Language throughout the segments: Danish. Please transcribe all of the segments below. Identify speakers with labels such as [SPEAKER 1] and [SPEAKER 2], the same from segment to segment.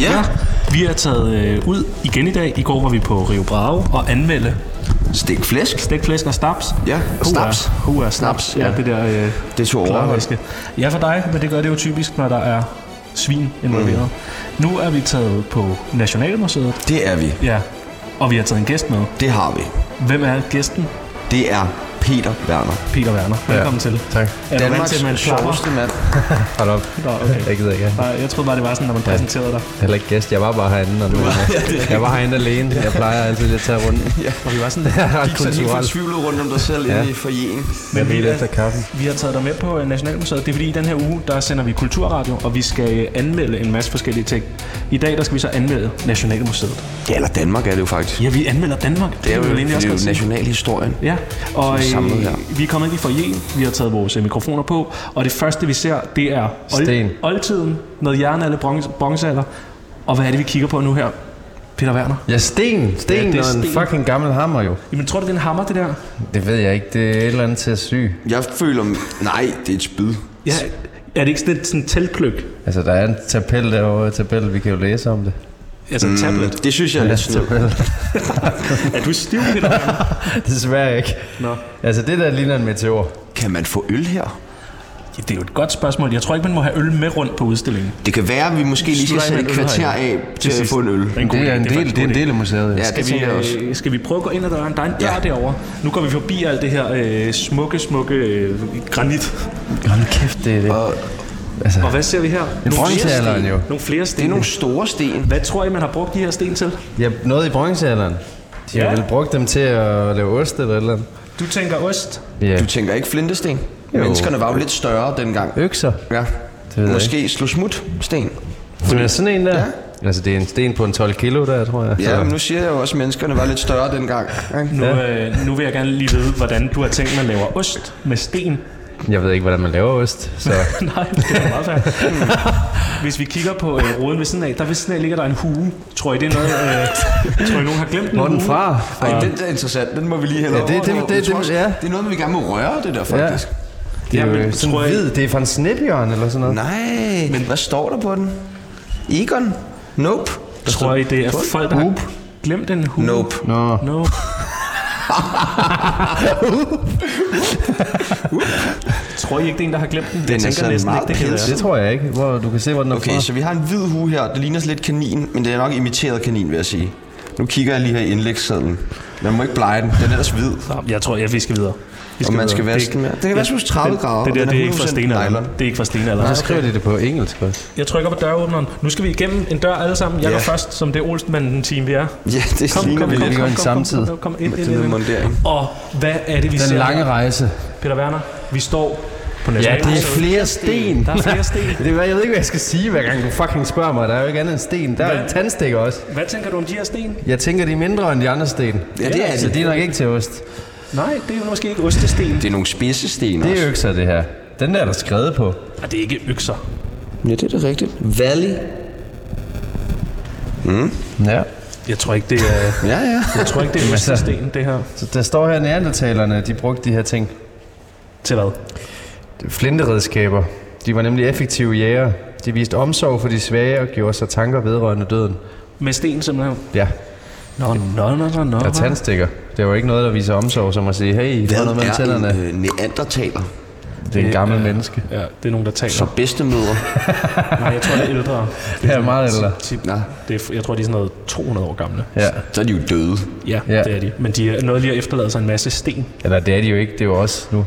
[SPEAKER 1] Ja.
[SPEAKER 2] Vi er taget øh, ud igen i dag. I går var vi på Rio Bravo og anmelde
[SPEAKER 1] Stik flæsk.
[SPEAKER 2] stegt flæsk og snaps.
[SPEAKER 1] Ja,
[SPEAKER 2] Hua-
[SPEAKER 1] snaps.
[SPEAKER 2] Hua snaps.
[SPEAKER 1] Snaps,
[SPEAKER 2] Ja,
[SPEAKER 1] ja.
[SPEAKER 2] det der øh,
[SPEAKER 1] Det tog over.
[SPEAKER 2] klarvaske. Ja, for dig, men det gør det jo typisk, når der er svin involveret. Mm. Nu er vi taget på Nationalmuseet.
[SPEAKER 1] Det er vi.
[SPEAKER 2] Ja, og vi har taget en gæst med.
[SPEAKER 1] Det har vi.
[SPEAKER 2] Hvem er gæsten?
[SPEAKER 1] Det er Peter Werner.
[SPEAKER 2] Peter Werner. Velkommen ja. til.
[SPEAKER 3] Tak.
[SPEAKER 2] Er du vant
[SPEAKER 1] Danmarks
[SPEAKER 2] til, at man klapper?
[SPEAKER 1] sjoveste mand.
[SPEAKER 3] Hold op.
[SPEAKER 2] Nå, okay.
[SPEAKER 3] Jeg gider ikke. Jeg
[SPEAKER 2] Nej, jeg troede bare, det var sådan, når man præsenterede dig.
[SPEAKER 3] er heller ikke gæst. Jeg var bare herinde. Og nu, jeg var herinde alene. Jeg plejer altid lidt at tage rundt.
[SPEAKER 2] Og vi var sådan,
[SPEAKER 3] Jeg er ret
[SPEAKER 1] Gik sådan helt
[SPEAKER 3] kulturel.
[SPEAKER 1] fortvivlet rundt om dig selv ja. inde i forjen.
[SPEAKER 3] Jeg
[SPEAKER 2] vi
[SPEAKER 3] ved
[SPEAKER 2] er-
[SPEAKER 3] efter kaffen.
[SPEAKER 2] Vi har taget dig med på øh, Nationalmuseet. Det er fordi, i den her uge, der sender vi Kulturradio, og vi skal øh, anmelde en masse forskellige ting. I dag, der skal vi så anmelde Nationalmuseet.
[SPEAKER 1] Ja, eller Danmark er det jo faktisk.
[SPEAKER 2] Ja, vi anmelder Danmark.
[SPEAKER 1] Det er jo,
[SPEAKER 2] kan vi
[SPEAKER 1] det
[SPEAKER 2] egentlig
[SPEAKER 1] er
[SPEAKER 2] også
[SPEAKER 1] jo
[SPEAKER 2] godt sige.
[SPEAKER 1] nationalhistorien.
[SPEAKER 2] Ja, og
[SPEAKER 1] samlet her.
[SPEAKER 2] øh, vi er kommet ind i forjen, vi har taget vores øh, mikrofoner på, og det første vi ser, det er old,
[SPEAKER 3] Sten.
[SPEAKER 2] oldtiden, noget jernalder, bronze, bronzealder. Og hvad er det, vi kigger på nu her, Peter Werner?
[SPEAKER 3] Ja, sten.
[SPEAKER 2] Ja,
[SPEAKER 3] Sten
[SPEAKER 2] det er
[SPEAKER 3] og en
[SPEAKER 2] sten.
[SPEAKER 3] fucking gammel hammer jo.
[SPEAKER 2] Jamen, tror du, det er en hammer, det der?
[SPEAKER 3] Det ved jeg ikke. Det er et eller andet til at sy.
[SPEAKER 1] Jeg føler... Nej, det er et spyd. Mm,
[SPEAKER 2] Ja, er det ikke sådan et sådan teltpløk?
[SPEAKER 3] Altså, der er en tabel derovre. Tabel, vi kan jo læse om det.
[SPEAKER 2] Altså
[SPEAKER 1] Mm.
[SPEAKER 2] en tablet.
[SPEAKER 1] Det synes jeg er lidt snød.
[SPEAKER 3] Tabel.
[SPEAKER 2] Er du stiv, Peter Werner?
[SPEAKER 3] Desværre ikke.
[SPEAKER 2] Nå.
[SPEAKER 3] Altså, det der ligner en meteor.
[SPEAKER 1] Kan man få øl her?
[SPEAKER 2] Ja, det er jo et godt spørgsmål. Jeg tror ikke, man må have øl med rundt på udstillingen.
[SPEAKER 1] Det kan være, at vi måske lige skal
[SPEAKER 3] Slå af
[SPEAKER 1] sætte
[SPEAKER 3] med
[SPEAKER 1] et
[SPEAKER 3] en øl
[SPEAKER 1] kvarter af til at få en øl.
[SPEAKER 2] en god
[SPEAKER 3] Det er
[SPEAKER 2] idé.
[SPEAKER 3] en del,
[SPEAKER 2] faktisk
[SPEAKER 3] det er en
[SPEAKER 2] god idé.
[SPEAKER 3] del af museet. altså.
[SPEAKER 1] Ja, det
[SPEAKER 2] Skal
[SPEAKER 1] tænker jeg også.
[SPEAKER 2] vi, øh, skal vi prøve at gå ind ad døren? Der er en dør ja.
[SPEAKER 1] Ja.
[SPEAKER 2] derovre. Nu går vi forbi alt det her øh, smukke, smukke øh, granit.
[SPEAKER 3] Hold kæft, det er det.
[SPEAKER 1] Og
[SPEAKER 2] Og hvad ser vi her? Nogle
[SPEAKER 3] Bronzealderen jo.
[SPEAKER 2] Nogle flere
[SPEAKER 1] det er
[SPEAKER 2] sten.
[SPEAKER 1] nogle store sten.
[SPEAKER 2] Hvad tror I, man har brugt de her sten til?
[SPEAKER 3] Ja, noget i bronzealderen. De har
[SPEAKER 2] Ja.
[SPEAKER 3] vel brugt dem til at lave ost eller et eller andet.
[SPEAKER 2] Du tænker ost.
[SPEAKER 3] Ja.
[SPEAKER 1] Du tænker ikke flintesten? Menneskerne var jo lidt større dengang.
[SPEAKER 3] Økser.
[SPEAKER 1] Ja.
[SPEAKER 3] ved jeg
[SPEAKER 1] Måske slå smut sten.
[SPEAKER 3] Så det er sådan en der?
[SPEAKER 1] Ja.
[SPEAKER 3] Altså, det er en sten på en 12 kilo der, tror jeg.
[SPEAKER 1] Ja,
[SPEAKER 3] Så-
[SPEAKER 1] men nu siger jeg jo også, at menneskerne var lidt større dengang. ikke?
[SPEAKER 2] Nu, ja. øh, nu vil jeg gerne lige vide, hvordan du har tænkt, man laver ost med sten.
[SPEAKER 3] Jeg ved ikke, hvordan man laver ost, så...
[SPEAKER 2] Nej, det er meget fair. Hvis vi kigger på øh, roden ved siden af, der ved siden af ligger der en hue. Tror I, det er noget... Øh, tror I, nogen har glemt en
[SPEAKER 3] Hvor er den
[SPEAKER 2] hue?
[SPEAKER 3] fra?
[SPEAKER 1] Ej, den der er interessant. Den må vi lige hælde
[SPEAKER 3] Ja, det-
[SPEAKER 1] over.
[SPEAKER 3] det-
[SPEAKER 1] Jeg
[SPEAKER 3] det-
[SPEAKER 1] tror
[SPEAKER 3] det-
[SPEAKER 1] også,
[SPEAKER 3] ja.
[SPEAKER 1] det er noget, vi gerne må røre, det der faktisk.
[SPEAKER 3] Det er jo
[SPEAKER 2] Jamen,
[SPEAKER 3] sådan
[SPEAKER 2] tror jeg-
[SPEAKER 3] hvid. Det er fra en snebjørn eller sådan noget.
[SPEAKER 1] Nej, men hvad står der på den? Egon? Nope.
[SPEAKER 2] Tror I, det er folk, der har glemt en hue?
[SPEAKER 1] Nope.
[SPEAKER 3] Nå.
[SPEAKER 2] No. Tror I ikke, det er en, der har glemt den? Den jeg tænker
[SPEAKER 1] sådan
[SPEAKER 2] næsten ikke,
[SPEAKER 1] meget
[SPEAKER 2] det kan
[SPEAKER 3] Det
[SPEAKER 2] være.
[SPEAKER 3] tror jeg ikke. Hvor du kan se, hvor den er
[SPEAKER 1] Okay,
[SPEAKER 3] fra.
[SPEAKER 1] så vi har en hvid hue her. Det ligner sådan lidt kanin, men det er nok imiteret kanin, vil jeg sige. Nu kigger jeg lige her i indlægssedlen. Man må ikke blege den. Den er ellers hvid.
[SPEAKER 2] Nå, Jeg tror, jeg vi skal videre. Vi
[SPEAKER 1] Og man skal
[SPEAKER 2] videre.
[SPEAKER 1] vaske den med.
[SPEAKER 2] Det
[SPEAKER 1] Den kan være sådan 30 grader.
[SPEAKER 2] er ikke- Det, det,
[SPEAKER 1] og
[SPEAKER 2] der,
[SPEAKER 1] den
[SPEAKER 2] det er ikke fra
[SPEAKER 1] 100%
[SPEAKER 2] stenalderen.
[SPEAKER 1] nylon.
[SPEAKER 2] Det er ikke fra stenalderen.
[SPEAKER 3] Så skriver de det på engelsk også.
[SPEAKER 2] Jeg trykker på døråbneren. Nu skal vi igennem en dør alle sammen. Jeg
[SPEAKER 1] Ja.
[SPEAKER 2] går først, som det olsenmanden team vi er.
[SPEAKER 1] Ja, det ligner vi lidt.
[SPEAKER 3] gør en samtid.
[SPEAKER 2] kom, kom, ind,
[SPEAKER 1] Med
[SPEAKER 2] ind,
[SPEAKER 1] den der
[SPEAKER 2] ind, ind.
[SPEAKER 1] montering.
[SPEAKER 2] Og hvad er det, vi
[SPEAKER 3] Den
[SPEAKER 2] ser?
[SPEAKER 3] lange rejse.
[SPEAKER 2] Peter Werner, vi står på
[SPEAKER 3] Ja, det er
[SPEAKER 2] Nationalmuseet.
[SPEAKER 3] flere sten.
[SPEAKER 2] Der er flere sten.
[SPEAKER 3] Det er, jeg ved ikke, hvad jeg skal sige, hver gang du fucking spørger mig. Der er jo ikke andet end sten. Der er
[SPEAKER 2] Hvad?
[SPEAKER 3] en tandstikker også.
[SPEAKER 2] Hvad tænker du om de her sten?
[SPEAKER 3] Jeg tænker, de er mindre end de andre sten.
[SPEAKER 1] Ja, det er
[SPEAKER 3] Så
[SPEAKER 1] det.
[SPEAKER 3] de er nok ikke til ost.
[SPEAKER 2] Nej, det er jo måske ikke ostesten.
[SPEAKER 1] Det er nogle spidse sten
[SPEAKER 3] Det
[SPEAKER 1] også.
[SPEAKER 3] er økser, det her. Den der er der skrevet på.
[SPEAKER 2] Og Ah, det er ikke økser.
[SPEAKER 1] Ja, det er det rigtigt. Valley.
[SPEAKER 3] Ja.
[SPEAKER 2] Jeg tror ikke, det er...
[SPEAKER 1] Ja, ja.
[SPEAKER 2] Jeg tror ikke, det er
[SPEAKER 3] altså-
[SPEAKER 2] Østersten, det her.
[SPEAKER 3] Så der står her, at neandertalerne, de brugte de her ting.
[SPEAKER 2] Til hvad?
[SPEAKER 3] Flinteredskaber. De var nemlig effektive jæger. De viste omsorg for de svage og gjorde sig tanker vedrørende døden.
[SPEAKER 2] Med sten simpelthen.
[SPEAKER 3] Ja,
[SPEAKER 2] Nå, nå, nå, nå, nå.
[SPEAKER 3] og tandstikker. Det var ikke noget, der viser omsorg, som at sige, hey, hvad noget med
[SPEAKER 1] Hvad
[SPEAKER 3] tænderne.
[SPEAKER 1] er en øh, neandertaler?
[SPEAKER 3] Det er en gammel menneske.
[SPEAKER 2] Ja, det er nogen, der
[SPEAKER 1] Så
[SPEAKER 2] taler.
[SPEAKER 1] bedstemødre.
[SPEAKER 2] Nej, jeg tror, det er ældre.
[SPEAKER 3] Det er meget ældre.
[SPEAKER 2] Tip.
[SPEAKER 1] Nå.
[SPEAKER 2] Det er, jeg tror, de er sådan noget 200 år gamle.
[SPEAKER 3] Ja.
[SPEAKER 1] Så er de jo døde.
[SPEAKER 2] Ja,
[SPEAKER 3] Ja.
[SPEAKER 2] det er de. Men de er noget lige at efterlade sig en masse sten.
[SPEAKER 3] Eller det er de jo ikke, det er jo os nu.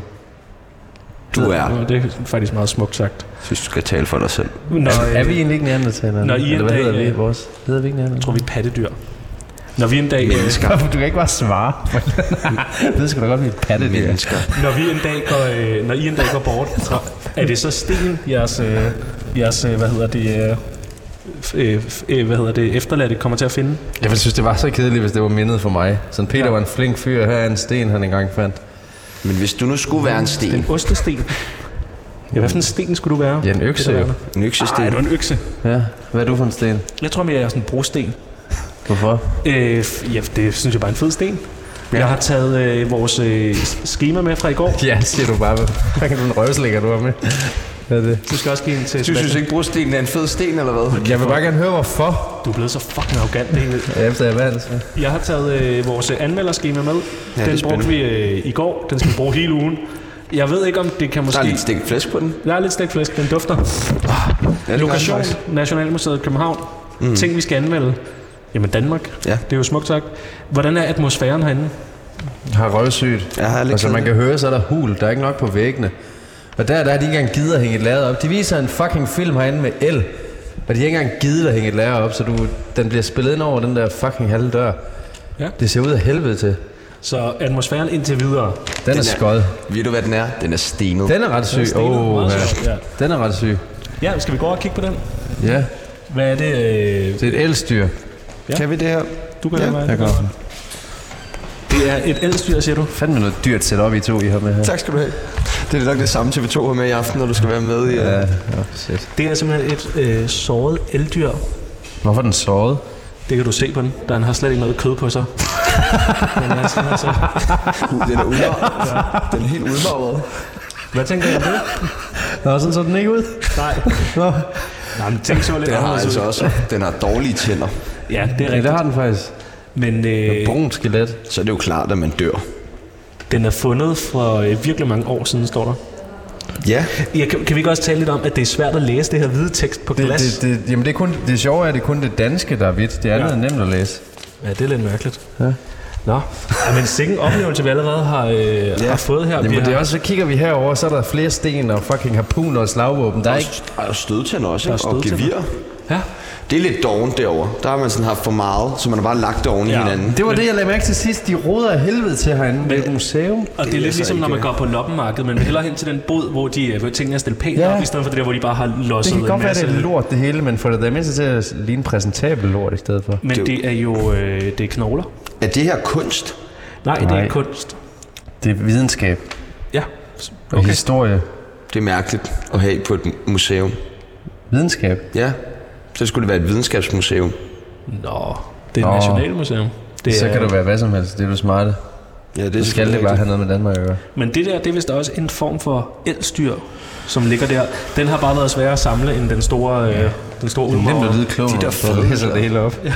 [SPEAKER 1] Du er.
[SPEAKER 2] Det er faktisk meget smukt sagt.
[SPEAKER 1] Synes du skal tale for dig selv.
[SPEAKER 2] Når,
[SPEAKER 3] Er vi egentlig ikke neandertalerne?
[SPEAKER 2] Nå, I er
[SPEAKER 3] Eller hvad
[SPEAKER 2] en dag,
[SPEAKER 3] hedder vi
[SPEAKER 2] øh,
[SPEAKER 3] vores? Hedder vi ikke
[SPEAKER 2] Jeg tror,
[SPEAKER 3] neandertalerne?
[SPEAKER 2] vi er pattedyr. Når vi en dag, øh,
[SPEAKER 1] Mennesker.
[SPEAKER 3] Du kan ikke bare svare. det skal da godt blive et patte, det er.
[SPEAKER 1] Mennesker.
[SPEAKER 2] når vi en dag går, øh, når I en dag går bort, så er det så sten, jeres, øh, jeres øh, hvad hedder det, øh, f- øh, f- øh, hvad hedder det, efterladte kommer til at finde?
[SPEAKER 3] Jeg ville synes, det var så kedeligt, hvis det var mindet for mig. Sådan Peter
[SPEAKER 2] Ja.
[SPEAKER 3] ja. var en flink fyr, her er en sten, han engang fandt.
[SPEAKER 1] Men hvis du nu skulle være en sten,
[SPEAKER 2] En ostesten. Ja, hvad for en sten skulle du være?
[SPEAKER 3] Ja, en økse jo.
[SPEAKER 1] en
[SPEAKER 2] Ej,
[SPEAKER 1] øksesten,
[SPEAKER 2] er du en økse?
[SPEAKER 3] Ja, hvad er du for en sten?
[SPEAKER 2] Jeg tror mere, jeg er sådan en brosten.
[SPEAKER 3] Hvorfor?
[SPEAKER 2] Øh, f- ja, det synes jeg bare er en fed sten. Ja. Jeg har taget øh, vores øh, s- schema med fra i går.
[SPEAKER 3] Ja, siger du bare. Hvad kan du en røvslikker, du har med? Hvad er det?
[SPEAKER 2] Du skal også give en til
[SPEAKER 1] Du synes
[SPEAKER 2] Sebastian.
[SPEAKER 1] ikke, brostenen er en fed sten, eller hvad?
[SPEAKER 3] Jeg vil bare gerne høre, hvorfor.
[SPEAKER 2] Du er blevet så fucking arrogant, det hele.
[SPEAKER 3] Ja, Efter jeg vandt, så.
[SPEAKER 2] Jeg har taget øh, vores øh, anmelderskema med.
[SPEAKER 1] er
[SPEAKER 2] Ja, den brugte
[SPEAKER 1] spændende.
[SPEAKER 2] vi øh, i går. Den skal vi bruge hele ugen. Jeg ved ikke, om det kan måske...
[SPEAKER 1] Der er lidt stik flæsk på den.
[SPEAKER 2] Der er lidt stegt flæsk. Den dufter.
[SPEAKER 1] Ja, det
[SPEAKER 2] Lokation, Nationalmuseet i København. Mm. Ting, vi skal anmelde. Jamen Danmark.
[SPEAKER 1] Ja.
[SPEAKER 2] Det er jo smukt sagt. Hvordan er atmosfæren herinde?
[SPEAKER 3] Har røvsygt.
[SPEAKER 1] Jeg har lidt
[SPEAKER 3] altså, man kan høre, så er der hul. Der er ikke nok på væggene. Og der, der er de ikke engang givet at hænge et lader op. De viser en fucking film herinde med el. Og de har ikke engang givet at hænge et lader op, så du, den bliver spillet ind over den der fucking halve dør.
[SPEAKER 2] Ja.
[SPEAKER 3] Det ser ud af helvede til. Den,
[SPEAKER 2] Så atmosfæren indtil videre.
[SPEAKER 3] den er skød.
[SPEAKER 1] Ved du, hvad den er? Den er stenet.
[SPEAKER 3] Den er ret syg.
[SPEAKER 2] stenet.
[SPEAKER 3] Oh,
[SPEAKER 2] Meget
[SPEAKER 3] ja.
[SPEAKER 2] sjovt, ja.
[SPEAKER 3] Den er ret syg.
[SPEAKER 2] Ja, skal vi gå over og kigge på den?
[SPEAKER 3] Ja,
[SPEAKER 2] Hvad er det? Øh,
[SPEAKER 3] det er et elstyr.
[SPEAKER 2] Ja.
[SPEAKER 1] Kan vi det her?
[SPEAKER 2] du gør
[SPEAKER 1] Ja,
[SPEAKER 2] det, Maja.
[SPEAKER 3] jeg gør det.
[SPEAKER 2] Det er et elstyr, siger du.
[SPEAKER 3] Fandme noget dyrt set op, I to, I har med her.
[SPEAKER 1] Tak skal du have. Det er nok det samme TV2 har med i aften, når du skal være med i... øh,
[SPEAKER 3] Ja,
[SPEAKER 1] Ja.
[SPEAKER 3] ja, shit.
[SPEAKER 2] Det er simpelthen et øh, såret eldyr.
[SPEAKER 3] Hvorfor er den såret?
[SPEAKER 2] Det kan du se på den. Den har slet ikke noget kød på sig. den er sådan, altså.
[SPEAKER 1] Den er udmarvet. Den er helt udmarvet.
[SPEAKER 2] Hvad tænker du om det?
[SPEAKER 3] Nå, sådan så den ikke ud.
[SPEAKER 2] Nej.
[SPEAKER 3] Nå.
[SPEAKER 2] Nej, men tænk så lidt
[SPEAKER 1] Den har
[SPEAKER 2] anderledes
[SPEAKER 1] altså
[SPEAKER 2] ud.
[SPEAKER 1] også... Den har dårlige tænder.
[SPEAKER 2] Ja, det er
[SPEAKER 3] Ja, det
[SPEAKER 2] rigtigt.
[SPEAKER 3] har den faktisk.
[SPEAKER 2] Men øh,
[SPEAKER 3] Brun skelet.
[SPEAKER 1] Så er det jo klart, at man dør.
[SPEAKER 2] den er fundet for øh, virkelig mange år siden, står der.
[SPEAKER 1] Ja.
[SPEAKER 2] Ja, kan, kan vi ikke også tale lidt om, at det er svært at læse det her hvide tekst på
[SPEAKER 3] Det,
[SPEAKER 2] glas?
[SPEAKER 3] det, det, jamen det, er kun, det sjove er, at det kun er det danske, der er hvidt. Det andet
[SPEAKER 2] Ja.
[SPEAKER 3] ja. er nemt at læse.
[SPEAKER 2] Ja, det er lidt mærkeligt. Ja. Nå, ja, men sikken oplevelse, vi allerede har, øh, ja. har fået her.
[SPEAKER 3] Jamen,
[SPEAKER 2] vi
[SPEAKER 3] det er
[SPEAKER 2] har,
[SPEAKER 3] også, så kigger vi herover, så er der flere sten og fucking harpuner og slagvåben. Der er ikke...
[SPEAKER 1] Og stødtænder også,
[SPEAKER 2] Der er
[SPEAKER 1] ikke? og
[SPEAKER 2] stødtænder.
[SPEAKER 1] gevir.
[SPEAKER 2] ja.
[SPEAKER 1] Det er lidt doven derovre. Der har man sådan haft for meget, så man har bare lagt det oven i
[SPEAKER 2] Ja.
[SPEAKER 1] hinanden.
[SPEAKER 3] Det var det, jeg lagde mærke til sidst. De roder af helvede til herinde. Men, et museum.
[SPEAKER 2] Og det er
[SPEAKER 1] er
[SPEAKER 2] lidt
[SPEAKER 1] så
[SPEAKER 2] ligesom, når
[SPEAKER 1] ikke-
[SPEAKER 2] man går på loppenmarkedet, men heller hen til den bod, hvor de øh, hvor tingene er stillet pænt
[SPEAKER 3] Ja.
[SPEAKER 2] op, i stedet for det der, hvor de bare har
[SPEAKER 3] Det
[SPEAKER 2] losset
[SPEAKER 3] kan godt
[SPEAKER 2] en
[SPEAKER 3] være, det
[SPEAKER 2] masse...
[SPEAKER 3] er lort det hele, men får det da mindst til at ligne præsentabel lort i stedet for.
[SPEAKER 2] Men det er jo øh, det er knogler.
[SPEAKER 1] Er det her kunst?
[SPEAKER 2] Nej, Nej, det
[SPEAKER 3] Nej.
[SPEAKER 2] er kunst.
[SPEAKER 3] Det er videnskab
[SPEAKER 2] Ja.
[SPEAKER 3] og
[SPEAKER 2] Okay.
[SPEAKER 3] historie.
[SPEAKER 1] Det er mærkeligt at have på et museum.
[SPEAKER 3] Videnskab.
[SPEAKER 1] Ja, så skulle det være et videnskabsmuseum.
[SPEAKER 2] Nå, det er
[SPEAKER 3] Nå.
[SPEAKER 2] et nationalmuseum. Det
[SPEAKER 3] Så
[SPEAKER 2] er,
[SPEAKER 3] kan du være hvad som helst. Det er du smarte.
[SPEAKER 1] Ja,
[SPEAKER 3] Det skal det bare have noget med Danmark at gøre.
[SPEAKER 2] Men det der, det er vist også en form for elstyr, som ligger der. Den har bare været sværere at samle, end den store, øh, den store
[SPEAKER 3] Det er nemt at altså.
[SPEAKER 2] udmor.
[SPEAKER 3] lyde klog,
[SPEAKER 1] de
[SPEAKER 3] når
[SPEAKER 1] der
[SPEAKER 3] du står og
[SPEAKER 1] fede
[SPEAKER 3] læser det hele op.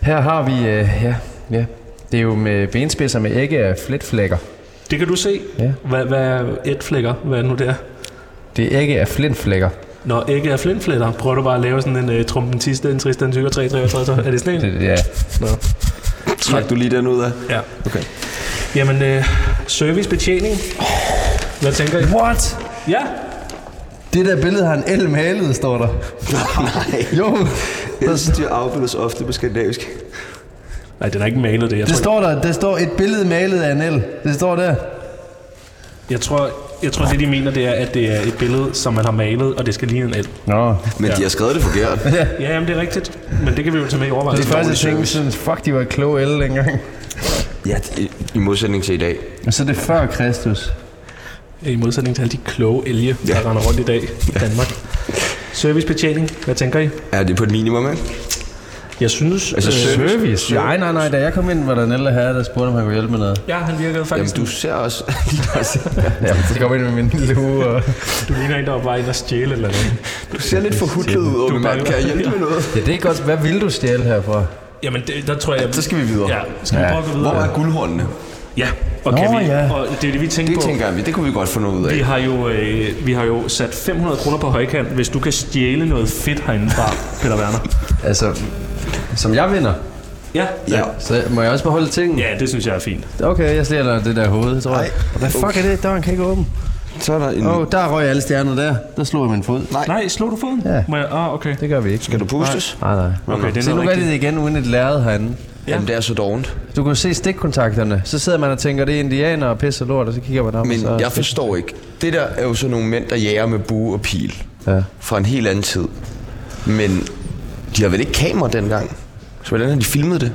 [SPEAKER 3] Her har vi, øh, ja, ja, det er jo med benspidser med ægge af flintflækker.
[SPEAKER 2] Det kan du se.
[SPEAKER 3] Ja.
[SPEAKER 2] Hvad, hvad er ætflækker? Hvad er det nu der?
[SPEAKER 3] Det er ægge af flintflækker.
[SPEAKER 2] Når ikke er flintfletter, prøver du bare at lave sådan en øh, trumpentiste, en trist, en tykker, 3, 3, 3, 3, Er det sådan en?
[SPEAKER 3] Det, ja.
[SPEAKER 2] Nå.
[SPEAKER 1] Træk du lige den ud af.
[SPEAKER 2] Ja.
[SPEAKER 1] Okay.
[SPEAKER 2] Jamen, øh, servicebetjening. Hvad tænker I?
[SPEAKER 3] What?
[SPEAKER 2] Ja,
[SPEAKER 3] Det der billede har en el malet, står der.
[SPEAKER 1] Nej,
[SPEAKER 3] Jo,
[SPEAKER 1] jeg synes, de afbildes ofte på skandinavisk.
[SPEAKER 2] Nej, den er ikke malet det. Jeg
[SPEAKER 3] det
[SPEAKER 2] tror,
[SPEAKER 3] står der. Der står et billede malet af en el. Det står der.
[SPEAKER 2] jeg tror, jeg tror det de mener, det er, at det er et billede, som man har malet, og det skal ligne en el.
[SPEAKER 3] Nå.
[SPEAKER 1] Men ja. de har skrevet det forkert.
[SPEAKER 2] Ja, jamen, det er rigtigt. Men det kan vi jo tage med i
[SPEAKER 3] Det
[SPEAKER 2] overvejelsen.
[SPEAKER 3] er første ting, sådan, fuck, de var kloge el dengang.
[SPEAKER 1] ja, i, i modsætning til i dag.
[SPEAKER 3] Og så er det før Kristus.
[SPEAKER 2] I modsætning til alle de kloge elge, der
[SPEAKER 1] Ja.
[SPEAKER 2] render rundt i dag i Danmark. Servicebetjening, hvad tænker I?
[SPEAKER 1] Er det på et minimum, ikke?
[SPEAKER 2] Jeg synes... øh,
[SPEAKER 1] Altså, service-
[SPEAKER 3] Service? Nej, nej, nej. Da jeg kom ind, var der en ældre herre, der spurgte, om han kunne hjælpe med noget.
[SPEAKER 2] Ja, han virkede
[SPEAKER 1] Jamen,
[SPEAKER 2] faktisk...
[SPEAKER 1] du ser også... Lige der ser-
[SPEAKER 3] Ja, så kom jeg ind med min lille hue og...
[SPEAKER 2] du ligner en, der var bare inde og stjæle eller noget.
[SPEAKER 1] du ser lidt forhudlet ud,
[SPEAKER 2] Du
[SPEAKER 1] unge
[SPEAKER 2] er
[SPEAKER 1] mand.
[SPEAKER 2] bange.
[SPEAKER 1] Kan jeg hjælpe med noget?
[SPEAKER 3] Ja, det er godt. Hvad vil du stjæle herfra?
[SPEAKER 2] Jamen, det, der tror jeg...
[SPEAKER 1] Så skal vi videre.
[SPEAKER 2] Ja, skal vi
[SPEAKER 3] Ja.
[SPEAKER 2] prøve at gå videre?
[SPEAKER 1] Hvor er guldhåndene?
[SPEAKER 2] Ja, og,
[SPEAKER 3] Nå,
[SPEAKER 2] kan vi,
[SPEAKER 3] ja.
[SPEAKER 2] og det er det, vi tænker
[SPEAKER 1] Det
[SPEAKER 2] på.
[SPEAKER 1] tænker vi, det kunne vi godt få noget ud af.
[SPEAKER 2] Vi har, jo, øh, vi har jo sat 500 kroner på højkant, hvis du kan stjæle noget fedt herinde fra Peter Werner.
[SPEAKER 3] Altså, som jeg vinder,
[SPEAKER 2] Ja.
[SPEAKER 1] Ja.
[SPEAKER 3] så må jeg også beholde tingene.
[SPEAKER 2] Ja, det synes jeg er fint.
[SPEAKER 3] Okay, jeg stjæler det der hoved, tror jeg.
[SPEAKER 1] Ej,
[SPEAKER 3] Hvad fuck er det? Døren kan ikke åbne.
[SPEAKER 1] Så er der en...
[SPEAKER 3] Åh, oh, der røg alle stjerner der. Der slog jeg min fod.
[SPEAKER 1] Nej.
[SPEAKER 2] Nej, slog du foden?
[SPEAKER 3] Ja.
[SPEAKER 2] Må jeg, ah, okay.
[SPEAKER 3] Det gør vi ikke.
[SPEAKER 1] Skal du pustes?
[SPEAKER 3] Nej, nej.
[SPEAKER 2] Okay, det
[SPEAKER 3] Så
[SPEAKER 2] er
[SPEAKER 3] nu
[SPEAKER 2] noget
[SPEAKER 3] gør de
[SPEAKER 2] rigtigt.
[SPEAKER 3] det igen uden et lærred herinde.
[SPEAKER 2] Ja.
[SPEAKER 1] Jamen, det er så dovent.
[SPEAKER 3] Du kan jo se stikkontakterne. Så sidder man og tænker, det er indianer og pisse lort, og så kigger man op. og
[SPEAKER 1] Men
[SPEAKER 3] så...
[SPEAKER 1] jeg forstår ikke. Det der er jo sådan nogle mænd, der jager med bue og pil.
[SPEAKER 3] Ja.
[SPEAKER 1] Fra en helt anden tid. Men de har vel ikke kamera dengang? Så hvordan har de filmet det?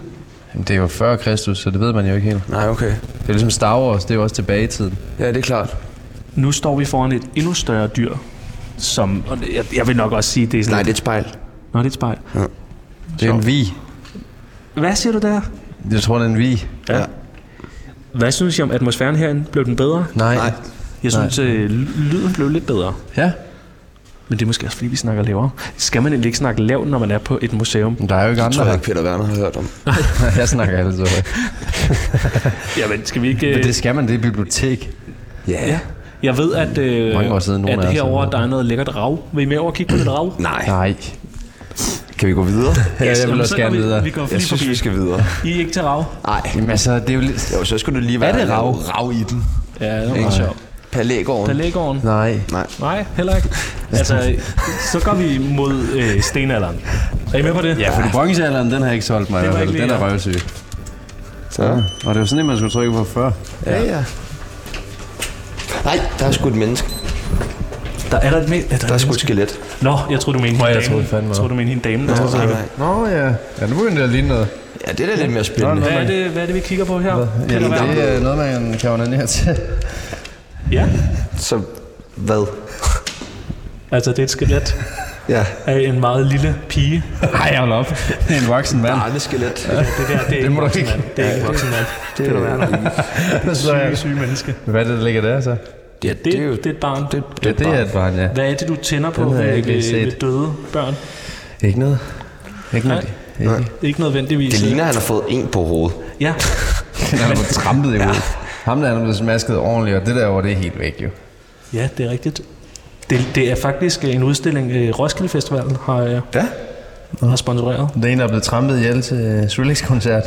[SPEAKER 3] Jamen, det er jo før Kristus, så det ved man jo ikke helt.
[SPEAKER 1] Nej, okay.
[SPEAKER 3] Det er ligesom Star Wars, det er jo også tilbage i tiden.
[SPEAKER 1] Ja, det er klart.
[SPEAKER 2] Nu står vi foran et endnu større dyr, som... Og det- jeg, jeg vil nok også sige, det er sådan...
[SPEAKER 1] Nej, det er et spejl.
[SPEAKER 2] Nå, det er et spejl.
[SPEAKER 3] Det er en vi.
[SPEAKER 2] Hvad siger du der?
[SPEAKER 3] Jeg tror, det er en vi.
[SPEAKER 1] Ja.
[SPEAKER 2] Hvad synes I om atmosfæren herinde? Blev den bedre?
[SPEAKER 3] Nej.
[SPEAKER 1] Nej.
[SPEAKER 2] Jeg synes, øh, lyden blev lidt bedre.
[SPEAKER 3] Ja.
[SPEAKER 2] Men det er måske også, fordi vi snakker lavere. Skal man egentlig ikke snakke lavt, når man er på et museum?
[SPEAKER 3] Men der er jo ikke
[SPEAKER 1] Det tror
[SPEAKER 3] andre
[SPEAKER 1] jeg
[SPEAKER 3] her.
[SPEAKER 1] ikke, Peter Werner har hørt om.
[SPEAKER 3] Jeg snakker altid højt.
[SPEAKER 2] Jamen, skal vi ikke...
[SPEAKER 3] Men
[SPEAKER 2] øh,
[SPEAKER 3] det skal man, det er bibliotek. Yeah.
[SPEAKER 2] Ja. Jeg ved, at, øh,
[SPEAKER 3] Mange år siden, nogen af
[SPEAKER 2] at
[SPEAKER 3] os
[SPEAKER 2] herovre,
[SPEAKER 3] har-
[SPEAKER 2] der er noget lækkert rav. Vil I med over og kigge på lidt rav?
[SPEAKER 1] Nej.
[SPEAKER 3] Nej.
[SPEAKER 1] Kan vi gå videre?
[SPEAKER 3] Ja, jeg
[SPEAKER 2] jamen,
[SPEAKER 3] vil
[SPEAKER 2] så
[SPEAKER 3] også
[SPEAKER 2] går
[SPEAKER 3] gerne
[SPEAKER 2] vi,
[SPEAKER 3] videre.
[SPEAKER 2] Vi går
[SPEAKER 1] Jeg
[SPEAKER 2] lige
[SPEAKER 1] synes,
[SPEAKER 2] forbi.
[SPEAKER 1] vi skal videre.
[SPEAKER 2] I er ikke til rav?
[SPEAKER 1] Nej.
[SPEAKER 3] Jamen altså, det er jo lidt...
[SPEAKER 1] Jo, så skulle det lige være
[SPEAKER 3] det rav?
[SPEAKER 1] noget rav i den.
[SPEAKER 2] Ja, det var meget sjovt.
[SPEAKER 1] Per Lægården.
[SPEAKER 2] Der er lægården.
[SPEAKER 3] Nej.
[SPEAKER 1] Nej.
[SPEAKER 2] Nej, heller ikke. Altså, så går vi mod øh, stenalderen. Er I med på det?
[SPEAKER 3] Ja, fordi bronzealderen, den har ikke solgt mig i
[SPEAKER 2] Det
[SPEAKER 3] hvert
[SPEAKER 2] var
[SPEAKER 3] fald.
[SPEAKER 2] ikke lige
[SPEAKER 3] Den er
[SPEAKER 2] jer.
[SPEAKER 3] røvsyg.
[SPEAKER 1] Så.
[SPEAKER 3] Og det var sådan en, man skulle trykke på før.
[SPEAKER 1] Ja, ja. Nej, der er sgu et menneske.
[SPEAKER 2] Der er der et med.
[SPEAKER 1] Der er sgu et skelet.
[SPEAKER 2] Nå, jeg tror du mente hende
[SPEAKER 3] jeg
[SPEAKER 2] damen.
[SPEAKER 3] troede fandme
[SPEAKER 2] Jeg tror du mente hende dame, der stod
[SPEAKER 1] Nej,
[SPEAKER 2] sådan.
[SPEAKER 1] nej.
[SPEAKER 3] Nå ja. Ja, nu begynder det at ligne noget.
[SPEAKER 1] Ja, det er da lidt mere spændende.
[SPEAKER 2] Hvad er, det, hvad er det, vi kigger på her?
[SPEAKER 3] Ja,
[SPEAKER 2] Peter Werner?
[SPEAKER 3] det er øh, noget, man kan ordne til.
[SPEAKER 2] ja,
[SPEAKER 1] Så hvad?
[SPEAKER 2] altså det er et skelet
[SPEAKER 1] Ja.
[SPEAKER 2] af en meget lille pige.
[SPEAKER 3] Nej, hold op. Det er en voksen mand.
[SPEAKER 1] Der er et skelet.
[SPEAKER 2] Det der, det er
[SPEAKER 3] Det må
[SPEAKER 2] ikke
[SPEAKER 3] du
[SPEAKER 2] voksen
[SPEAKER 3] ikke.
[SPEAKER 2] mand. Det er ikke voksen mand.
[SPEAKER 1] Det er, det, er,
[SPEAKER 2] Syge, syge menneske.
[SPEAKER 3] Hvad er det, der ligger der så?
[SPEAKER 1] det, er,
[SPEAKER 2] Det,
[SPEAKER 1] det er jo
[SPEAKER 2] det er et barn.
[SPEAKER 1] det,
[SPEAKER 3] Ja, det er et barn, ja.
[SPEAKER 2] Hvad er det, du tænder på
[SPEAKER 3] Den havde jeg
[SPEAKER 2] ved,
[SPEAKER 3] ikke lige
[SPEAKER 2] ved,
[SPEAKER 3] set.
[SPEAKER 2] ved døde børn?
[SPEAKER 3] Ikke noget. Ikke noget. Ikke.
[SPEAKER 2] Ikke nødvendigvis.
[SPEAKER 1] det ligner, at han har fået en på hovedet.
[SPEAKER 2] Ja,
[SPEAKER 3] Han er blevet trampet i hovedet. Ham der, han er blevet smasket ordentligt, og det der over, det er helt væk jo.
[SPEAKER 2] ja det er rigtigt. Det, det er faktisk øh, en udstilling, øh, Roskilde Festivalen har, øh,
[SPEAKER 1] Ja.
[SPEAKER 2] har sponsoreret.
[SPEAKER 3] Den ene, der er blevet trampet ihjel til øh, Skrillex-koncert.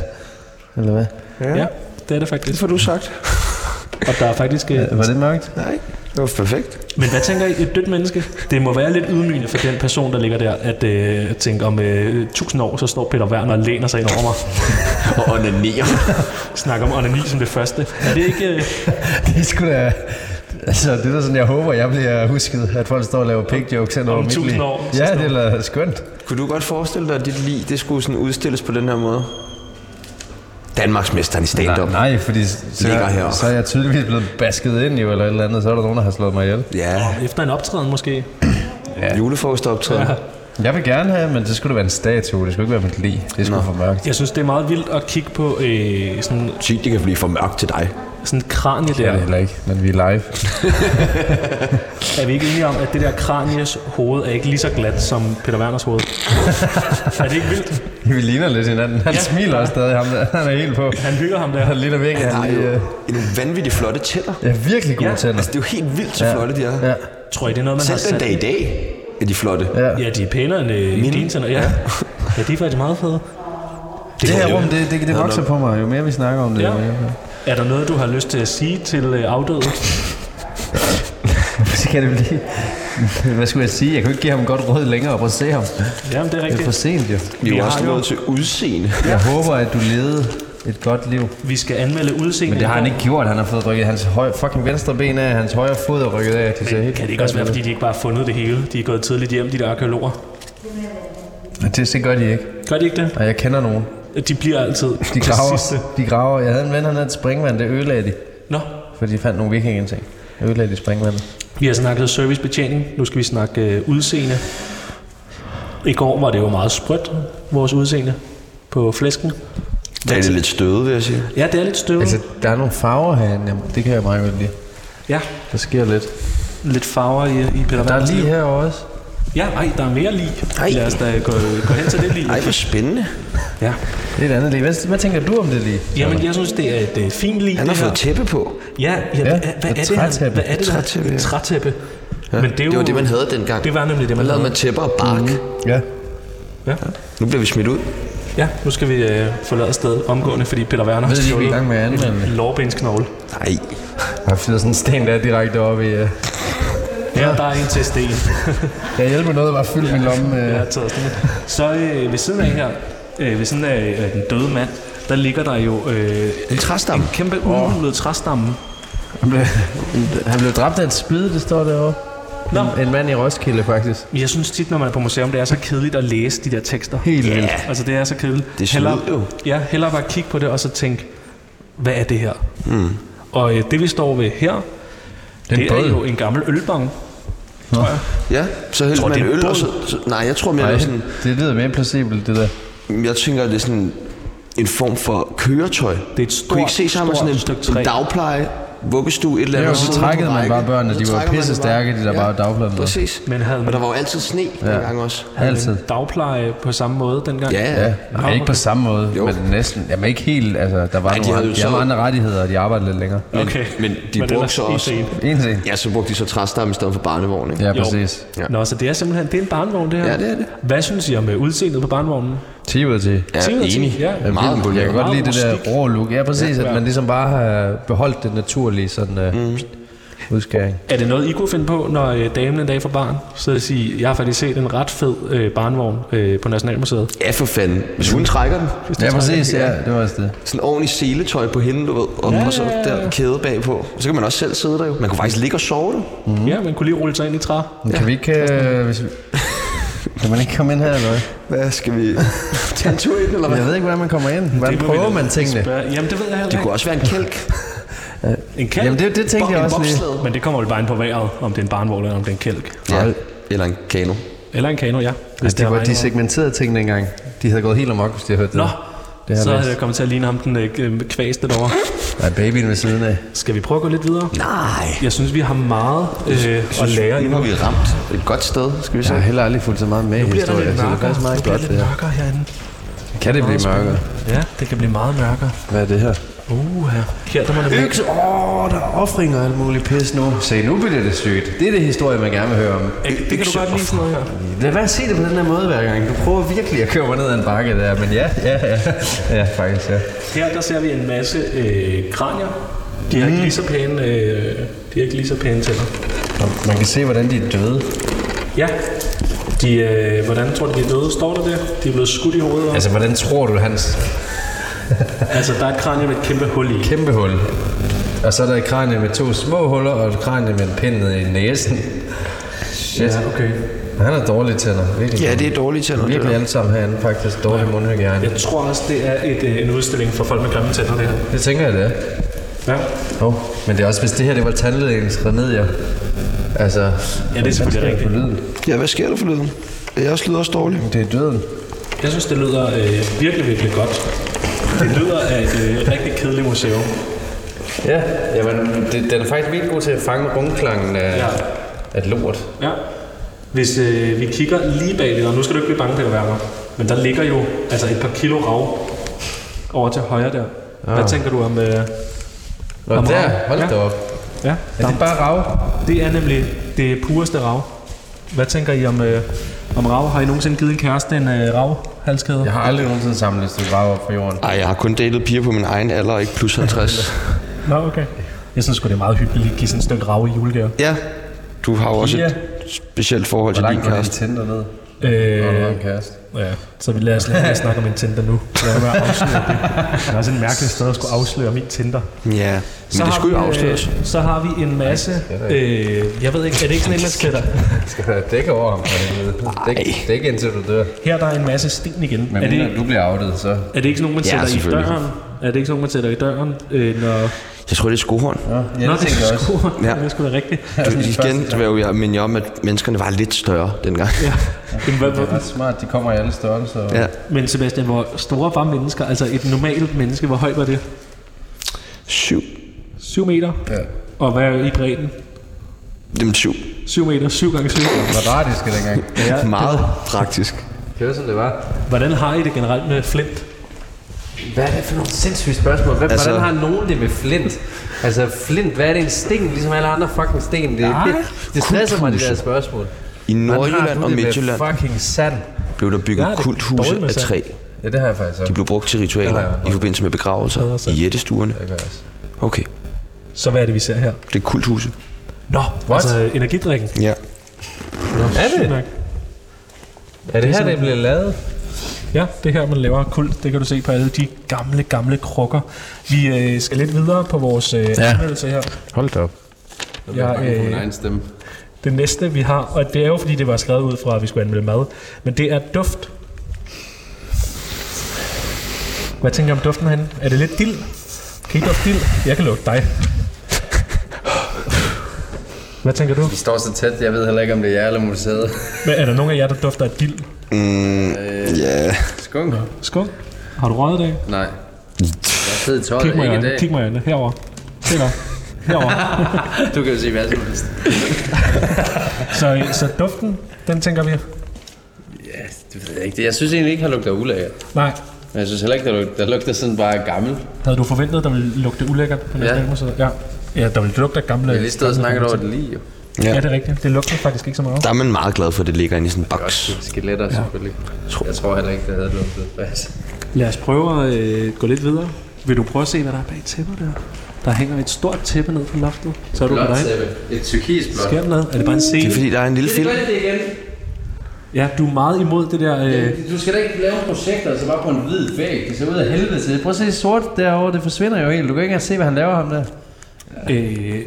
[SPEAKER 3] Eller hvad?
[SPEAKER 2] Ja. ja, det er det faktisk.
[SPEAKER 1] Det får du sagt.
[SPEAKER 2] Og der er faktisk... Øh,
[SPEAKER 3] Var det mørkt?
[SPEAKER 1] Nej, det var perfekt.
[SPEAKER 2] Men hvad tænker I, et dødt menneske? Det må være lidt ydmygende for den person, der ligger der, at øh, tænke om øh, tusind år, så står Peter Werner og læner sig ind over mig.
[SPEAKER 1] Og onanerer.
[SPEAKER 2] Snakker om onani som det første. Er det ikke... Øh,
[SPEAKER 3] Det er sgu da... Altså, det er da sådan, jeg håber, jeg bliver husket, at folk står og laver pig jokes hen over
[SPEAKER 2] Om
[SPEAKER 3] mit
[SPEAKER 2] 1000
[SPEAKER 3] liv.
[SPEAKER 2] år, så
[SPEAKER 3] Ja,
[SPEAKER 2] står-
[SPEAKER 3] det er da skønt.
[SPEAKER 1] Kunne du godt forestille dig, at dit liv det skulle sådan udstilles på den her måde? Danmarksmesteren i stand-up.
[SPEAKER 3] nej, fordi så,
[SPEAKER 1] Ligger heroppe.
[SPEAKER 3] så er jeg tydeligvis blevet basket ind jo, eller et eller andet, så er der nogen, der har slået mig ihjel.
[SPEAKER 1] Ja,
[SPEAKER 2] efter en optræden måske?
[SPEAKER 1] julefrokostoptræden.
[SPEAKER 2] Ja.
[SPEAKER 3] Jeg vil gerne have, men det skulle da være en statue, det skulle ikke være mit lig. Det skulle for mørkt.
[SPEAKER 2] Jeg synes, det er meget vildt at kigge på øh, sådan,
[SPEAKER 1] Sygt, det kan blive for mørkt til dig.
[SPEAKER 2] sådan en kranie
[SPEAKER 3] Det er det
[SPEAKER 2] der.
[SPEAKER 3] heller ikke, men vi er live.
[SPEAKER 2] Er vi ikke enige om, at det der kranies hoved er ikke lige så glat som Peter Werners hoved? er det ikke vildt?
[SPEAKER 3] Vi ligner lidt hinanden. Han
[SPEAKER 2] Ja.
[SPEAKER 3] ja. smiler også stadig, ham der. Han er helt på.
[SPEAKER 2] Han hygger ham
[SPEAKER 3] Han
[SPEAKER 2] der.
[SPEAKER 3] ligner virkelig,
[SPEAKER 1] Han
[SPEAKER 3] han
[SPEAKER 1] har jo
[SPEAKER 3] lige, øh,
[SPEAKER 1] nogle vanvittigt flotte tænder.
[SPEAKER 3] er virkelig gode
[SPEAKER 2] Ja.
[SPEAKER 3] ja. tænder.
[SPEAKER 1] Altså, det er jo helt vildt, så flotte de er.
[SPEAKER 3] Ja.
[SPEAKER 2] Tror I, det er noget, man
[SPEAKER 1] Selv
[SPEAKER 2] har
[SPEAKER 1] den
[SPEAKER 2] sat
[SPEAKER 1] dag i dag er de flotte.
[SPEAKER 3] ja.
[SPEAKER 2] Ja, de er pænere end øh, end dine tænder. Ja. ja, de er faktisk meget fede.
[SPEAKER 3] Det her
[SPEAKER 1] jo-
[SPEAKER 3] rum, det, det, det vokser på mig, jo mere vi snakker om det.
[SPEAKER 2] Ja.
[SPEAKER 3] Jo mere.
[SPEAKER 2] Er der noget, du har lyst til at sige til øh, afdøde?
[SPEAKER 3] Så kan det blive... Hvad skulle jeg sige? Jeg kunne ikke give ham godt råd længere og prøve at se ham.
[SPEAKER 2] Jamen, det er
[SPEAKER 3] Det er for
[SPEAKER 2] rigtigt.
[SPEAKER 3] sent jo.
[SPEAKER 1] Vi er
[SPEAKER 2] Vi
[SPEAKER 1] jo
[SPEAKER 2] har
[SPEAKER 1] også
[SPEAKER 2] jo-
[SPEAKER 1] nået til udseende.
[SPEAKER 3] Jeg håber, at du levede et godt liv.
[SPEAKER 2] Vi skal anmelde udseendet.
[SPEAKER 3] Men det har han ikke gjort. Han har fået rykket hans højre, fucking venstre ben af, hans højre fod er rykket af. Det, ser helt
[SPEAKER 2] Kan det ikke også være, fordi de ikke bare har fundet det hele? De er gået tidligt hjem, de der arkeologer.
[SPEAKER 3] Det, det gør de ikke.
[SPEAKER 2] Gør de ikke det?
[SPEAKER 3] Og jeg kender nogen.
[SPEAKER 2] De bliver altid
[SPEAKER 3] De
[SPEAKER 2] til
[SPEAKER 3] graver.
[SPEAKER 2] sidste.
[SPEAKER 3] De graver. Jeg havde en ven, han havde et springvand. Det ødelagde de.
[SPEAKER 2] Nå,
[SPEAKER 3] Fordi de fandt nogle vikingeting. Ødelagde de springvandet.
[SPEAKER 2] vi har snakket servicebetjening. Nu skal vi snakke øh, udseende. I går var det jo meget sprødt, vores udseende på flæsken.
[SPEAKER 1] Der er det lidt støde, vil jeg sige.
[SPEAKER 2] Ja, det er lidt støvet.
[SPEAKER 3] Altså, der er nogle farver herinde. Jamen, det kan jeg meget godt lide.
[SPEAKER 2] Ja,
[SPEAKER 3] Der sker lidt.
[SPEAKER 2] lidt farver i, i Peter
[SPEAKER 3] Der er
[SPEAKER 2] Werners
[SPEAKER 3] lige
[SPEAKER 2] liv.
[SPEAKER 3] herovre også.
[SPEAKER 2] Ja, ej, der er mere lige.
[SPEAKER 1] Ej.
[SPEAKER 2] Lad os da gå, gå hen til det lige.
[SPEAKER 1] Ej, hvor spændende.
[SPEAKER 2] Ja.
[SPEAKER 3] Det er et andet lige. Hvad, hvad tænker du om det lige?
[SPEAKER 2] Jamen, jeg synes, det er et øh, fint lige.
[SPEAKER 1] Han har
[SPEAKER 2] det her.
[SPEAKER 1] fået tæppe på.
[SPEAKER 2] Ja, ja,
[SPEAKER 3] Ja,
[SPEAKER 2] ja hvad, hvad, er
[SPEAKER 3] et
[SPEAKER 2] det, han,
[SPEAKER 3] trætæppe.
[SPEAKER 2] hvad er det,
[SPEAKER 1] Trætæppe,
[SPEAKER 2] der
[SPEAKER 1] ja.
[SPEAKER 2] Et trætæppe. Ja. Men det, er jo,
[SPEAKER 1] Det var det, man havde dengang.
[SPEAKER 2] Det var nemlig det,
[SPEAKER 1] Man
[SPEAKER 2] man Mhm.
[SPEAKER 1] lavede man tæpper og bark.
[SPEAKER 3] Ja.
[SPEAKER 2] Ja.
[SPEAKER 1] Nu bliver vi smidt ud.
[SPEAKER 2] ja, nu skal vi øh, forlade sted omgående, fordi Peter Werner har
[SPEAKER 3] Ved I, vi er i
[SPEAKER 2] stjålet
[SPEAKER 3] gang med at anmelde
[SPEAKER 2] en
[SPEAKER 3] det?
[SPEAKER 2] lårbensknogle.
[SPEAKER 1] Nej.
[SPEAKER 3] Jeg har fyret sådan en sten der direkte op i... Uh...
[SPEAKER 2] Ja, der er en til sten.
[SPEAKER 3] Jeg hjælper noget, der var fyldt min lomme. Uh...
[SPEAKER 2] Jeg har taget sådan en. Så øh, ved siden af her, øh, ved siden af øh, den døde mand, der ligger der jo øh,
[SPEAKER 1] En træstamme.
[SPEAKER 2] en kæmpe udhulet træstamme.
[SPEAKER 3] Han blev, han blev dræbt af et spyd, det står derovre.
[SPEAKER 2] Nå.
[SPEAKER 3] En, en mand i Roskilde, faktisk.
[SPEAKER 2] Men Jeg synes tit, når man er på museum, det er så kedeligt at læse de der tekster.
[SPEAKER 3] Helt vildt.
[SPEAKER 2] Ja. Altså, det er så kedeligt.
[SPEAKER 1] Det er snyd jo.
[SPEAKER 2] Ja, hellere bare kigge på det, og så tænke, hvad er det her? Mm. Og øh, det, vi står ved her,
[SPEAKER 3] en
[SPEAKER 2] det er
[SPEAKER 3] båd.
[SPEAKER 2] jo en gammel ølbong.
[SPEAKER 1] Ja, så hældte
[SPEAKER 2] Tror,
[SPEAKER 1] man
[SPEAKER 2] det er en
[SPEAKER 1] øl, og
[SPEAKER 2] båd.
[SPEAKER 1] så, så... Nej, jeg tror mere, det er sådan...
[SPEAKER 3] det lyder mere plausibelt, det der.
[SPEAKER 1] Jeg tænker, det er sådan en form for køretøj.
[SPEAKER 2] Det er et stort,
[SPEAKER 1] Kunne I ikke se sammen med
[SPEAKER 2] stort
[SPEAKER 1] sådan
[SPEAKER 2] stykke
[SPEAKER 1] en,
[SPEAKER 2] træ.
[SPEAKER 1] en dagpleje vuggestue, et eller andet.
[SPEAKER 3] Ja, så
[SPEAKER 1] sidde
[SPEAKER 3] trækkede
[SPEAKER 1] på
[SPEAKER 3] man
[SPEAKER 1] række.
[SPEAKER 3] bare børnene.
[SPEAKER 1] Så
[SPEAKER 3] De var
[SPEAKER 1] trækker man
[SPEAKER 3] pisse
[SPEAKER 1] dem bare.
[SPEAKER 3] stærke, de der bare dagplejede med.
[SPEAKER 1] Præcis.
[SPEAKER 2] Men havde
[SPEAKER 1] Og
[SPEAKER 2] man,
[SPEAKER 1] der var jo altid sne ja. dengang også.
[SPEAKER 3] Altid.
[SPEAKER 2] dagpleje på samme måde dengang?
[SPEAKER 1] Ja, ja.
[SPEAKER 3] Ja, men ikke på samme måde,
[SPEAKER 1] Jo.
[SPEAKER 3] jo. men næsten. Jamen ikke helt, altså der var
[SPEAKER 1] Ej, de havde
[SPEAKER 3] Ej,
[SPEAKER 1] jo
[SPEAKER 3] nogle, de havde
[SPEAKER 1] så-
[SPEAKER 3] andre rettigheder, og de arbejdede lidt længere.
[SPEAKER 2] Okay.
[SPEAKER 1] Men de brugte
[SPEAKER 2] ellers
[SPEAKER 1] så
[SPEAKER 2] en
[SPEAKER 1] også...
[SPEAKER 2] til en.
[SPEAKER 3] En ting.
[SPEAKER 1] Ja, så brugte de så træstamme i stedet for barnevogn, ikke?
[SPEAKER 3] Ja,
[SPEAKER 2] Jo.
[SPEAKER 3] præcis.
[SPEAKER 1] Ja.
[SPEAKER 2] Nå, så det er simpelthen det er en barnevogn, det her.
[SPEAKER 1] Ja, det er det.
[SPEAKER 2] Hvad synes I om øh, udseendet på barnevognen?
[SPEAKER 3] 10 ud af 10.
[SPEAKER 1] Ja,
[SPEAKER 2] Ti ud af ti,
[SPEAKER 1] enig.
[SPEAKER 2] ja.
[SPEAKER 1] Ja, meget
[SPEAKER 3] Jeg kan
[SPEAKER 1] imponeret.
[SPEAKER 3] godt lide det
[SPEAKER 2] Meget
[SPEAKER 3] der rå look. Ja, præcis, at man ligesom bare har beholdt det naturlige sådan øh, udskæring.
[SPEAKER 2] Er det noget, I kunne finde på, når øh, damen en dag får barn? Så vil sige, jeg har faktisk set en ret fed øh, barnevogn øh, på Nationalmuseet.
[SPEAKER 1] Ja, for fanden. Hvis hun trækker den,
[SPEAKER 3] Ja, præcis, ja, det var også det.
[SPEAKER 1] sådan ordentlig seletøj på hende, du ved, og, ja, og så der kæde bagpå. Så kan man også selv sidde der jo. Man kunne faktisk ligge og sove der.
[SPEAKER 2] Mm.
[SPEAKER 3] Mhm.
[SPEAKER 2] Ja, man kunne lige rulle sig ind i træ.
[SPEAKER 3] Men kan vi ikke... Øh, hvis vi... Kan man ikke komme ind her eller hvad?
[SPEAKER 1] Hvad skal vi tage en tur ind, eller hvad?
[SPEAKER 3] Jeg ved ikke, hvordan man kommer ind. Hvordan
[SPEAKER 2] må vi
[SPEAKER 3] prøver
[SPEAKER 2] da
[SPEAKER 3] man tingene?
[SPEAKER 2] Spørg- Jamen, det ved jeg heller
[SPEAKER 1] Det
[SPEAKER 2] ikke.
[SPEAKER 1] kunne også være en kælk.
[SPEAKER 2] En kælk?
[SPEAKER 3] Jamen det, det tænkte jeg
[SPEAKER 1] en
[SPEAKER 3] også lige.
[SPEAKER 1] bobsled.
[SPEAKER 2] Men det kommer jo bare ind på vejret, om det er en barnevogn eller om det er en kælk.
[SPEAKER 1] Ja. Eller en kano.
[SPEAKER 2] Eller en kano, ja. Hvis
[SPEAKER 3] Altså,
[SPEAKER 2] har
[SPEAKER 3] de, var, de
[SPEAKER 2] regnet.
[SPEAKER 3] segmenterede tingene engang. De havde gået helt amok, hvis de havde hørt det.
[SPEAKER 2] Nå,
[SPEAKER 3] det
[SPEAKER 2] så
[SPEAKER 3] har jeg
[SPEAKER 2] er jeg kommet til at ligne ham den øh, kvaste derovre.
[SPEAKER 3] Nej, babyen ved siden af.
[SPEAKER 2] Skal vi prøve at gå lidt videre?
[SPEAKER 1] Nej.
[SPEAKER 2] Jeg synes, vi har meget øh, at
[SPEAKER 1] Nu
[SPEAKER 2] lære endnu.
[SPEAKER 1] har vi ramt et godt sted, skal vi se.
[SPEAKER 3] Jeg har heller aldrig fulgt så meget med i historien, så det er faktisk meget
[SPEAKER 2] bliver
[SPEAKER 3] godt
[SPEAKER 2] lidt
[SPEAKER 3] det her.
[SPEAKER 2] mørkere herinde.
[SPEAKER 3] Kan det blive mørkere?
[SPEAKER 2] Ja, det kan blive meget mørkere.
[SPEAKER 3] Hvad er det her?
[SPEAKER 2] Uh, her. Her der må det væk.
[SPEAKER 3] Åh, oh, der er offringer og alt muligt pis nu. Se, nu bliver det sygt. Det er det historie, man gerne vil høre om.
[SPEAKER 2] Det kan du godt lide sådan noget her.
[SPEAKER 3] Lad være at se det på den her måde hver gang. Du prøver virkelig at køre mig ned ad en bakke der, men ja, ja, ja. Ja, faktisk, ja.
[SPEAKER 2] Her der ser vi en masse øh, kranier. De har ikke lige så pæne, øh, de har ikke lige så pæne tænder.
[SPEAKER 3] Og Man kan se, hvordan de er døde.
[SPEAKER 2] Ja, de, øh, hvordan tror du, de er døde? Står der der? De er blevet skudt i hovedet. Altså,
[SPEAKER 3] Altså, hvordan tror du, hans
[SPEAKER 2] altså der er et kranie med et kæmpe hul i.
[SPEAKER 3] kæmpe hul? Og så er der et kranie med to små huller, og et kranie med en pind ned i næsen. Shit.
[SPEAKER 2] Ja, okay.
[SPEAKER 3] Han er dårlig tænder, virkelig.
[SPEAKER 1] Ja, det er dårlige tænder. det
[SPEAKER 3] Virkelig
[SPEAKER 1] der.
[SPEAKER 3] alle sammen herinde, faktisk. Dårlig mundhygiejne.
[SPEAKER 2] Jeg tror også, det er et, øh, en udstilling for folk med grimme tænder, det her.
[SPEAKER 3] Det tænker jeg, det er.
[SPEAKER 2] Ja,
[SPEAKER 3] Oh, men det er også, hvis det her det var tandlægens remedier. Altså,
[SPEAKER 2] ja det er
[SPEAKER 3] hvad sker
[SPEAKER 2] selvfølgelig
[SPEAKER 3] der for
[SPEAKER 2] rigtigt.
[SPEAKER 3] lyden?
[SPEAKER 1] Ja, hvad sker der for lyden? Jeg også lyder også dårligt.
[SPEAKER 3] Det er døden.
[SPEAKER 2] Jeg synes, det lyder øh, virkelig, virkelig godt. Det lyder af et øh, rigtig kedeligt museum.
[SPEAKER 3] Ja, jamen, det, den er faktisk virkelig god til at fange rumklangen af,
[SPEAKER 2] Ja.
[SPEAKER 3] ja. af lort.
[SPEAKER 2] Ja. Hvis øh, vi kigger lige bag det, og nu skal du ikke blive bange, Peter Werner, men der ligger jo altså et par kilo rav over til højre der. Ja. Hvad tænker du om... Øh,
[SPEAKER 3] Nå,
[SPEAKER 2] Om
[SPEAKER 3] der,
[SPEAKER 2] rav.
[SPEAKER 3] hold da
[SPEAKER 2] Ja.
[SPEAKER 3] op.
[SPEAKER 2] ja,
[SPEAKER 3] Er det bare rav?
[SPEAKER 2] det er nemlig det pureste rav. Hvad tænker I om, øh, om rav? Har I nogensinde givet en kæreste en øh, rav-halskæde?
[SPEAKER 3] Jeg har aldrig nogensinde samlet et stykke rav op fra jorden.
[SPEAKER 1] Ej, jeg har kun datet piger på min egen alder, ikke plus 50.
[SPEAKER 2] Nå, okay. Jeg synes sgu, det er meget hyggeligt at give sådan et stykke rav i julegave.
[SPEAKER 1] ja, du har jo også
[SPEAKER 3] Pia.
[SPEAKER 1] et specielt forhold til
[SPEAKER 3] Hvor
[SPEAKER 1] din
[SPEAKER 3] langt går din
[SPEAKER 1] kæreste.
[SPEAKER 3] tænder ned?
[SPEAKER 2] Øh,
[SPEAKER 3] Øh. kæreste.
[SPEAKER 2] Ja, så vi lader os lige snakke om min Tinder nu. Lad mig være afsløre det. Det er også en mærkelig sted at skulle afsløre min Tinder.
[SPEAKER 1] Ja, men
[SPEAKER 2] Så
[SPEAKER 1] det
[SPEAKER 2] har
[SPEAKER 1] skulle jo
[SPEAKER 2] vi, øh,
[SPEAKER 1] afsløres.
[SPEAKER 2] Så har vi en masse... Øh, jeg ved ikke, er det ikke sådan en, man sætter?
[SPEAKER 3] Skal der dække over ham? for helvede? Dæk, dæk indtil du dør.
[SPEAKER 2] Her der er en masse sten igen.
[SPEAKER 3] Men
[SPEAKER 2] er, det,
[SPEAKER 3] mindre du bliver outet, så...
[SPEAKER 2] er det ikke sådan nogen, man
[SPEAKER 1] Ja,
[SPEAKER 2] sætter i
[SPEAKER 1] selvfølgelig.
[SPEAKER 2] døren? Er det ikke sådan nogen, man sætter i døren? Øh, når,
[SPEAKER 1] Jeg tror, det er skohorn.
[SPEAKER 3] Ja,
[SPEAKER 2] når
[SPEAKER 3] det tænker jeg også.
[SPEAKER 2] sgu,
[SPEAKER 1] Ja.
[SPEAKER 2] ja. det er sgu da rigtigt.
[SPEAKER 1] Du, igen vil jeg jo minde jer om, at menneskerne var lidt større dengang.
[SPEAKER 2] Ja. Jamen, hvad,
[SPEAKER 3] Det er
[SPEAKER 2] hvad,
[SPEAKER 3] ret smart, de kommer i alle størrelser.
[SPEAKER 1] Ja.
[SPEAKER 2] men Sebastian, hvor store var mennesker? Altså et normalt menneske, hvor højt var det?
[SPEAKER 1] Syv.
[SPEAKER 2] 7 meter.
[SPEAKER 3] ja.
[SPEAKER 2] Og hvad er i bredden?
[SPEAKER 1] Dem syv.
[SPEAKER 2] 7 meter, 7 gange 7.
[SPEAKER 3] Kvadratiske dengang.
[SPEAKER 1] Ja, Meget praktisk.
[SPEAKER 3] Det var sådan, det var.
[SPEAKER 2] Hvordan har I det generelt med flint?
[SPEAKER 3] Hvad er det for nogle sindssyge spørgsmål? Hvem,
[SPEAKER 1] Altså-
[SPEAKER 3] altså, hvordan har nogen det med flint? Altså flint, hvad er det en sten, ligesom alle andre fucking sten? Det, det, det stresser mig, de der spørgsmål.
[SPEAKER 1] I
[SPEAKER 3] Hvordan har
[SPEAKER 1] Nordjylland
[SPEAKER 3] du
[SPEAKER 1] og
[SPEAKER 3] det med
[SPEAKER 1] Midtjylland
[SPEAKER 3] fucking sand.
[SPEAKER 1] blev der bygget
[SPEAKER 2] Ja, det er
[SPEAKER 1] kulthuse
[SPEAKER 2] dårligt med
[SPEAKER 1] af
[SPEAKER 2] sand.
[SPEAKER 1] træ.
[SPEAKER 3] Ja, det har jeg faktisk
[SPEAKER 1] De
[SPEAKER 3] også.
[SPEAKER 1] blev brugt til ritualer
[SPEAKER 3] Ja, ja.
[SPEAKER 1] i forbindelse med begravelser
[SPEAKER 2] sand.
[SPEAKER 1] i jættestuerne.
[SPEAKER 3] Det gør jeg også.
[SPEAKER 1] Okay,
[SPEAKER 2] Så hvad er det, vi ser her?
[SPEAKER 1] det er kulthuse.
[SPEAKER 2] Nå, What? altså energidrikken.
[SPEAKER 1] Ja.
[SPEAKER 3] Er det?
[SPEAKER 2] Nok.
[SPEAKER 3] Er det her, det bliver lavet?
[SPEAKER 2] Ja, det er her, man laver kult. Det kan du se på alle de gamle, gamle krukker. Vi øh, skal lidt videre på vores øh, ja. anmeldelse her.
[SPEAKER 3] Hold da op.
[SPEAKER 2] Jeg, øh,
[SPEAKER 3] stemme.
[SPEAKER 2] det næste, vi har, og det er jo fordi, det var skrevet ud fra, at vi skulle anmelde mad, men det er duft. Hvad tænker I om duften herinde? Er det lidt dild? Kan I dufte dild? Jeg kan lugte dig. Hvad tænker du?
[SPEAKER 3] Vi står så tæt, jeg ved heller ikke, om det er jer eller museet.
[SPEAKER 2] Hvad- Er der nogen af jer, der dufter af dild?
[SPEAKER 1] Mm, ja.
[SPEAKER 3] Skunk?
[SPEAKER 2] Skum? Har du røget det?
[SPEAKER 3] Nej. Jeg sidder i tøjet,
[SPEAKER 2] Kig mig i
[SPEAKER 3] ikke i
[SPEAKER 2] øjnene.
[SPEAKER 3] dag.
[SPEAKER 2] Kig mig i øjnene. Herovre. Se dig.
[SPEAKER 4] herovre.
[SPEAKER 5] Du kan jo sige hvad som helst.
[SPEAKER 4] Så, øh, så duften, den tænker vi.
[SPEAKER 5] Ja, det ved jeg ikke. Jeg synes egentlig ikke, han lugter ulækkert.
[SPEAKER 4] Nej.
[SPEAKER 5] Men jeg synes heller ikke, der lugter, der lugter sådan bare gammel.
[SPEAKER 4] Havde du forventet, der ville lugte ulækkert på
[SPEAKER 5] Ja.
[SPEAKER 4] Nationalmuseet? Ja. Ja, der ville lugte af gamle...
[SPEAKER 5] Jeg har lige stået og snakket over det lige, jo.
[SPEAKER 4] Ja.
[SPEAKER 1] Ja.
[SPEAKER 4] det er rigtigt. Det lugter faktisk ikke så meget.
[SPEAKER 1] Der er man meget glad for, at det ligger inde i sådan en boks.
[SPEAKER 5] Også skeletter, ja. selvfølgelig. Jeg tror heller ikke, det havde lugtet fast.
[SPEAKER 2] Lad os prøve at øh, gå lidt videre. Vil du prøve at se, hvad der er bag tæppet der? Der hænger et stort tæppe ned på loftet. Så er du på
[SPEAKER 5] Blåt
[SPEAKER 2] dig.
[SPEAKER 5] tæppe. Et tyrkisblåt.
[SPEAKER 2] Sker der noget? Er det bare en
[SPEAKER 1] Det er
[SPEAKER 2] scene?
[SPEAKER 1] fordi, der er en lille film.
[SPEAKER 5] det igen.
[SPEAKER 2] Ja, du er meget imod det der... Øh,
[SPEAKER 5] Du skal da ikke lave projekter, så
[SPEAKER 3] altså,
[SPEAKER 5] bare på en hvid væg. Det ser ud af helvede til. Prøv at se sort derovre, det forsvinder jo helt. Du kan ikke engang se, hvad han laver ham der.
[SPEAKER 2] Øh,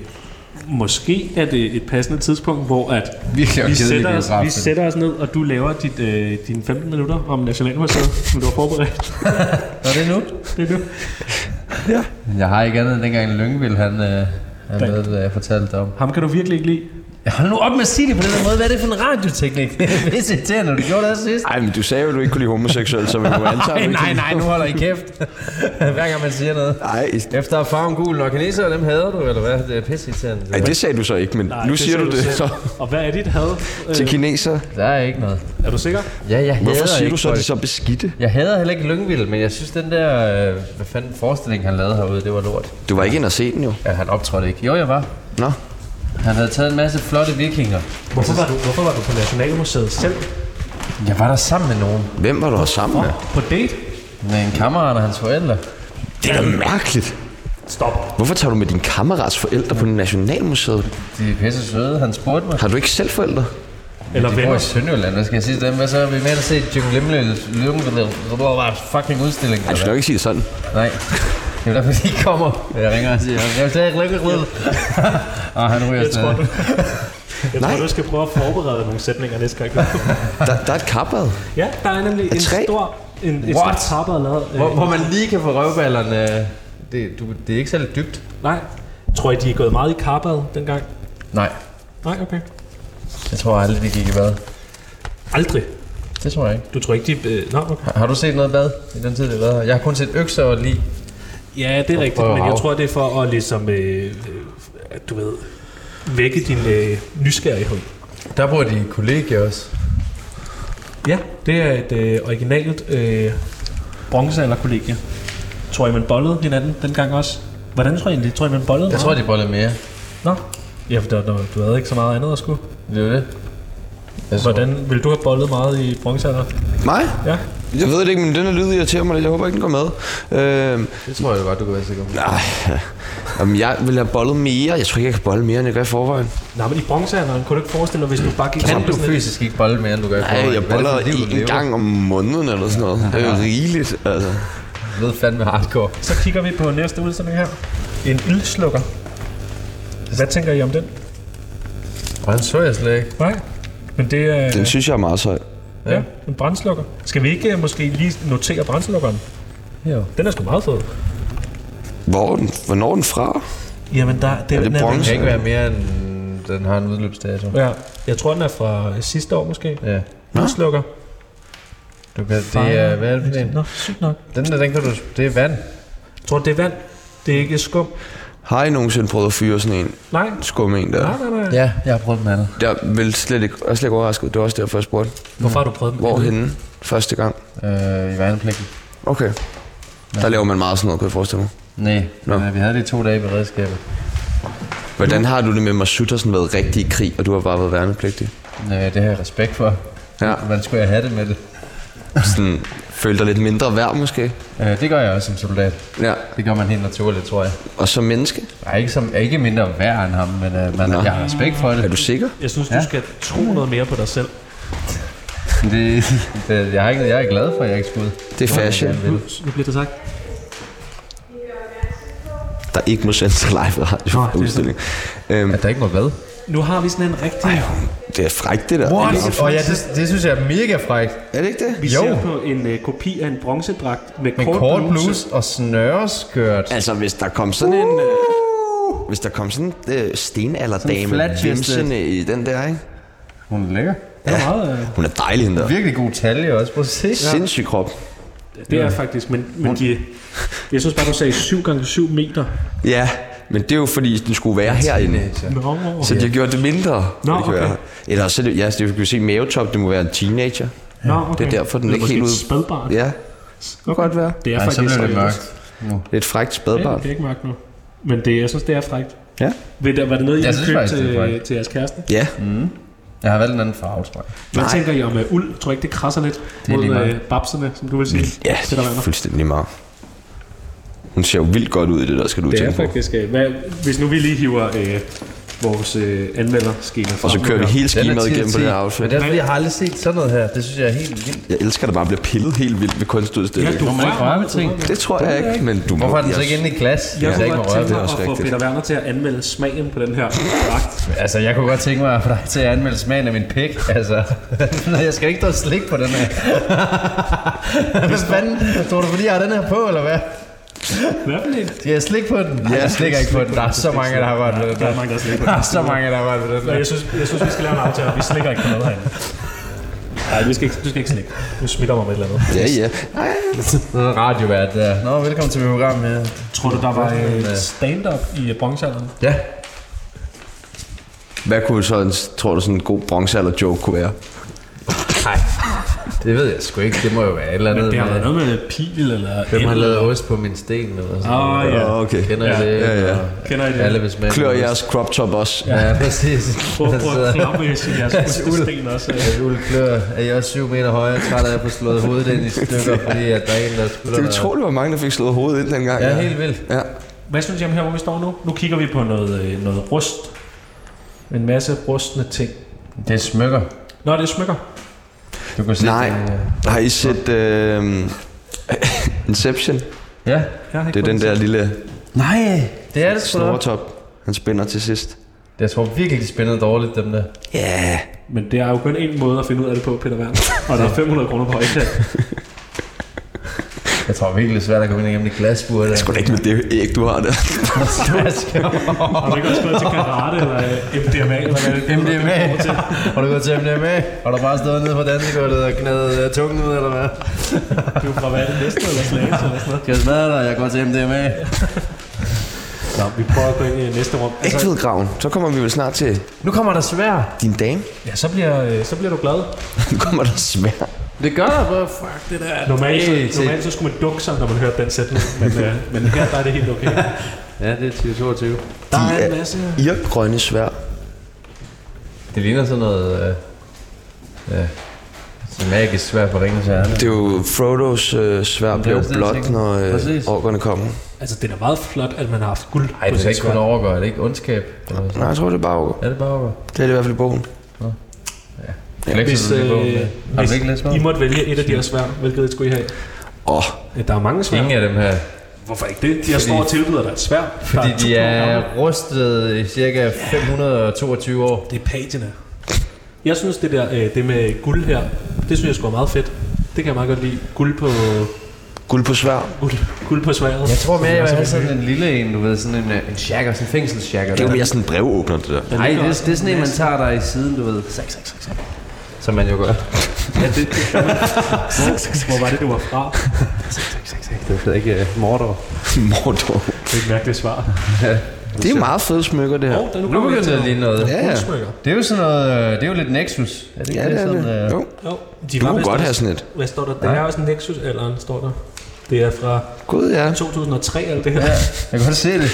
[SPEAKER 2] måske er det et passende tidspunkt, hvor at
[SPEAKER 3] Virkelig
[SPEAKER 2] vi,
[SPEAKER 3] kedelig
[SPEAKER 2] sætter os,
[SPEAKER 3] biograf,
[SPEAKER 2] vi
[SPEAKER 3] den.
[SPEAKER 2] sætter os ned, og du laver dit, øh, dine 15 minutter om Nationalmuseet, som du har forberedt.
[SPEAKER 3] Var det nu?
[SPEAKER 2] Det er nu.
[SPEAKER 3] Men Jeg har ikke andet end dengang Lyngvild, han, øh, han ved, hvad jeg fortalte om.
[SPEAKER 2] Ham kan du virkelig ikke lide.
[SPEAKER 3] Ja, hold nu op med at sige det på den der måde. Hvad er det for en radioteknik? Det er så irriterende, du gjorde det også sidst.
[SPEAKER 1] Ej, men du sagde jo, at du ikke kunne lide homoseksuel, så vi må antage, at
[SPEAKER 3] Nej,
[SPEAKER 1] du ikke
[SPEAKER 3] nej,
[SPEAKER 1] kan
[SPEAKER 3] nej, nu holder I kæft. Hver gang man siger noget.
[SPEAKER 1] lide-
[SPEAKER 3] Efter at farven gul nok kineser, dem hader du, eller hvad? Det er pisse
[SPEAKER 1] Ej, ej, det sagde du så ikke, men
[SPEAKER 2] Nej,
[SPEAKER 1] nu
[SPEAKER 2] det
[SPEAKER 1] siger
[SPEAKER 2] sagde
[SPEAKER 1] du
[SPEAKER 2] du
[SPEAKER 1] det
[SPEAKER 2] selv.
[SPEAKER 1] så
[SPEAKER 2] Og hvad er dit had? Øh,
[SPEAKER 1] til kineser.
[SPEAKER 3] Der er ikke noget.
[SPEAKER 2] Er du sikker?
[SPEAKER 3] Ja, jeg hader
[SPEAKER 1] Hvorfor siger
[SPEAKER 3] ikke
[SPEAKER 1] du så, at
[SPEAKER 3] folk.
[SPEAKER 1] de er så beskidte?
[SPEAKER 3] Jeg hader heller ikke Lyngvild, men jeg synes, den der øh, hvad fanden forestilling, han lavede herude, det var lort.
[SPEAKER 1] Du var ikke inde og se den jo.
[SPEAKER 3] Ja, han optrådte ikke. Jo, jeg var.
[SPEAKER 1] Nå,
[SPEAKER 3] Han havde taget en masse flotte vikinger.
[SPEAKER 4] Hvorfor var du, hvorfor var du på Nationalmuseet selv?
[SPEAKER 3] Jeg var der sammen med nogen.
[SPEAKER 1] hvem var du også sammen med?
[SPEAKER 4] På date?
[SPEAKER 3] Med en kammerat og hans forældre.
[SPEAKER 1] Det er da mærkeligt.
[SPEAKER 4] Stop.
[SPEAKER 1] Hvorfor tager du med din kammerats forældre på Nationalmuseet?
[SPEAKER 3] De er pisse søde. Han spurgte mig.
[SPEAKER 1] Har du ikke selv forældre?
[SPEAKER 4] Eller
[SPEAKER 3] De bor i
[SPEAKER 4] venner?
[SPEAKER 3] Sønderjylland. Hvad skal jeg sige til dem? Hvad så? Er vi med at se Jim Limløs? Det var fucking udstilling.
[SPEAKER 1] Jeg
[SPEAKER 3] eller
[SPEAKER 1] skal nok ikke sige det sådan.
[SPEAKER 3] Nej. Det er derfor, de ikke kommer. Jeg ringer og siger, jeg vil stadig ikke rydde. og Ah, han ryger
[SPEAKER 4] Jeg tror,
[SPEAKER 3] stadig.
[SPEAKER 4] du, jeg
[SPEAKER 1] Nej.
[SPEAKER 4] tror, du skal prøve at forberede dig nogle sætninger næste gang. du-
[SPEAKER 1] Der, der er et kappad.
[SPEAKER 2] Ja, der er nemlig en
[SPEAKER 1] tre?
[SPEAKER 2] stor... En, en stor
[SPEAKER 3] What?
[SPEAKER 2] tapper lavet. Øh,
[SPEAKER 3] Hvor, hvor man lige kan få røvballerne. øh, Det, du, det er ikke særlig dybt.
[SPEAKER 2] Nej. Tror I, de er gået meget i karpad dengang?
[SPEAKER 3] Nej.
[SPEAKER 2] Nej, okay.
[SPEAKER 3] Jeg tror aldrig, de gik i bad.
[SPEAKER 2] Aldrig.
[SPEAKER 3] Det tror jeg ikke.
[SPEAKER 2] Du tror ikke, de... Øh, nå, okay.
[SPEAKER 3] Har, har du set noget bad i den tid, det har været her? Jeg har kun set økser og lige.
[SPEAKER 2] Ja, det er rigtigt,
[SPEAKER 3] prøve at
[SPEAKER 2] men jeg
[SPEAKER 3] rage.
[SPEAKER 2] tror, det er for at ligesom, øh, øh, at du ved, vække din øh, nysgerrighed.
[SPEAKER 3] Der bor de kollegaer også.
[SPEAKER 2] Ja, det er et øh, originalt øh, bronzealderkollegie. Tror I, man bollede hinanden dengang også? Hvordan tror I egentlig? Tror I, man bollede
[SPEAKER 3] Jeg tror, de bor lidt mere.
[SPEAKER 2] Nå, ja, for der, der, du havde ikke så meget andet at skulle.
[SPEAKER 3] Det er jo det. Jeg tror,
[SPEAKER 2] Hvordan ville du have bollet meget i bronzealder?
[SPEAKER 1] Mig?
[SPEAKER 2] Ja.
[SPEAKER 1] Jeg ved det ikke, men den her lyd irriterer mig lidt. Jeg håber ikke, den går med. Øh,
[SPEAKER 3] det tror jeg da godt, du kan være sikker på.
[SPEAKER 1] nej. Jamen, jeg vil have bollet mere. Jeg tror ikke, jeg kan bolle mere, end jeg gør i forvejen.
[SPEAKER 2] Nej, men i bronzealderen kunne du ikke forestille dig, hvis du bare gik
[SPEAKER 3] Kan
[SPEAKER 2] rundt
[SPEAKER 3] du
[SPEAKER 2] med sådan et-
[SPEAKER 3] fysisk ikke bolle mere, end du gør i
[SPEAKER 1] Nej,
[SPEAKER 3] forvejen?
[SPEAKER 1] jeg
[SPEAKER 3] Hvad er det
[SPEAKER 1] boller
[SPEAKER 3] for et liv, du
[SPEAKER 1] en
[SPEAKER 3] lever?
[SPEAKER 1] gang om måneden eller sådan noget. Det er jo rigeligt, altså.
[SPEAKER 3] Det ved fandme hardcore.
[SPEAKER 4] Så kigger vi på næste udstilling her. En ildslukker. Hvad tænker I om den?
[SPEAKER 3] Og han så jeg slet ikke.
[SPEAKER 4] Nej. Men det er...
[SPEAKER 1] Den synes jeg er meget sej.
[SPEAKER 4] Ja, en brændslukker. Skal vi ikke øh, måske lige notere brændslukkeren?
[SPEAKER 3] Jo.
[SPEAKER 4] Den er sgu meget fed.
[SPEAKER 1] Hvor er den, hvornår er den fra?
[SPEAKER 2] Jamen, der, det,
[SPEAKER 1] Er det
[SPEAKER 2] den er-
[SPEAKER 3] Den
[SPEAKER 1] bronze?
[SPEAKER 3] kan ikke være mere end... Den har en udløbsdato.
[SPEAKER 4] Ja, jeg tror, den er fra øh, sidste år måske.
[SPEAKER 3] Ja.
[SPEAKER 4] Ildslukker.
[SPEAKER 3] Du kan, det er, hvad er det for en?
[SPEAKER 4] Nå, sygt nok.
[SPEAKER 3] Den der, den kan du, det er vand.
[SPEAKER 2] jeg tror, det er vand. Det er ikke skum.
[SPEAKER 1] Har I nogensinde prøvet at fyre sådan en
[SPEAKER 2] Nej,
[SPEAKER 1] skum en der?
[SPEAKER 2] nej, nej, nej.
[SPEAKER 3] Ja, jeg har prøvet den anden.
[SPEAKER 1] Jeg vil slet ikke, jeg er slet ikke overrasket. Det var også derfor, jeg spurgte.
[SPEAKER 2] Hvorfor har du prøvet den?
[SPEAKER 1] Hvorhenne første gang?
[SPEAKER 3] Øh, I værnepligten.
[SPEAKER 1] Okay. Der laver man meget sådan noget, kunne jeg forestille mig.
[SPEAKER 3] Nej,
[SPEAKER 1] Nå.
[SPEAKER 3] men, øh, vi havde det i to dage i beredskabet.
[SPEAKER 1] Hvordan har du det med, at Masud har sådan været rigtig i krig, og du har bare været værnepligtig?
[SPEAKER 3] Øh, det har jeg respekt for.
[SPEAKER 1] Ja,
[SPEAKER 3] Hvordan skulle jeg have det med det?
[SPEAKER 1] sådan følte dig lidt mindre værd måske.
[SPEAKER 3] Øh, det gør jeg også som soldat.
[SPEAKER 1] Ja,
[SPEAKER 3] Det gør man helt naturligt, tror jeg.
[SPEAKER 1] og som menneske.
[SPEAKER 3] Jeg er ikke, som, jeg er ikke mindre værd end ham, men øh, man,
[SPEAKER 1] Nå.
[SPEAKER 3] jeg har respekt for det.
[SPEAKER 1] Er du sikker?
[SPEAKER 2] Jeg synes, du
[SPEAKER 3] Ja.
[SPEAKER 2] skal tro noget mere på dig selv.
[SPEAKER 3] det, det jeg, har ikke, jeg er glad for, at jeg ikke skulle ud.
[SPEAKER 1] Det er fashion,
[SPEAKER 2] Nu, nu bliver det sagt.
[SPEAKER 1] der ikke må sende sig live radio
[SPEAKER 2] Nå, det er
[SPEAKER 1] udstilling. Øhm,
[SPEAKER 3] At der ikke må hvad?
[SPEAKER 2] Nu har vi sådan en rigtig...
[SPEAKER 1] det er frækt, det der.
[SPEAKER 3] Åh ja, det, det synes jeg er mega frækt.
[SPEAKER 1] Er det ikke det?
[SPEAKER 2] Vi
[SPEAKER 3] Jo.
[SPEAKER 2] ser på en øh, kopi af en bronzedragt med,
[SPEAKER 3] Med kort bluse og snøreskørt.
[SPEAKER 1] Altså, hvis der kom sådan en... Øh, hvis der kom sådan en øh, stenalderdame
[SPEAKER 3] flat-chested.
[SPEAKER 1] vimsende i den der, ikke?
[SPEAKER 3] Hun er lækker.
[SPEAKER 2] Ja. Meget, øh,
[SPEAKER 1] Hun er dejlig, hende der.
[SPEAKER 3] Virkelig god talje også. Prøv at se.
[SPEAKER 1] Sindssyg krop.
[SPEAKER 2] det er faktisk, men, men de, jeg synes bare, du sagde 7 gange 7 meter.
[SPEAKER 1] Ja, Men det er jo fordi, den skulle være herinde.
[SPEAKER 2] Nå,
[SPEAKER 1] Så de har gjort det mindre.
[SPEAKER 2] Nå,
[SPEAKER 1] det kan
[SPEAKER 2] okay.
[SPEAKER 1] være. Eller så, er det, ja, det kan vi se, mavetop, det må være en teenager.
[SPEAKER 2] Nå, okay.
[SPEAKER 1] Det er derfor, den
[SPEAKER 2] det
[SPEAKER 1] ikke helt ude-
[SPEAKER 2] Spædbart.
[SPEAKER 1] Ja, det kan godt være.
[SPEAKER 2] Det er
[SPEAKER 3] Ej, så
[SPEAKER 2] faktisk
[SPEAKER 3] blev det
[SPEAKER 2] seriøst.
[SPEAKER 3] mørkt.
[SPEAKER 1] Lidt frækt
[SPEAKER 2] Ja, det
[SPEAKER 1] spædbart.
[SPEAKER 2] bliver ikke mørkt nu. Men det, jeg synes, det er frækt.
[SPEAKER 1] Ja.
[SPEAKER 2] Ved der, var det noget, I
[SPEAKER 3] Jeg
[SPEAKER 2] ville
[SPEAKER 3] synes
[SPEAKER 2] købe
[SPEAKER 3] faktisk, det er
[SPEAKER 2] til,
[SPEAKER 3] frækt.
[SPEAKER 2] til jeres kæreste?
[SPEAKER 1] Ja,
[SPEAKER 3] Jeg har valgt en anden farve, tror jeg.
[SPEAKER 2] Hvad
[SPEAKER 1] Nej.
[SPEAKER 2] tænker I om uh, uld? Tror I ikke, det krasser lidt
[SPEAKER 3] er
[SPEAKER 2] mod
[SPEAKER 3] lige meget.
[SPEAKER 2] uh, babserne, som du vil sige?
[SPEAKER 1] ja
[SPEAKER 2] til
[SPEAKER 1] det
[SPEAKER 2] der
[SPEAKER 1] er fuldstændig meget. Hun ser jo vildt godt ud i det der, skal du
[SPEAKER 2] Det er
[SPEAKER 1] tænke på.
[SPEAKER 2] faktisk... Uh, hvad, hvis nu vi lige hiver uh, vores uh, anmelderskema frem.
[SPEAKER 1] Og så kører vi hele
[SPEAKER 6] Den er
[SPEAKER 1] skemaet
[SPEAKER 6] 10
[SPEAKER 1] igennem på det her outfit.
[SPEAKER 6] Men det er fordi, jeg har aldrig set sådan noget her. Det synes jeg er helt vildt.
[SPEAKER 1] Jeg elsker, at der bare bliver pillet helt vildt ved
[SPEAKER 2] Ja,
[SPEAKER 1] kunstudstilling.
[SPEAKER 2] du
[SPEAKER 3] Må man ikke
[SPEAKER 2] rører
[SPEAKER 3] røre ved ting?
[SPEAKER 1] Det tror jeg ikke, men du må...
[SPEAKER 6] Hvorfor er den så ikke inde i glas?
[SPEAKER 2] Jeg
[SPEAKER 6] hvis
[SPEAKER 2] kunne
[SPEAKER 6] ikke må
[SPEAKER 2] godt
[SPEAKER 6] røre
[SPEAKER 2] tænke
[SPEAKER 6] ved
[SPEAKER 2] mig
[SPEAKER 1] også
[SPEAKER 2] at få
[SPEAKER 1] rigtigt.
[SPEAKER 2] Peter Werner til at anmelde smagen på den her dragt.
[SPEAKER 3] Altså, jeg kunne godt tænke mig at få dig til at anmelde smagen af min pik. Altså, Nå, jeg skal ikke dog slik på den her. Hvad fanden? Tror du, fordi jeg har den her på, eller hvad?
[SPEAKER 2] Hvad for en?
[SPEAKER 3] Skal jeg slik på den? Nej, jeg slikker ikke på den. Der er så mange, der har rørt ved den
[SPEAKER 2] Der
[SPEAKER 3] der.
[SPEAKER 2] er mange, der slikker på den.
[SPEAKER 3] Der er så mange, der har rørt ved den
[SPEAKER 2] Nå,
[SPEAKER 3] der.
[SPEAKER 2] Jeg synes, jeg synes, vi skal lave en aftale. Vi slikker ikke på noget herinde. Nej, du skal ikke, du skal ikke slikke. Du smitter mig med et eller andet.
[SPEAKER 1] altså. Ja, ja.
[SPEAKER 3] Noget radiovært der. Nå, velkommen til mit program. Ja.
[SPEAKER 2] Tror du, der var øh,
[SPEAKER 3] Ja.
[SPEAKER 2] stand-up i øh, bronzealderen?
[SPEAKER 3] ja.
[SPEAKER 1] Hvad kunne så en, tror du, sådan en god bronzealder-joke kunne være?
[SPEAKER 3] Nej. Det ved jeg sgu ikke. Det må jo være et eller andet.
[SPEAKER 2] Det har været
[SPEAKER 3] med,
[SPEAKER 2] noget med pil eller...
[SPEAKER 3] Hvem har lavet ost på min sten eller sådan
[SPEAKER 2] Åh,
[SPEAKER 3] noget.
[SPEAKER 2] ja.
[SPEAKER 1] Åh, okay.
[SPEAKER 3] Kender I
[SPEAKER 2] Ja,
[SPEAKER 3] det?
[SPEAKER 1] ja, ja.
[SPEAKER 3] Og
[SPEAKER 2] Kender I det?
[SPEAKER 3] Alle hvis man
[SPEAKER 1] Klør jeres crop top også.
[SPEAKER 3] Ja, præcis.
[SPEAKER 2] Prøv, prøv at
[SPEAKER 3] Så-
[SPEAKER 2] klappe i sin jeres ostesten også. øh.
[SPEAKER 3] at Ulf Klør er jeg også 7 meter højere, træt af at få slået hovedet ind i stykker, fordi at der er en, der spiller
[SPEAKER 1] Det er utroligt, hvor mange, der fik slået hovedet ind dengang.
[SPEAKER 3] Ja, helt vildt.
[SPEAKER 1] Ja.
[SPEAKER 2] Hvad synes I om her, hvor vi står nu? Nu kigger vi på noget, øh, noget rust. En masse rustne ting.
[SPEAKER 3] Det er smykker.
[SPEAKER 2] Nå, det er smykker.
[SPEAKER 3] Du kan se
[SPEAKER 1] Nej.
[SPEAKER 3] den, øh,
[SPEAKER 1] Har I set øh, Inception?
[SPEAKER 3] Ja.
[SPEAKER 2] Jeg har ikke
[SPEAKER 1] Det er
[SPEAKER 2] fået
[SPEAKER 1] den der lille
[SPEAKER 3] Nej, det er det sgu da.
[SPEAKER 1] snoretop, han spænder til sidst.
[SPEAKER 3] Jeg tror virkelig, de spændede dårligt, dem der.
[SPEAKER 1] Ja,
[SPEAKER 2] Men det er jo kun en måde at finde ud af det på, Peter Werner. Og der er 500 kroner på højkant.
[SPEAKER 3] Jeg tror virkelig, det er svært at komme ind igennem det glasbur der.
[SPEAKER 1] sgu da ikke med det æg, du har der.
[SPEAKER 2] Har du ikke også gået til karate eller øh, MDMA? Eller hvad det er?
[SPEAKER 3] MDMA. Har du gået til MDMA? Har du bare stået nede på dansegulvet og knædet øh, tungen ud, eller hvad?
[SPEAKER 2] Du er fra hvad er det næste eller slagelse eller sådan noget.
[SPEAKER 3] Skal jeg smadre dig? Jeg går til MDMA.
[SPEAKER 2] Nå, vi prøver at gå ind i næste rum. Altså,
[SPEAKER 1] Ægtvedgraven, så kommer vi vel snart til
[SPEAKER 3] Nu kommer der svær.
[SPEAKER 1] din dame.
[SPEAKER 2] ja, så bliver, øh, så bliver du glad.
[SPEAKER 1] Nu kommer der svær.
[SPEAKER 3] Det gør der, bro. Fuck.
[SPEAKER 2] Det der, normalt,
[SPEAKER 3] Hey,
[SPEAKER 2] så,
[SPEAKER 3] til-
[SPEAKER 2] normalt så skulle man dukke sig, når man hørte den sætning. Men, øh, men her der er det helt okay.
[SPEAKER 3] Ja, det er 2022.
[SPEAKER 2] Der
[SPEAKER 1] De
[SPEAKER 2] er en
[SPEAKER 1] er-
[SPEAKER 2] masse...
[SPEAKER 1] Irgrønne svær.
[SPEAKER 3] Det ligner sådan noget... Øh, ja. Sådan magisk svært på ringens herre.
[SPEAKER 1] Det er jo Frodos øh, svær
[SPEAKER 3] det er
[SPEAKER 1] blev
[SPEAKER 3] også det, jeg
[SPEAKER 1] blot,
[SPEAKER 3] tænker.
[SPEAKER 1] når øh,
[SPEAKER 3] Præcis.
[SPEAKER 1] orkerne kommer.
[SPEAKER 2] Altså, det er da meget flot, at man har haft guld.
[SPEAKER 3] Ej,
[SPEAKER 2] på
[SPEAKER 3] du
[SPEAKER 2] sit
[SPEAKER 3] skal ikke kun
[SPEAKER 2] sværd.
[SPEAKER 3] overgå, er det ikke ondskab? Eller hvad?
[SPEAKER 1] Nej, jeg tror, det er bare orker.
[SPEAKER 3] Er det bare overgå?
[SPEAKER 1] Det er det i hvert fald i bogen.
[SPEAKER 3] Ja,
[SPEAKER 2] Hvis,
[SPEAKER 3] hvis, øh,
[SPEAKER 2] øh,
[SPEAKER 3] har
[SPEAKER 2] hvis
[SPEAKER 3] du ikke læst
[SPEAKER 2] I
[SPEAKER 3] bogen?
[SPEAKER 2] måtte vælge et af de her svær, hvilket et skulle I have?
[SPEAKER 1] Åh, oh,
[SPEAKER 2] Ja, der er mange svær.
[SPEAKER 3] Ingen af dem her.
[SPEAKER 2] Hvorfor ikke det? De her står og tilbyder dig et svær.
[SPEAKER 3] Fordi de er rustet i cirka 522 år.
[SPEAKER 2] Det er patina. Jeg synes, det der øh, det med guld her, det synes jeg sgu er meget fedt. Det kan jeg meget godt lide. Guld på,
[SPEAKER 1] guld på svær.
[SPEAKER 2] guld, guld på sværet.
[SPEAKER 3] Jeg tror
[SPEAKER 2] Som
[SPEAKER 3] mere, jeg vil
[SPEAKER 2] også
[SPEAKER 3] have
[SPEAKER 2] er
[SPEAKER 3] sådan en lille en, du ved, sådan en, øh, en shakker, sådan en fængselsjakker.
[SPEAKER 1] Det er jo mere sådan en brevåbner, det der.
[SPEAKER 3] Nej, det, er- det er sådan en, man tager dig i siden, du ved.
[SPEAKER 2] Sak, sak, sak, sak.
[SPEAKER 3] Som man jo gør.
[SPEAKER 2] Ja, det, det gør man. Hvor, hvor var det, du var fra? Sak, sak, sak, sak.
[SPEAKER 3] Det er ikke uh, Mordor.
[SPEAKER 1] Mordor.
[SPEAKER 2] Det er et mærkeligt svar.
[SPEAKER 1] Det er meget fede smykker, det her.
[SPEAKER 2] Oh, der, nu
[SPEAKER 3] Nu
[SPEAKER 2] kommer vi
[SPEAKER 3] begynder
[SPEAKER 2] til
[SPEAKER 3] det at
[SPEAKER 2] noget.
[SPEAKER 3] ligne noget.
[SPEAKER 1] Ja, ja.
[SPEAKER 2] Guldsmykker.
[SPEAKER 3] Det er jo sådan noget, øh, det er jo lidt Nexus. Er det ikke
[SPEAKER 1] Ja,
[SPEAKER 3] det,
[SPEAKER 1] det er
[SPEAKER 3] sådan,
[SPEAKER 1] det.
[SPEAKER 3] øh,
[SPEAKER 1] Jo.
[SPEAKER 2] Jo, de
[SPEAKER 1] Du
[SPEAKER 2] var
[SPEAKER 1] kunne
[SPEAKER 2] vist
[SPEAKER 1] godt
[SPEAKER 2] også-
[SPEAKER 1] have sådan et.
[SPEAKER 2] Hvad står der? Det er også en Nexus, eller står der. Det er fra
[SPEAKER 1] Gud, ja.
[SPEAKER 2] 2003, eller det her.
[SPEAKER 3] Ja, jeg kan godt se det.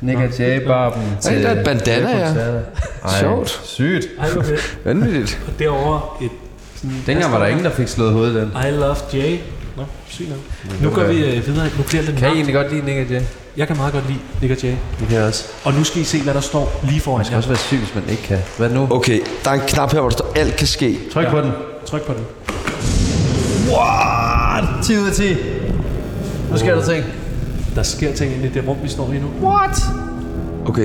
[SPEAKER 3] Nick og Jay Barben til...
[SPEAKER 1] der er et bandana,
[SPEAKER 3] til
[SPEAKER 1] ja.
[SPEAKER 3] koncerter. Ej,
[SPEAKER 1] Sjovt.
[SPEAKER 3] Sygt.
[SPEAKER 2] Ej, hvor fedt.
[SPEAKER 1] Vanvittigt.
[SPEAKER 2] Og derovre et... Sådan,
[SPEAKER 3] Dengang var der ingen, der fik slået hovedet den.
[SPEAKER 2] I love Jay. Nå, sygt nok. Nu går vi øh, videre. Nu bliver det
[SPEAKER 3] Kan I
[SPEAKER 2] lidt
[SPEAKER 3] egentlig godt lide Nick og Jay?
[SPEAKER 2] Jeg kan meget godt lide Nick og Jay.
[SPEAKER 3] Det kan jeg også.
[SPEAKER 2] Og nu skal I se, hvad der står lige foran
[SPEAKER 3] Man skal
[SPEAKER 2] jer.
[SPEAKER 3] også være syg, hvis man ikke kan. Hvad nu?
[SPEAKER 1] Okay, der er en knap her, hvor der står, alt kan ske.
[SPEAKER 3] Tryk på den.
[SPEAKER 2] Tryk på den.
[SPEAKER 3] What? 10 ud af 10. Nu sker der ting.
[SPEAKER 2] Der sker ting inde i det rum, vi står i nu.
[SPEAKER 3] What?
[SPEAKER 1] Okay,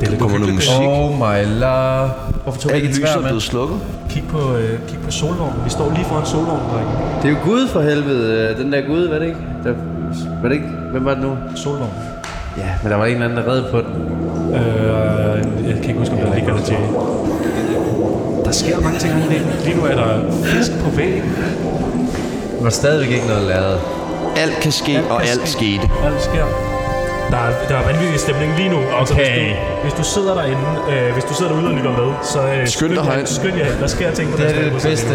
[SPEAKER 2] Det er lidt
[SPEAKER 1] kommer noget
[SPEAKER 2] uhyggeligt,
[SPEAKER 1] musik.
[SPEAKER 3] Oh my love. Hvorfor tog du
[SPEAKER 1] Alt
[SPEAKER 3] ikke et
[SPEAKER 1] lyset er
[SPEAKER 3] svær med?
[SPEAKER 1] blevet slukket.
[SPEAKER 2] det her. Kig på, øh, kig på solvognen. Vi står lige foran solvognen, drenge.
[SPEAKER 3] Det er jo Gud for helvede. øh, Den der Gud, var det ikke? Der, var det ikke? Hvem var det nu?
[SPEAKER 2] Solvognen.
[SPEAKER 3] Ja, men der var en eller anden, der red på den.
[SPEAKER 2] Øh, jeg kan ikke huske, om det er Nick eller Jay. Der sker mange ting inde i det. Lige nu er der fisk på væggen.
[SPEAKER 3] Der var stadigvæk ikke noget lavet.
[SPEAKER 1] Alt kan ske, og alt skete.
[SPEAKER 2] Alt sker. Der er, der er vanvittig stemning lige nu. Okay. hvis, du,
[SPEAKER 3] Okay.
[SPEAKER 2] hvis du sidder derinde, øh, hvis du sidder derude og lytter med, så øh,
[SPEAKER 1] dig herind.
[SPEAKER 2] Skynd jer, hen. der sker ting på
[SPEAKER 3] Det
[SPEAKER 2] den
[SPEAKER 3] er det, det bedste...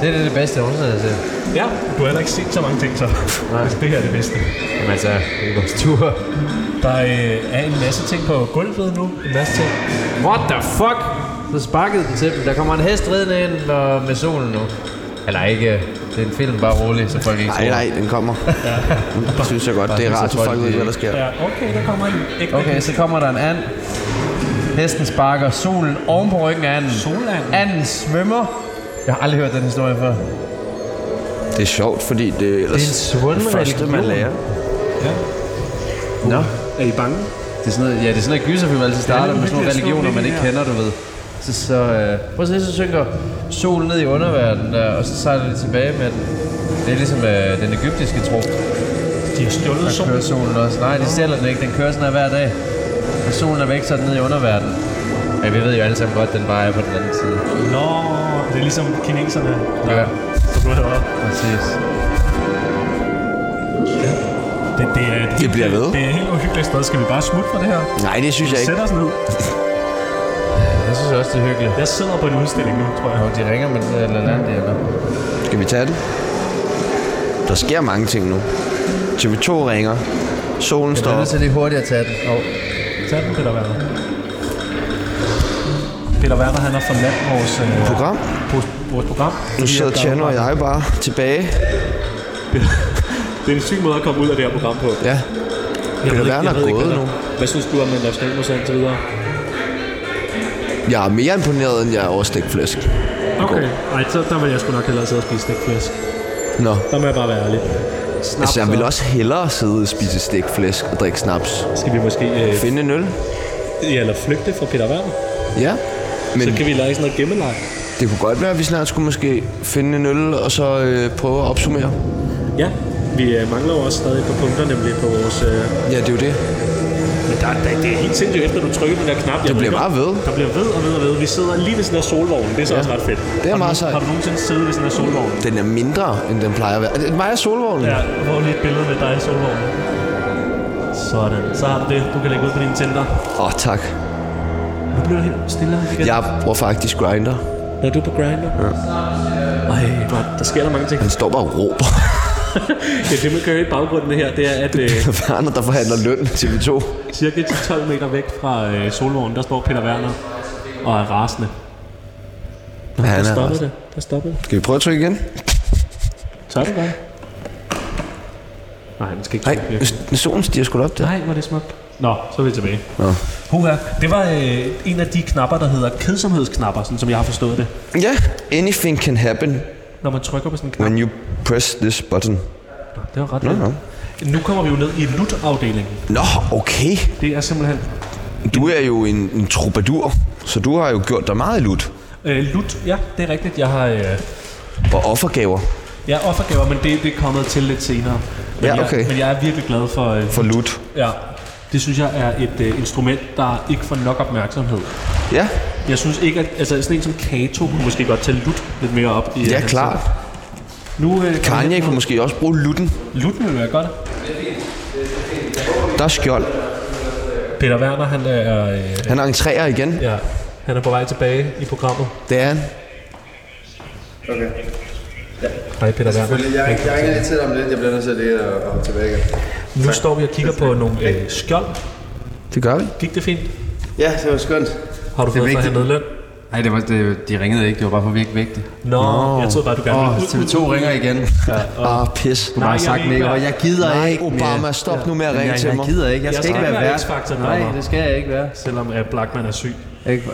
[SPEAKER 3] Det er det, det bedste, jeg nogensinde har set.
[SPEAKER 2] Ja, du har heller ikke set så mange ting, så hvis det her er det bedste.
[SPEAKER 3] Jamen altså, det er vores tur.
[SPEAKER 2] Der øh, er en masse ting på gulvet nu. En masse ting.
[SPEAKER 3] What the fuck? Så sparkede den til dem. Der kommer en hest ridende ind og med solen nu. Eller ikke. Det er en film, bare rolig, så folk ikke
[SPEAKER 1] Nej, nej, den kommer. Det synes jeg godt. Det er
[SPEAKER 3] Bare
[SPEAKER 1] rart,
[SPEAKER 3] så
[SPEAKER 1] så folk
[SPEAKER 3] folk
[SPEAKER 1] ved,
[SPEAKER 3] lige-
[SPEAKER 1] hvad der sker.
[SPEAKER 2] Ja, okay, der kommer en ægte
[SPEAKER 3] Okay, så kommer der en and. Hesten sparker solen oven på ryggen af anden.
[SPEAKER 2] Solanden.
[SPEAKER 3] Anden svømmer. Jeg har aldrig hørt den historie før.
[SPEAKER 1] Det er sjovt, fordi det er ellers
[SPEAKER 3] Det er en svulmen
[SPEAKER 1] det første, man
[SPEAKER 3] religion.
[SPEAKER 1] lærer.
[SPEAKER 3] Nå.
[SPEAKER 2] Er I bange?
[SPEAKER 3] Det er sådan noget, ja, det er sådan noget gyserfilm, altid starter med sådan nogle religioner, man ikke kender, du ved. Så, så øh, prøv at se, så synker solen ned i underverdenen, der, og så sejler det tilbage med den. Det er ligesom øh, den egyptiske tro,
[SPEAKER 2] De har stjålet
[SPEAKER 3] der
[SPEAKER 2] solen.
[SPEAKER 3] kører solen også. Nej, de stjæler den ikke, den kører sådan her hver dag. Når solen er væk, så er den ned i underverdenen. Men vi ved jo alle sammen godt, den bare er på den anden side.
[SPEAKER 2] Nå, det er ligesom kineserne.
[SPEAKER 3] Ja, ja
[SPEAKER 2] Så du har været.
[SPEAKER 3] præcis.
[SPEAKER 2] Det, det, er,
[SPEAKER 1] Det bliver ved.
[SPEAKER 2] Det er et helt uhyggeligt sted. Skal vi bare smutte fra det her?
[SPEAKER 1] Nej, det synes jeg ikke.
[SPEAKER 2] Sæt os ned.
[SPEAKER 3] Jeg synes også, det er hyggeligt.
[SPEAKER 2] Jeg sidder på en udstilling nu, tror jeg.
[SPEAKER 3] Og de ringer med den der Lalandia, eller?
[SPEAKER 1] Skal vi tage det? Der sker mange ting nu. TV2 ringer. Solen
[SPEAKER 3] Jeg
[SPEAKER 1] står
[SPEAKER 3] er
[SPEAKER 1] op.
[SPEAKER 3] nødt til lige hurtigt at tage den. Og
[SPEAKER 2] Tag den, Peter Werner. Peter Werner, han har forladt vores, øh,
[SPEAKER 1] Program.
[SPEAKER 2] vores, vores program.
[SPEAKER 1] Nu sidder Tjerno og jeg bare tilbage.
[SPEAKER 2] Det er en syg måde at komme ud af det her program på.
[SPEAKER 1] Ja. Peter Werner er gået nu.
[SPEAKER 7] Hvad synes du om en nationalmuseum til videre?
[SPEAKER 1] Jeg er mere imponeret, end jeg er over stikflæsk.
[SPEAKER 2] Okay. Ej, så der vil jeg sgu nok hellere sidde og spise stikflæsk.
[SPEAKER 1] Nå,
[SPEAKER 2] Der må jeg bare være ærlig. Snaps,
[SPEAKER 1] altså jeg vil
[SPEAKER 2] og-
[SPEAKER 1] også hellere sidde og spise stikflæsk og drikke snaps.
[SPEAKER 2] Skal vi måske... Øh,
[SPEAKER 1] Finde en øl?
[SPEAKER 2] ja, eller flygte fra Peter Werner?
[SPEAKER 1] Ja. Men
[SPEAKER 2] Så kan vi lege sådan noget gemmeleg.
[SPEAKER 1] det kunne godt være, at vi snart skulle måske finde en øl, og så øh, prøve at opsummere.
[SPEAKER 2] Ja, vi øh, mangler jo også stadig på punkter, nemlig på vores... Øh,
[SPEAKER 1] Ja, det er jo det.
[SPEAKER 2] men der, der, det er helt sindssygt, efter du trykker den der knap. jeg
[SPEAKER 1] Det bliver
[SPEAKER 2] ved ikke,
[SPEAKER 1] bare ved.
[SPEAKER 2] Der bliver ved og ved og ved. Vi sidder lige ved sådan der solvogn. Det er så ja. også ret fedt.
[SPEAKER 1] Det er
[SPEAKER 2] Har du-
[SPEAKER 1] meget sejt.
[SPEAKER 2] Har du nogensinde siddet ved sådan der solvogn?
[SPEAKER 1] Den er mindre, end den plejer at være. Er det mig og solvognen?
[SPEAKER 2] Ja, hvor lige et billede med dig i solvognen. Sådan, så har du det. Du kan lægge ud på din Tinder.
[SPEAKER 1] Åh, oh, tak.
[SPEAKER 2] Nu bliver du helt stille her igen.
[SPEAKER 1] Jeg bruger faktisk grinder.
[SPEAKER 2] Når du er på Grindr. Ja. Ej, hvor- der sker der mange ting.
[SPEAKER 1] Han står bare og råber.
[SPEAKER 2] Det, det man kan høre i baggrunden her, det er, at øh,
[SPEAKER 1] Werner, der forhandler løn med TV2.
[SPEAKER 2] cirka 12 meter væk fra øh, solvognen, der står Peter Werner og er rasende.
[SPEAKER 1] Ja, han
[SPEAKER 2] Der
[SPEAKER 1] er
[SPEAKER 2] stoppede det. Der stoppede det.
[SPEAKER 1] Skal vi prøve at trykke igen?
[SPEAKER 2] Tør du godt? Nej, den skal ikke
[SPEAKER 1] Nej,
[SPEAKER 2] trykke virkelig.
[SPEAKER 1] solen stiger sgu da op der.
[SPEAKER 2] Nej, hvor er det smukt. Nå, så er vi tilbage.
[SPEAKER 1] Nå.
[SPEAKER 2] Huha, det var øh, en af de knapper, der hedder kedsomhedsknapper, sådan som jeg har forstået det.
[SPEAKER 1] Ja, anything can happen
[SPEAKER 2] Når man trykker på sådan en knap.
[SPEAKER 1] when you press this button.
[SPEAKER 2] Det var ret no, Nu kommer vi jo ned i lut-afdelingen.
[SPEAKER 1] Nå, okay.
[SPEAKER 2] Det er simpelthen...
[SPEAKER 1] Du er jo en, en troubadour, så du har jo gjort dig meget i lut.
[SPEAKER 2] Øh, lut, ja, det er rigtigt. Jeg har... Øh,
[SPEAKER 1] Og offergaver
[SPEAKER 2] jeg er offergaver, men det, det er kommet til lidt senere. Men
[SPEAKER 1] Ja, okay.
[SPEAKER 2] Jeg, men jeg er virkelig glad for... Øh,
[SPEAKER 1] for lut.
[SPEAKER 2] ja, det synes jeg er et øh, instrument, der ikke får nok opmærksomhed.
[SPEAKER 1] Ja,
[SPEAKER 2] Jeg synes ikke, at altså, sådan en som Kato kunne måske godt tælle lut lidt mere op. I,
[SPEAKER 1] ja
[SPEAKER 2] hans-
[SPEAKER 1] klart.
[SPEAKER 2] Nu, øh,
[SPEAKER 1] Kanye kunne måske også bruge lutten.
[SPEAKER 2] Lut vil være godt.
[SPEAKER 1] Der er skjold.
[SPEAKER 2] Peter Werner, han er... Øh,
[SPEAKER 1] Han entrerer igen.
[SPEAKER 2] ja, han er på vej tilbage i programmet.
[SPEAKER 1] Det er han.
[SPEAKER 2] Hej Peter Werner.
[SPEAKER 5] Jeg, jeg ringer lige til dig om lidt. Jeg bliver nødt til lige at komme tilbage igen.
[SPEAKER 2] Nu står vi og kigger på nogle øh, skjold.
[SPEAKER 1] Det gør vi.
[SPEAKER 2] Gik det fint?
[SPEAKER 5] Ja, det var skønt.
[SPEAKER 2] Har du fået
[SPEAKER 3] vigtigt.
[SPEAKER 2] forhandlet løn?
[SPEAKER 3] Nej, det var, det, de ringede ikke. Det var bare for virkelig vigtigt.
[SPEAKER 2] Nå, no. jeg troede bare, du gerne
[SPEAKER 3] Åh,
[SPEAKER 2] ville ud.
[SPEAKER 3] TV2 ringer igen.
[SPEAKER 1] Ah, pis.
[SPEAKER 3] Du har sagt
[SPEAKER 2] vil
[SPEAKER 3] mig,
[SPEAKER 2] ikke
[SPEAKER 3] og
[SPEAKER 2] være-
[SPEAKER 3] jeg gider
[SPEAKER 1] Nej,
[SPEAKER 3] ikke
[SPEAKER 1] Obama, stop nu med at ringe
[SPEAKER 3] jeg,
[SPEAKER 1] til mig.
[SPEAKER 3] Jeg gider ikke. Jeg skal, ikke være vært.
[SPEAKER 2] X-Factor,
[SPEAKER 3] Nej, det skal jeg ikke være.
[SPEAKER 2] Selvom at Blackman er syg.
[SPEAKER 3] Ikke?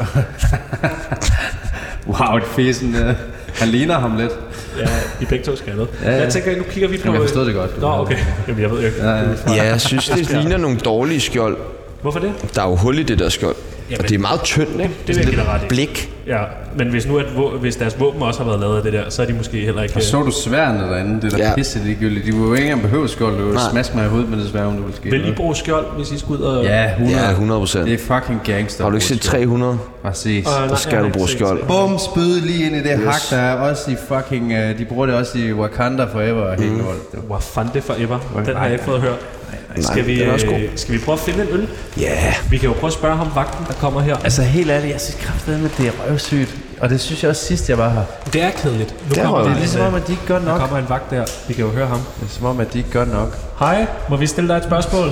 [SPEAKER 3] wow, et fesen. øh, Han ligner ham lidt.
[SPEAKER 2] Ja, I begge to skal noget.
[SPEAKER 3] ja.
[SPEAKER 2] Jeg tænker, nu kigger vi på...
[SPEAKER 3] Jamen, jeg forstod det godt.
[SPEAKER 2] Nå, okay. Jamen, jeg ved ikke. Ja, ja.
[SPEAKER 1] Ja, jeg synes, det ligner nogle dårlige skjold.
[SPEAKER 2] Hvorfor det?
[SPEAKER 1] Der er jo hul i det der skjold. Og det er meget tyndt, ikke?
[SPEAKER 2] Det vil jeg give dig ret i.
[SPEAKER 1] Blik.
[SPEAKER 2] Ja, men hvis nu at, vå- hvis deres våben også har været lavet af det der, så er de måske heller ikke...
[SPEAKER 3] Så du sværene derinde. Det er da
[SPEAKER 1] Ja.
[SPEAKER 3] ja. pisse ligegyldigt. De ville jo ikke engang behøve skjold. Du ville
[SPEAKER 1] Nej.
[SPEAKER 3] smaske mig i hovedet med det svær, om du ville ske.
[SPEAKER 2] Vil I
[SPEAKER 3] noget.
[SPEAKER 2] bruge skjold, hvis I skulle ud og...
[SPEAKER 3] Ja, 100.
[SPEAKER 1] Ja, 100 procent.
[SPEAKER 3] Det er fucking gangster.
[SPEAKER 1] Har du ikke set 300?
[SPEAKER 3] Præcis.
[SPEAKER 2] Øh, nej,
[SPEAKER 1] Så skal
[SPEAKER 2] jeg
[SPEAKER 1] du
[SPEAKER 2] har
[SPEAKER 1] bruge
[SPEAKER 2] ikke set
[SPEAKER 1] skjold.
[SPEAKER 2] det.
[SPEAKER 3] Bum, spyd lige ind i det yes. hak, der er også i fucking... øh, de bruger det også i Wakanda Forever og hele lort.
[SPEAKER 2] Hvor fanden det forever? Den har jeg ikke fået hørt.
[SPEAKER 1] Nej,
[SPEAKER 2] Skal vi,
[SPEAKER 1] den er også god.
[SPEAKER 2] øh, skal vi prøve at finde en øl?
[SPEAKER 1] Ja.
[SPEAKER 2] Vi kan jo prøve at spørge ham, vagten, der kommer her.
[SPEAKER 3] Altså helt ærligt, jeg synes kraftedeme, at det er røvsygt. Og det synes jeg også sidst, jeg var her.
[SPEAKER 2] Det er kedeligt. Nu
[SPEAKER 1] Der
[SPEAKER 2] kommer
[SPEAKER 1] røg
[SPEAKER 2] der
[SPEAKER 3] Det
[SPEAKER 1] den.
[SPEAKER 3] er
[SPEAKER 2] en,
[SPEAKER 3] ligesom om, at de ikke gør
[SPEAKER 2] øh, der
[SPEAKER 3] nok.
[SPEAKER 2] kommer en vagt der. Vi kan jo høre ham.
[SPEAKER 3] Det er som om, at de ikke gør nok.
[SPEAKER 2] Hej, må vi stille dig et spørgsmål?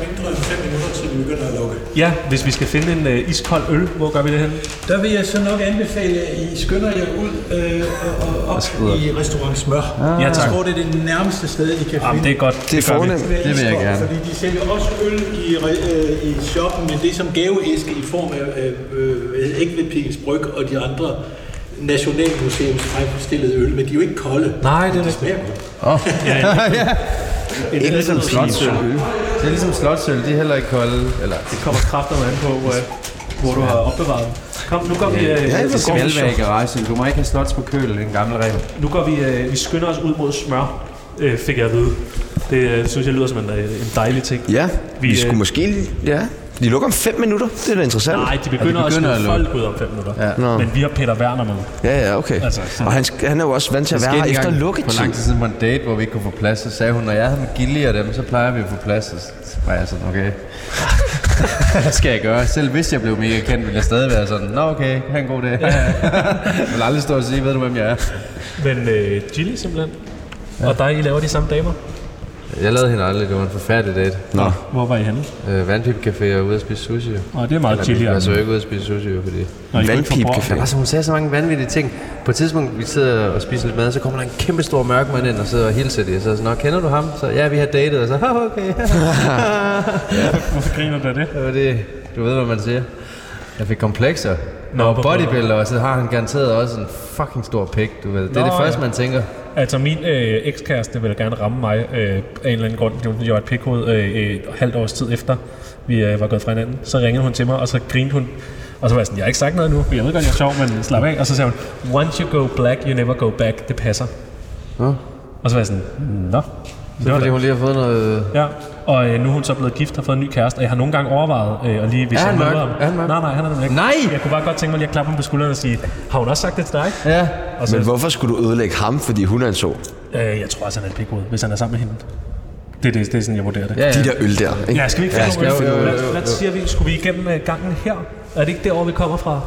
[SPEAKER 8] mindre end 5 minutter, til vi begynder at lukke.
[SPEAKER 2] Ja, hvis vi skal finde en øh, iskold øl, hvor gør vi det hen?
[SPEAKER 8] Der vil jeg så nok anbefale, at I skynder jer ud øh, og, og op i restaurant Smør. Ah.
[SPEAKER 2] Ja, tak.
[SPEAKER 8] Jeg tror, det er det nærmeste sted, I kan
[SPEAKER 2] Jamen,
[SPEAKER 8] finde
[SPEAKER 2] det er godt.
[SPEAKER 1] Det er
[SPEAKER 2] gør vi.
[SPEAKER 1] fornemt.
[SPEAKER 8] hvad
[SPEAKER 3] det vil jeg
[SPEAKER 8] iskold,
[SPEAKER 3] gerne.
[SPEAKER 8] Fordi de sælger også øl i, re- øh, i shoppen, men det er som gaveæske i form af øh, øh, ikke ved Pikkels Bryg og de andre Nationalmuseums fremstillede øl, men de er jo ikke kolde.
[SPEAKER 2] Nej, det er
[SPEAKER 8] det
[SPEAKER 2] rigtigt.
[SPEAKER 8] smager godt.
[SPEAKER 1] Ikke ligesom slotsøl.
[SPEAKER 3] Det er ligesom slotsøl, de er heller ikke kolde. Eller,
[SPEAKER 2] Det kommer kraftigt an på, hvor, øh, hvor du har opbevaret dem. Kom, nu går vi, øh,
[SPEAKER 1] Ja,
[SPEAKER 3] det
[SPEAKER 1] det
[SPEAKER 3] skal
[SPEAKER 1] går
[SPEAKER 3] vel være i garagen. Du må ikke have slots på køl, en gammel regel.
[SPEAKER 2] nu går vi, øh, vi skynder os ud mod smør, øh, fik jeg at vide. Det øh, synes jeg lyder som en, øh, en dejlig ting.
[SPEAKER 1] Ja, vi,
[SPEAKER 2] Vi,
[SPEAKER 1] skulle
[SPEAKER 2] øh,
[SPEAKER 1] måske... lige- Ja, de lukker om 5 minutter. Det er da interessant.
[SPEAKER 2] Nej, de begynder,
[SPEAKER 3] begynder
[SPEAKER 2] at
[SPEAKER 3] at
[SPEAKER 2] smide
[SPEAKER 3] lukke.
[SPEAKER 2] folk ud om fem minutter.
[SPEAKER 1] Nå.
[SPEAKER 2] Men vi har Peter Werner med.
[SPEAKER 1] Ja, ja, okay.
[SPEAKER 2] Altså, sådan.
[SPEAKER 1] Og han, sk- han er jo også vant til at være her
[SPEAKER 3] skete
[SPEAKER 1] efter
[SPEAKER 3] engang For
[SPEAKER 1] lukketid.
[SPEAKER 3] lang tid siden på en date, hvor vi ikke kunne få plads, så sagde hun, når jeg havde med Gilly og dem, så plejer vi at få plads. Og Så var jeg sådan, okay, hvad skal jeg gøre? Selv hvis jeg blev mega kendt, ville jeg stadig være sådan, nå okay, have en god dag. jeg vil aldrig stå og sige, ved du hvem jeg er?
[SPEAKER 2] Men øh, Gilly simpelthen. Ja. Og dig, I laver de samme damer.
[SPEAKER 3] Jeg lavede hende aldrig, det var en forfærdelig date.
[SPEAKER 1] Nå,
[SPEAKER 2] Hvor var I henne?
[SPEAKER 3] Øh, vandpipcafé og ude at spise sushi. Eller,
[SPEAKER 2] Og det er meget Gilly.
[SPEAKER 3] Jeg var
[SPEAKER 2] altså.
[SPEAKER 3] så ikke ude at spise sushi, jo, fordi
[SPEAKER 2] Når I går ind for bord.
[SPEAKER 1] vandpipcafé.
[SPEAKER 3] Altså, hun sagde så mange vanvittige ting. På et tidspunkt, vi sidder og spiser lidt mad, så kommer der en kæmpe stor mørk mand ind og sidder og hilser det. Så jeg sådan, "Nå, kender du ham? Så ja, vi har datet. Og så, "Ah, okay.
[SPEAKER 2] Hvorfor griner du af det?
[SPEAKER 3] Det var det, du ved, hvad man siger. Jeg fik komplekser.
[SPEAKER 2] Nå,
[SPEAKER 3] Nå,
[SPEAKER 2] på-
[SPEAKER 3] bodybuilder, og så har han garanteret også en fucking stor pik, du ved. Det er
[SPEAKER 2] Nå,
[SPEAKER 3] det første,
[SPEAKER 2] ja.
[SPEAKER 3] man tænker.
[SPEAKER 2] Altså, min øh, ekskæreste ville gerne ramme mig øh, af en eller anden grund. fordi Jeg var et pikhoved øh, et halvt års tid efter, vi øh, var gået fra hinanden. Så ringede hun til mig, og så grinede hun. Og så var jeg sådan, jeg har ikke sagt noget nu, for jeg ved godt, jeg er sjov, men slap af. Og så sagde hun, once you go black, you never go back. Det passer.
[SPEAKER 3] Nå.
[SPEAKER 2] Og så var jeg sådan, nå. Det var
[SPEAKER 3] Fordi
[SPEAKER 2] det.
[SPEAKER 3] hun lige har fået noget...
[SPEAKER 2] Ja, og øh, nu er hun så blevet gift og har fået en ny kæreste, og jeg har nogle gange overvejet øh, at lige vise
[SPEAKER 3] Er
[SPEAKER 2] ham
[SPEAKER 3] han mørk?
[SPEAKER 2] noget om-
[SPEAKER 3] Er han mørk?
[SPEAKER 2] Nej, nej, han er nemlig ikke.
[SPEAKER 3] Nej!
[SPEAKER 2] Jeg kunne bare godt tænke mig lige at klappe ham på skulderen og sige, har hun også sagt det til dig?
[SPEAKER 3] Ja.
[SPEAKER 2] Og så,
[SPEAKER 1] Men hvorfor skulle du ødelægge ham, fordi hun er en så?
[SPEAKER 2] øh, jeg tror også, han er en pikhoved, hvis han er sammen med hende. Det, er det, det er sådan, jeg vurderer det.
[SPEAKER 3] Ja,
[SPEAKER 1] De
[SPEAKER 3] ja.
[SPEAKER 1] der øl der, ikke?
[SPEAKER 2] Ja, skal vi ikke finde
[SPEAKER 3] skal-
[SPEAKER 2] ja,
[SPEAKER 3] jo, jo, jo,
[SPEAKER 2] Hvad, hvad siger vi? Skulle vi igennem øh, gangen her? Er det ikke derovre, vi kommer fra?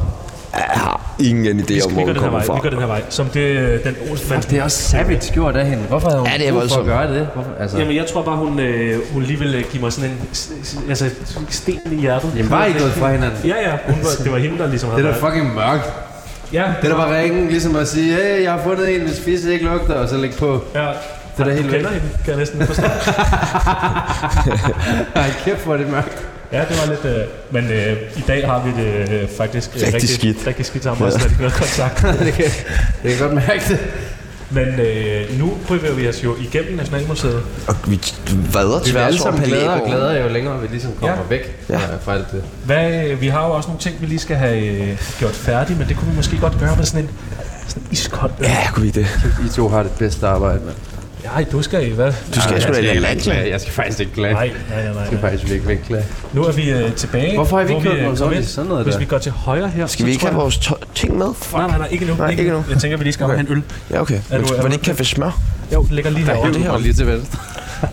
[SPEAKER 1] Jeg har ingen idé om, hvor
[SPEAKER 2] vi går
[SPEAKER 1] hun
[SPEAKER 2] den her
[SPEAKER 1] kommer
[SPEAKER 2] vej.
[SPEAKER 1] fra.
[SPEAKER 2] Vi går den her vej. Som det, øh, den Olsenbanden.
[SPEAKER 3] Det er også savage gjort af hende. Hvorfor havde hun
[SPEAKER 1] Ja, det er
[SPEAKER 3] brug for at
[SPEAKER 1] voldsomt.
[SPEAKER 3] gøre det? Hvorfor? Altså,
[SPEAKER 2] Jamen, jeg tror bare, hun, øh, hun lige vil øh, give mig sådan en s- s- altså, sten i hjertet.
[SPEAKER 3] Jamen, var I gået fra hinanden?
[SPEAKER 2] Ja, ja. Hun var, det var hende, der ligesom
[SPEAKER 3] Det
[SPEAKER 2] havde
[SPEAKER 3] er da
[SPEAKER 2] været-
[SPEAKER 3] fucking mørkt.
[SPEAKER 2] Ja,
[SPEAKER 3] Det er da bare ringen, ligesom at sige, hey, jeg har fundet en, hvis fisse ikke lugter, og så lægge på.
[SPEAKER 2] Ja.
[SPEAKER 3] Det er da helt
[SPEAKER 2] du kender hende, kan jeg næsten forstå.
[SPEAKER 3] Ej, kæft, hvor er det mørkt.
[SPEAKER 2] ja, det var lidt... Øh, men øh, i dag har vi det øh, faktisk øh,
[SPEAKER 1] Rigtig skidt.
[SPEAKER 2] rigtig skidt sammen, også når det noget kontakt.
[SPEAKER 3] det, kan, det kan jeg godt mærke det.
[SPEAKER 2] men øh, nu prøver vi os jo igennem Nationalmuseet.
[SPEAKER 1] Og vi vader
[SPEAKER 3] Vi er
[SPEAKER 1] tværs
[SPEAKER 3] alle
[SPEAKER 1] over
[SPEAKER 3] sammen glæder og
[SPEAKER 1] palægården.
[SPEAKER 3] glæder, jo længere vi ligesom kommer
[SPEAKER 2] Ja.
[SPEAKER 3] væk
[SPEAKER 1] Ja.
[SPEAKER 3] fra- fra alt det.
[SPEAKER 2] Hvad, øh, vi har jo også nogle ting, vi lige skal have øh, gjort færdige, men det kunne vi måske godt gøre med sådan en sådan en iskold. Ja.
[SPEAKER 1] Ja, kunne vi det.
[SPEAKER 3] I to har det bedste arbejde, mand.
[SPEAKER 2] Ej, du skal i hvad?
[SPEAKER 1] Du skal sgu da i land.
[SPEAKER 3] Jeg skal faktisk ikke klage.
[SPEAKER 2] Nej, nej, nej,
[SPEAKER 3] Jeg
[SPEAKER 2] nej,
[SPEAKER 3] skal
[SPEAKER 2] nej.
[SPEAKER 3] faktisk virkelig ikke klage.
[SPEAKER 2] Nu er vi øh, tilbage.
[SPEAKER 3] Hvorfor har vi
[SPEAKER 2] hvor
[SPEAKER 3] ikke gjort
[SPEAKER 2] øh,
[SPEAKER 3] noget
[SPEAKER 2] kom
[SPEAKER 3] sådan-
[SPEAKER 2] ind.
[SPEAKER 3] sådan noget
[SPEAKER 2] Hvis
[SPEAKER 3] der?
[SPEAKER 2] vi går til højre her,
[SPEAKER 1] Skal vi ikke have vores tøj- ting med?
[SPEAKER 2] Nej, nej, nej, ikke nu.
[SPEAKER 1] Nej, ikke nu.
[SPEAKER 2] Jeg tænker, vi lige skal okay. have en øl.
[SPEAKER 1] Ja, okay.
[SPEAKER 2] Er
[SPEAKER 1] Men
[SPEAKER 2] du- er
[SPEAKER 1] var det
[SPEAKER 2] du-
[SPEAKER 1] ikke kaffe smør?
[SPEAKER 2] Jo, det ligger lige
[SPEAKER 1] er
[SPEAKER 2] herovre.
[SPEAKER 1] det her?
[SPEAKER 3] lige til venstre.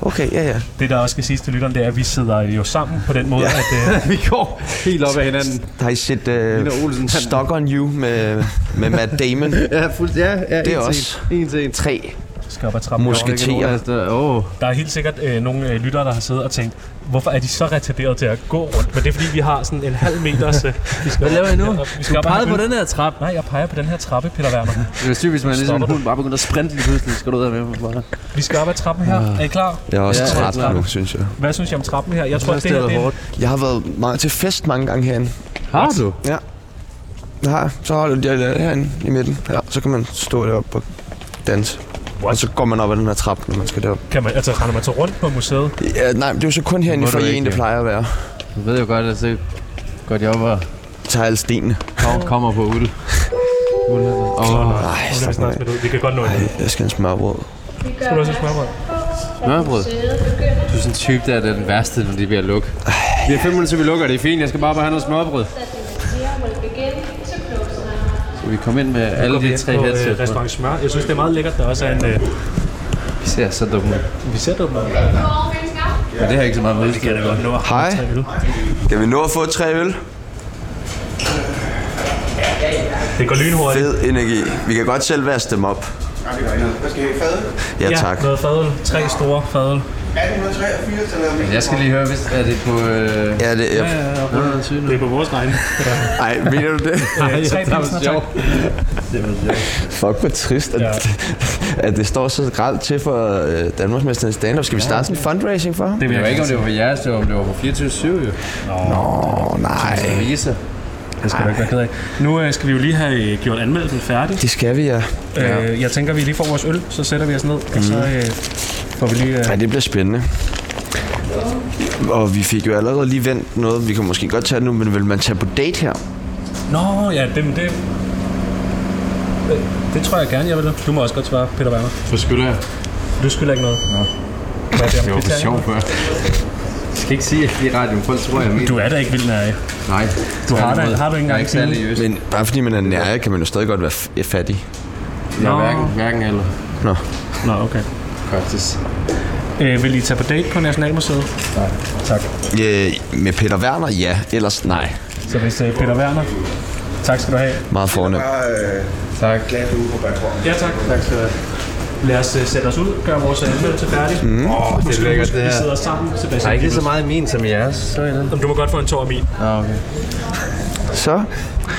[SPEAKER 1] Okay, ja, ja.
[SPEAKER 2] Det, der også skal siges til lytteren, det er, at vi sidder jo sammen på den måde, ja. at... Øh,
[SPEAKER 3] Vi går helt op ad hinanden.
[SPEAKER 1] Har I set uh,
[SPEAKER 3] Olsen, han-
[SPEAKER 1] Stock on You med, med Matt Damon?
[SPEAKER 3] Ja, fuldt. Ja, ja
[SPEAKER 1] Det er
[SPEAKER 3] en til
[SPEAKER 1] også
[SPEAKER 3] En til en.
[SPEAKER 1] Tre
[SPEAKER 2] skal op ad trappen herovre.
[SPEAKER 1] musketerer.
[SPEAKER 3] Åh, oh,
[SPEAKER 2] Der er helt sikkert øh, nogle øh, lyttere, der har siddet og tænkt, hvorfor er de så retarderet til at gå rundt? Men det er, fordi vi har sådan en halv meters... Øh, vi skal
[SPEAKER 3] hvad laver I nu?
[SPEAKER 2] Ja, vi skal
[SPEAKER 3] Du
[SPEAKER 2] op ad
[SPEAKER 3] pegede
[SPEAKER 2] en
[SPEAKER 3] på
[SPEAKER 2] øl.
[SPEAKER 3] den her trappe.
[SPEAKER 2] Nej, jeg peger på den her trappe, Peter Werner.
[SPEAKER 3] Det er sygt, hvis man er ligesom en
[SPEAKER 2] Stopper
[SPEAKER 3] hund bare begynder at sprinte lige pludselig. Skal du ud af med mig bare?
[SPEAKER 2] Vi skal op ad trappen her.
[SPEAKER 3] Ah.
[SPEAKER 2] Er I klar?
[SPEAKER 1] Jeg er også
[SPEAKER 3] Ja, ja,
[SPEAKER 1] træt
[SPEAKER 3] klar.
[SPEAKER 1] nu, synes jeg.
[SPEAKER 2] Hvad synes I om trappen her? Jeg tror,
[SPEAKER 3] Det
[SPEAKER 2] det her det er
[SPEAKER 3] hårdt.
[SPEAKER 1] Jeg har været meget til fest mange gange herinde.
[SPEAKER 3] Har du?
[SPEAKER 1] Ja. Nej, så holder jeg det herinde i midten. Ja, så kan man stå deroppe og danse. Og så går man op ad den her trappe, når man skal derop.
[SPEAKER 2] Kan man, altså, render man så rundt på museet?
[SPEAKER 1] Ja, nej, det er jo så kun herinde i
[SPEAKER 3] må du
[SPEAKER 1] foyeren,
[SPEAKER 3] ikke,
[SPEAKER 1] det
[SPEAKER 3] jo.
[SPEAKER 1] plejer at være.
[SPEAKER 3] Du ved jo godt, at så går de op og
[SPEAKER 1] Tager alle stenene.
[SPEAKER 3] kom- kommer på uld. Uld, altså. Åh,
[SPEAKER 1] Ej,
[SPEAKER 2] Nu kan vi
[SPEAKER 1] slap nu
[SPEAKER 3] øh,
[SPEAKER 2] snart
[SPEAKER 1] af.
[SPEAKER 2] smidt ud. Vi kan godt nå det.
[SPEAKER 1] Jeg skal have en smørbrød.
[SPEAKER 2] Skal du også have smørbrød?
[SPEAKER 3] smørbrød. Du er sådan en type, der er den værste, når de er ved at lukke. Vi har fem minutter, til vi lukker. Det er fint. Jeg skal bare bare have noget smørbrød. Så vi kom ind med alle
[SPEAKER 2] Går vi
[SPEAKER 3] de
[SPEAKER 2] ind
[SPEAKER 3] tre
[SPEAKER 2] på, øh,
[SPEAKER 3] headsets. på.
[SPEAKER 2] Restaurant Smør. Jeg synes, det er meget lækkert, der også er en... Øh,
[SPEAKER 3] Vi ser så dumme ud.
[SPEAKER 2] vi ser det
[SPEAKER 5] Men det har ikke så meget med udstyr. at gøre.
[SPEAKER 9] Hej.
[SPEAKER 1] Kan vi nå at få tre øl?
[SPEAKER 2] Det går lynhurtigt.
[SPEAKER 1] Fed energi. Vi kan godt selv vaske dem op.
[SPEAKER 9] Hvad skal vi have fad?
[SPEAKER 1] Ja, tak.
[SPEAKER 2] noget fadøl. Tre store fadøl.
[SPEAKER 9] 1883 eller hvad?
[SPEAKER 5] Jeg skal lige høre, hvis, er det på... Øh,
[SPEAKER 1] Ja, det, ja.
[SPEAKER 10] Det er på vores regn.
[SPEAKER 1] Ej, mener du det?
[SPEAKER 2] Øh, tre pilsner, tak.
[SPEAKER 1] Fuck, hvor trist, at, at det står så gralt til for øh, Danmarksmesteren i stand-up. Skal vi starte sådan en fundraising for ham?
[SPEAKER 2] Det vil jeg
[SPEAKER 5] jeg ved
[SPEAKER 2] ikke.
[SPEAKER 5] ikke, om det var på jeres, det var, om det var på 24-7, jo.
[SPEAKER 1] Åh, oh, nej.
[SPEAKER 5] Vise.
[SPEAKER 2] Det skal du ikke være ked af. Nu øh, skal vi jo lige have øh, gjort anmeldelsen færdig.
[SPEAKER 1] Det skal vi, ja.
[SPEAKER 2] Øh, jeg tænker, vi lige får vores øl, så sætter vi os ned, og så øh, får vi lige... Øh,
[SPEAKER 1] Ja, det bliver spændende. Og vi fik jo allerede lige vendt noget, vi kan måske godt tage nu, men vil man tage på date her?
[SPEAKER 4] Nå, ja, det, det,
[SPEAKER 2] øh,
[SPEAKER 4] det tror jeg gerne, jeg vil. Du må også godt svare, Peter Werner.
[SPEAKER 3] Du skylder jeg.
[SPEAKER 4] Du skylder ikke noget. Nå. Hvad er det,
[SPEAKER 3] Det
[SPEAKER 4] om
[SPEAKER 3] var for
[SPEAKER 4] kvittering?
[SPEAKER 3] sjov før.
[SPEAKER 5] Jeg skal ikke sige, at i radioen folk tror, jeg mener.
[SPEAKER 4] Du er da ikke vild nær.
[SPEAKER 5] Nej.
[SPEAKER 4] Du har da- har du ikke
[SPEAKER 5] Jeg er
[SPEAKER 4] engang
[SPEAKER 5] ikke særlig
[SPEAKER 4] kniven.
[SPEAKER 5] jøs.
[SPEAKER 1] Men bare fordi man er nær, kan man jo stadig godt være f- øh, fattig.
[SPEAKER 5] Jeg er hverken, hverken eller.
[SPEAKER 1] Nå.
[SPEAKER 2] Nå, okay.
[SPEAKER 5] Faktisk.
[SPEAKER 2] Øh, vil I tage på date på Nationalmuseet?
[SPEAKER 1] Øh, med Peter Werner, ja. Ellers nej.
[SPEAKER 2] Så hvis øh, Peter Werner... Tak skal du have.
[SPEAKER 1] Meget fornemt.
[SPEAKER 9] Bare øh,
[SPEAKER 5] Tak.
[SPEAKER 9] glat ude på balkonen.
[SPEAKER 2] Ja, tak. tak skal du have. Lad os øh, sætte os ud, gøre vores øh, anmeldelse færdig. Mm. Oh, det er
[SPEAKER 5] lækkert, det
[SPEAKER 2] Vi
[SPEAKER 5] her.
[SPEAKER 2] sidder sammen,
[SPEAKER 5] Der
[SPEAKER 2] Sebastian.
[SPEAKER 5] er ikke lige så meget min som jeres. Så er det.
[SPEAKER 2] Jamen, Du må godt få en tår af min.
[SPEAKER 5] Ah, okay.
[SPEAKER 1] Så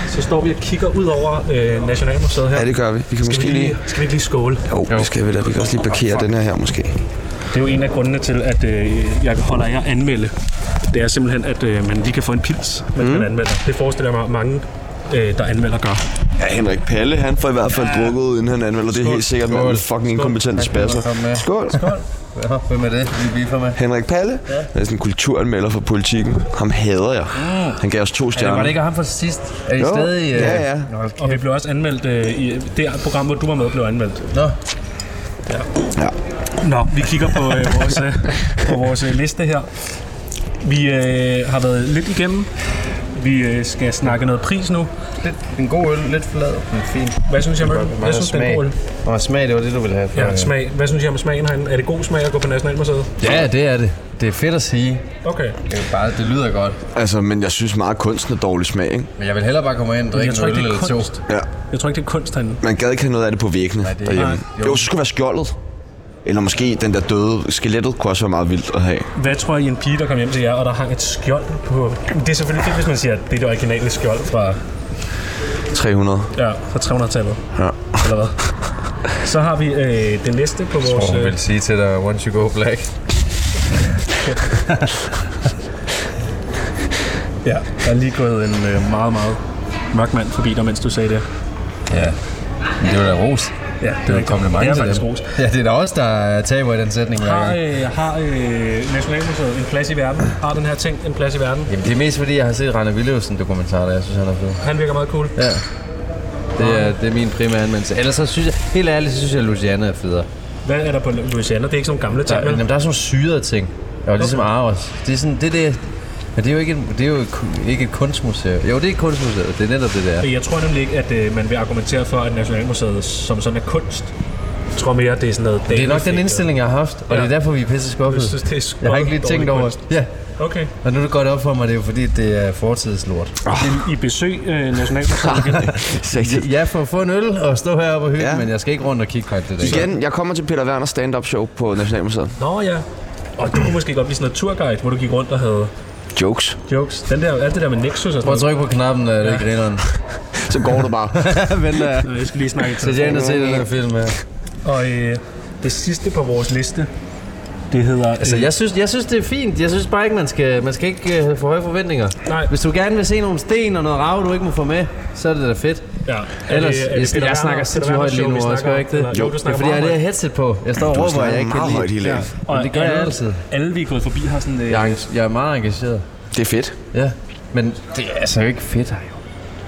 [SPEAKER 2] Så står vi og kigger ud over øh, Nationalmuseet her.
[SPEAKER 1] ja, det gør vi. Vi kan
[SPEAKER 2] Skal
[SPEAKER 1] måske
[SPEAKER 2] vi,
[SPEAKER 1] lige...
[SPEAKER 2] lige, skal vi ikke lige skåle?
[SPEAKER 1] Jo, det skal vi da. Vi kan også lige parkere den her her måske.
[SPEAKER 2] Det er jo en af grundene til, at øh, jeg holder jer anmelde. Det er simpelthen, at øh, man lige kan få en pils, mens mm. man anmelder. Det forestiller jeg mig, mange, øh, der anmelder, gør.
[SPEAKER 1] Ja, Henrik Palle, han får i hvert fald ja. drukket, inden han anmelder. Det er helt sikkert, man er fucking inkompetent spasser. Skål. Skål.
[SPEAKER 5] Ja, hvem er det? Vi biffer med.
[SPEAKER 1] Henrik Palle, ja. er sådan en kulturanmelder for politikken. Ham hader jeg. Han gav os to
[SPEAKER 5] Ah. Ja,
[SPEAKER 1] stjerner.
[SPEAKER 5] var det ikke ham fra sidst? Er I
[SPEAKER 1] Jo.
[SPEAKER 5] stadig... øh,
[SPEAKER 1] Ja, ja.
[SPEAKER 5] Nå, okay.
[SPEAKER 2] Og vi blev også anmeldt øh, i det program, hvor du var med, blev anmeldt.
[SPEAKER 5] Nå.
[SPEAKER 2] Nå, vi kigger på øh, vores, øh, på vores øh, liste her. Vi øh, har været lidt igennem. Vi øh, skal snakke noget pris nu.
[SPEAKER 5] Lidt, en god øl, lidt flad, men fint.
[SPEAKER 2] Hvad synes jeg om øl? Jeg synes, det er en god øl.
[SPEAKER 5] Og smag, det var det, du ville have. for-
[SPEAKER 2] Ja, smag. Hvad synes jeg om smagen herinde? Er det god smag at gå på Nationalmuseet?
[SPEAKER 5] Ja, det er det. Det er fedt at sige.
[SPEAKER 2] Okay.
[SPEAKER 5] Det, er jo bare, det lyder godt.
[SPEAKER 1] Altså, men jeg synes meget, at kunsten er dårlig smag, ikke?
[SPEAKER 5] Men jeg vil hellere bare komme ind og drikke
[SPEAKER 2] Jeg tror
[SPEAKER 5] en øl
[SPEAKER 2] ikke, det er
[SPEAKER 5] eller to.
[SPEAKER 2] kunst.
[SPEAKER 1] Ja.
[SPEAKER 2] Jeg tror ikke, det er kunst herinde.
[SPEAKER 1] Man gad ikke have noget af det på væggene Nej,
[SPEAKER 5] det er-
[SPEAKER 1] det derhjemme.
[SPEAKER 5] Nej.
[SPEAKER 1] Jo. jo, så skulle det være skjoldet. Eller måske den der døde skelettet kunne også være meget vildt at have.
[SPEAKER 2] Hvad tror I, en pige, der kom hjem til jer, og der hang et skjold på... Det er selvfølgelig fedt, hvis man siger, at det er det originale skjold fra,
[SPEAKER 1] 300.
[SPEAKER 2] ja, fra 300-tallet.
[SPEAKER 1] Ja.
[SPEAKER 2] Eller hvad? Så har vi øh, det næste på
[SPEAKER 5] Jeg
[SPEAKER 2] vores...
[SPEAKER 5] tror, hun
[SPEAKER 2] Øh,
[SPEAKER 5] vil sige til dig, once you go black.
[SPEAKER 2] ja, der er lige gået en øh, meget, meget mørk mand forbi dig, mens du sagde det.
[SPEAKER 5] Ja. Men det var da ros.
[SPEAKER 2] Ja,
[SPEAKER 5] Det var kommet mange
[SPEAKER 2] det er
[SPEAKER 5] til
[SPEAKER 2] faktisk
[SPEAKER 5] dem.
[SPEAKER 2] ros.
[SPEAKER 5] Ja, det er da også der er taber i den sætning hver
[SPEAKER 2] Har,
[SPEAKER 5] gang.
[SPEAKER 2] øh, har øh, Nationalmuseet en plads i verden? Har den her ting en plads i verden?
[SPEAKER 5] Jamen, det er mest fordi, jeg har set Rainer Willeusen dokumentar, der jeg synes, han er fed.
[SPEAKER 2] Han virker meget cool.
[SPEAKER 5] Ja. Det er, det er min primære anmeldelse. Ellers så synes jeg, helt ærligt, så synes jeg, at Luciana er federe.
[SPEAKER 2] Hvad er der på Louisiana? Det er ikke sådan nogle gamle
[SPEAKER 5] Der,
[SPEAKER 2] ting,
[SPEAKER 5] jamen,
[SPEAKER 2] vel?
[SPEAKER 5] der er sådan nogle syrede ting. Og ligesom Aros. Det er sådan, det er det. Men det er jo ikke, en, det er jo ku- ikke et kunstmuseum. Jo, det er et kunstmuseum. Det er netop det, der.
[SPEAKER 2] Jeg tror nemlig ikke, at øh, man vil argumentere for, at Nationalmuseet som sådan er kunst. Jeg tror mere, at det er sådan noget...
[SPEAKER 5] Det er nok den indstilling, jeg har haft, og
[SPEAKER 2] Ja.
[SPEAKER 5] det er derfor, vi er pisse
[SPEAKER 2] Jeg
[SPEAKER 5] skuffede.
[SPEAKER 2] synes, det er
[SPEAKER 5] Jeg har ikke lige tænkt over det. Ja,
[SPEAKER 2] Okay.
[SPEAKER 5] og nu er det godt op for mig, det er jo fordi, det er fortidslort.
[SPEAKER 2] I besøg øh, Nationalmuseet igen.
[SPEAKER 1] Rigtigt.
[SPEAKER 5] Jeg får få en øl og stå heroppe og hygge, ja.
[SPEAKER 1] Ja.
[SPEAKER 5] men jeg skal ikke rundt og kigge på alt det der.
[SPEAKER 1] Igen, jeg kommer til Peter Werners stand-up show på Nationalmuseet.
[SPEAKER 2] Nå ja. Og du kunne måske godt blive sådan noget turguide, hvor du gik rundt og havde
[SPEAKER 1] Jokes.
[SPEAKER 2] jokes. Den der, alt det der med Nexus og
[SPEAKER 5] Prøv
[SPEAKER 2] sådan
[SPEAKER 5] at trykke på knappen, øh, det er grineren.
[SPEAKER 1] Så går du bare.
[SPEAKER 5] men uh,
[SPEAKER 2] noget. Jeg skal lige snakke
[SPEAKER 5] så
[SPEAKER 2] til.
[SPEAKER 5] jeg er inde og se den her film her.
[SPEAKER 2] Og øh, det sidste på vores liste, det hedder... øh,
[SPEAKER 5] Altså, jeg synes, jeg synes, det er fint. Jeg synes bare ikke, man skal, man skal ikke uh, få høje forventninger.
[SPEAKER 2] Nej.
[SPEAKER 5] Hvis du gerne vil se nogle sten og noget rav, du ikke må få med, så er det da fedt.
[SPEAKER 2] Ja.
[SPEAKER 5] Ellers, jeg, jeg, jeg snakker sindssygt højt lige nu, også gør jeg ikke det?
[SPEAKER 2] Jo, du
[SPEAKER 5] det er
[SPEAKER 2] snakker
[SPEAKER 5] fordi,
[SPEAKER 2] meget
[SPEAKER 5] jeg har det her
[SPEAKER 2] højt.
[SPEAKER 5] headset på. Jeg står og råber, at jeg ikke kan
[SPEAKER 1] meget
[SPEAKER 5] lide.
[SPEAKER 1] højt hele dagen.
[SPEAKER 5] Men det gør jeg
[SPEAKER 2] alle-
[SPEAKER 5] altid.
[SPEAKER 2] Alle, vi er gået forbi, har sådan... Øh,
[SPEAKER 5] Jeg er, enga- jeg er meget engageret.
[SPEAKER 1] Det er fedt.
[SPEAKER 5] Ja, men det er altså ikke fedt her jo.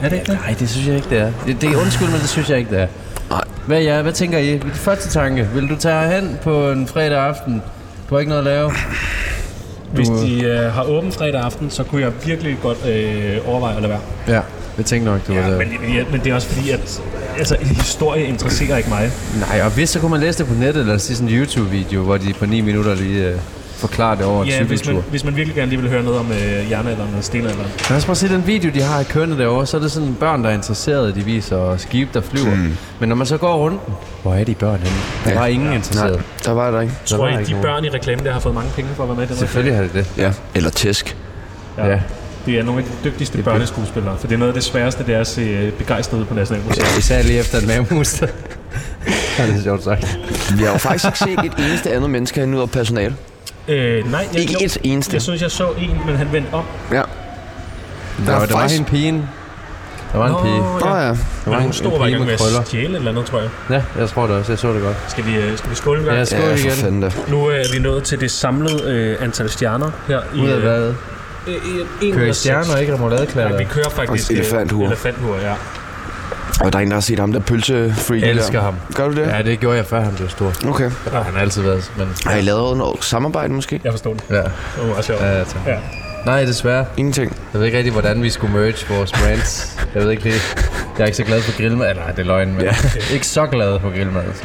[SPEAKER 2] er det ikke det?
[SPEAKER 5] Nej, det synes jeg ikke, det er. Det, det er undskyld, men det synes jeg ikke, det er.
[SPEAKER 1] Nej.
[SPEAKER 5] Hvad, ja, hvad tænker I? Mit første tanke. Vil du tage hen på en fredag aften? Du har ikke noget at lave.
[SPEAKER 2] Hvis de øh, har åbent fredag aften, så kunne jeg virkelig godt øh, overveje at lade være.
[SPEAKER 5] Ja, jeg tænkte nok, du ja,
[SPEAKER 2] Men, ja, men det er også fordi, at altså, historie interesserer ikke mig.
[SPEAKER 5] Nej, og hvis så kunne man læse det på nettet, eller se sådan en YouTube-video, hvor de på 9 minutter lige... Øh, forklare det over en
[SPEAKER 2] Ja, hvis man,
[SPEAKER 5] cykeltur.
[SPEAKER 2] hvis man virkelig gerne lige vil høre noget om øh, jernalderen og stenalderen.
[SPEAKER 5] Lad os bare se den video, de har i kørende derovre, så er det sådan børn, der er interesserede, de viser, og skibe, der flyver. Mm. Men når man så går rundt, hvor er de børn henne? Der ja. var ingen ja. interesseret. Nej.
[SPEAKER 1] Der var der ikke.
[SPEAKER 2] Tror I,
[SPEAKER 5] ikke
[SPEAKER 2] de
[SPEAKER 5] nogen.
[SPEAKER 2] børn i reklamen der har fået mange penge for at være med i den her
[SPEAKER 5] Selvfølgelig har det det.
[SPEAKER 1] Ja. Eller tæsk.
[SPEAKER 2] Ja.
[SPEAKER 5] Ja.
[SPEAKER 2] Det er nogle af de dygtigste børneskuespillere, for det er noget af det sværeste, det er at se øh, begejstret ud på Nationalmuseet.
[SPEAKER 5] Især lige efter en mavemus. der. Ja, det er sjovt sagt.
[SPEAKER 1] Vi har jo faktisk ikke set et eneste andet menneske herinde ud af personale.
[SPEAKER 2] Øh, nej, jeg,
[SPEAKER 1] Ikke
[SPEAKER 2] jo,
[SPEAKER 1] et eneste.
[SPEAKER 2] jeg synes, jeg så en, men han vendte om.
[SPEAKER 1] Ja.
[SPEAKER 5] Der,
[SPEAKER 1] er
[SPEAKER 5] var, der var
[SPEAKER 1] faktisk-
[SPEAKER 5] hende pigen. Der var en pige.
[SPEAKER 1] Nå ja.
[SPEAKER 5] Der var
[SPEAKER 2] Men hun
[SPEAKER 5] en,
[SPEAKER 2] stod og var i
[SPEAKER 5] pige
[SPEAKER 2] gang med
[SPEAKER 5] med krøller.
[SPEAKER 2] at stjæle et eller andet, tror jeg.
[SPEAKER 5] Ja, jeg tror det også. Jeg så det godt.
[SPEAKER 2] Skal vi, øh, skal vi skåle en gang?
[SPEAKER 5] Ja, skål
[SPEAKER 1] Ja, for
[SPEAKER 5] igen.
[SPEAKER 1] fanden da.
[SPEAKER 2] Nu øh, er vi nået til det samlede øh, antal stjerner her.
[SPEAKER 5] Ud af hvad?
[SPEAKER 2] Øh, øh, en
[SPEAKER 5] Kører I
[SPEAKER 2] og seks.
[SPEAKER 5] stjerner, ikke
[SPEAKER 2] Ja,
[SPEAKER 5] remouladeklæder?
[SPEAKER 2] vi kører faktisk...
[SPEAKER 1] Og
[SPEAKER 2] øh,
[SPEAKER 1] elefanthuer.
[SPEAKER 2] Elefanthuer, ja.
[SPEAKER 1] Og der er en, der har set ham der pølsefreak.
[SPEAKER 5] Elsker
[SPEAKER 1] der.
[SPEAKER 5] ham.
[SPEAKER 1] Gør du det?
[SPEAKER 5] Ja, det gjorde jeg før, han blev stor.
[SPEAKER 1] Okay.
[SPEAKER 5] Han har altid været, men...
[SPEAKER 1] Har I lavet noget samarbejde måske?
[SPEAKER 2] Jeg forstår det.
[SPEAKER 5] Ja,
[SPEAKER 2] Det var meget sjovt.
[SPEAKER 5] ja, tak.
[SPEAKER 2] Ja.
[SPEAKER 5] Nej, desværre.
[SPEAKER 1] Ingenting.
[SPEAKER 5] Jeg ved ikke rigtig, hvordan vi skulle merge vores brands. Jeg ved ikke lige. Jeg er ikke så glad for grillmad. Eller, Nej, det er løgn, men ikke så glad for grillmad. Så.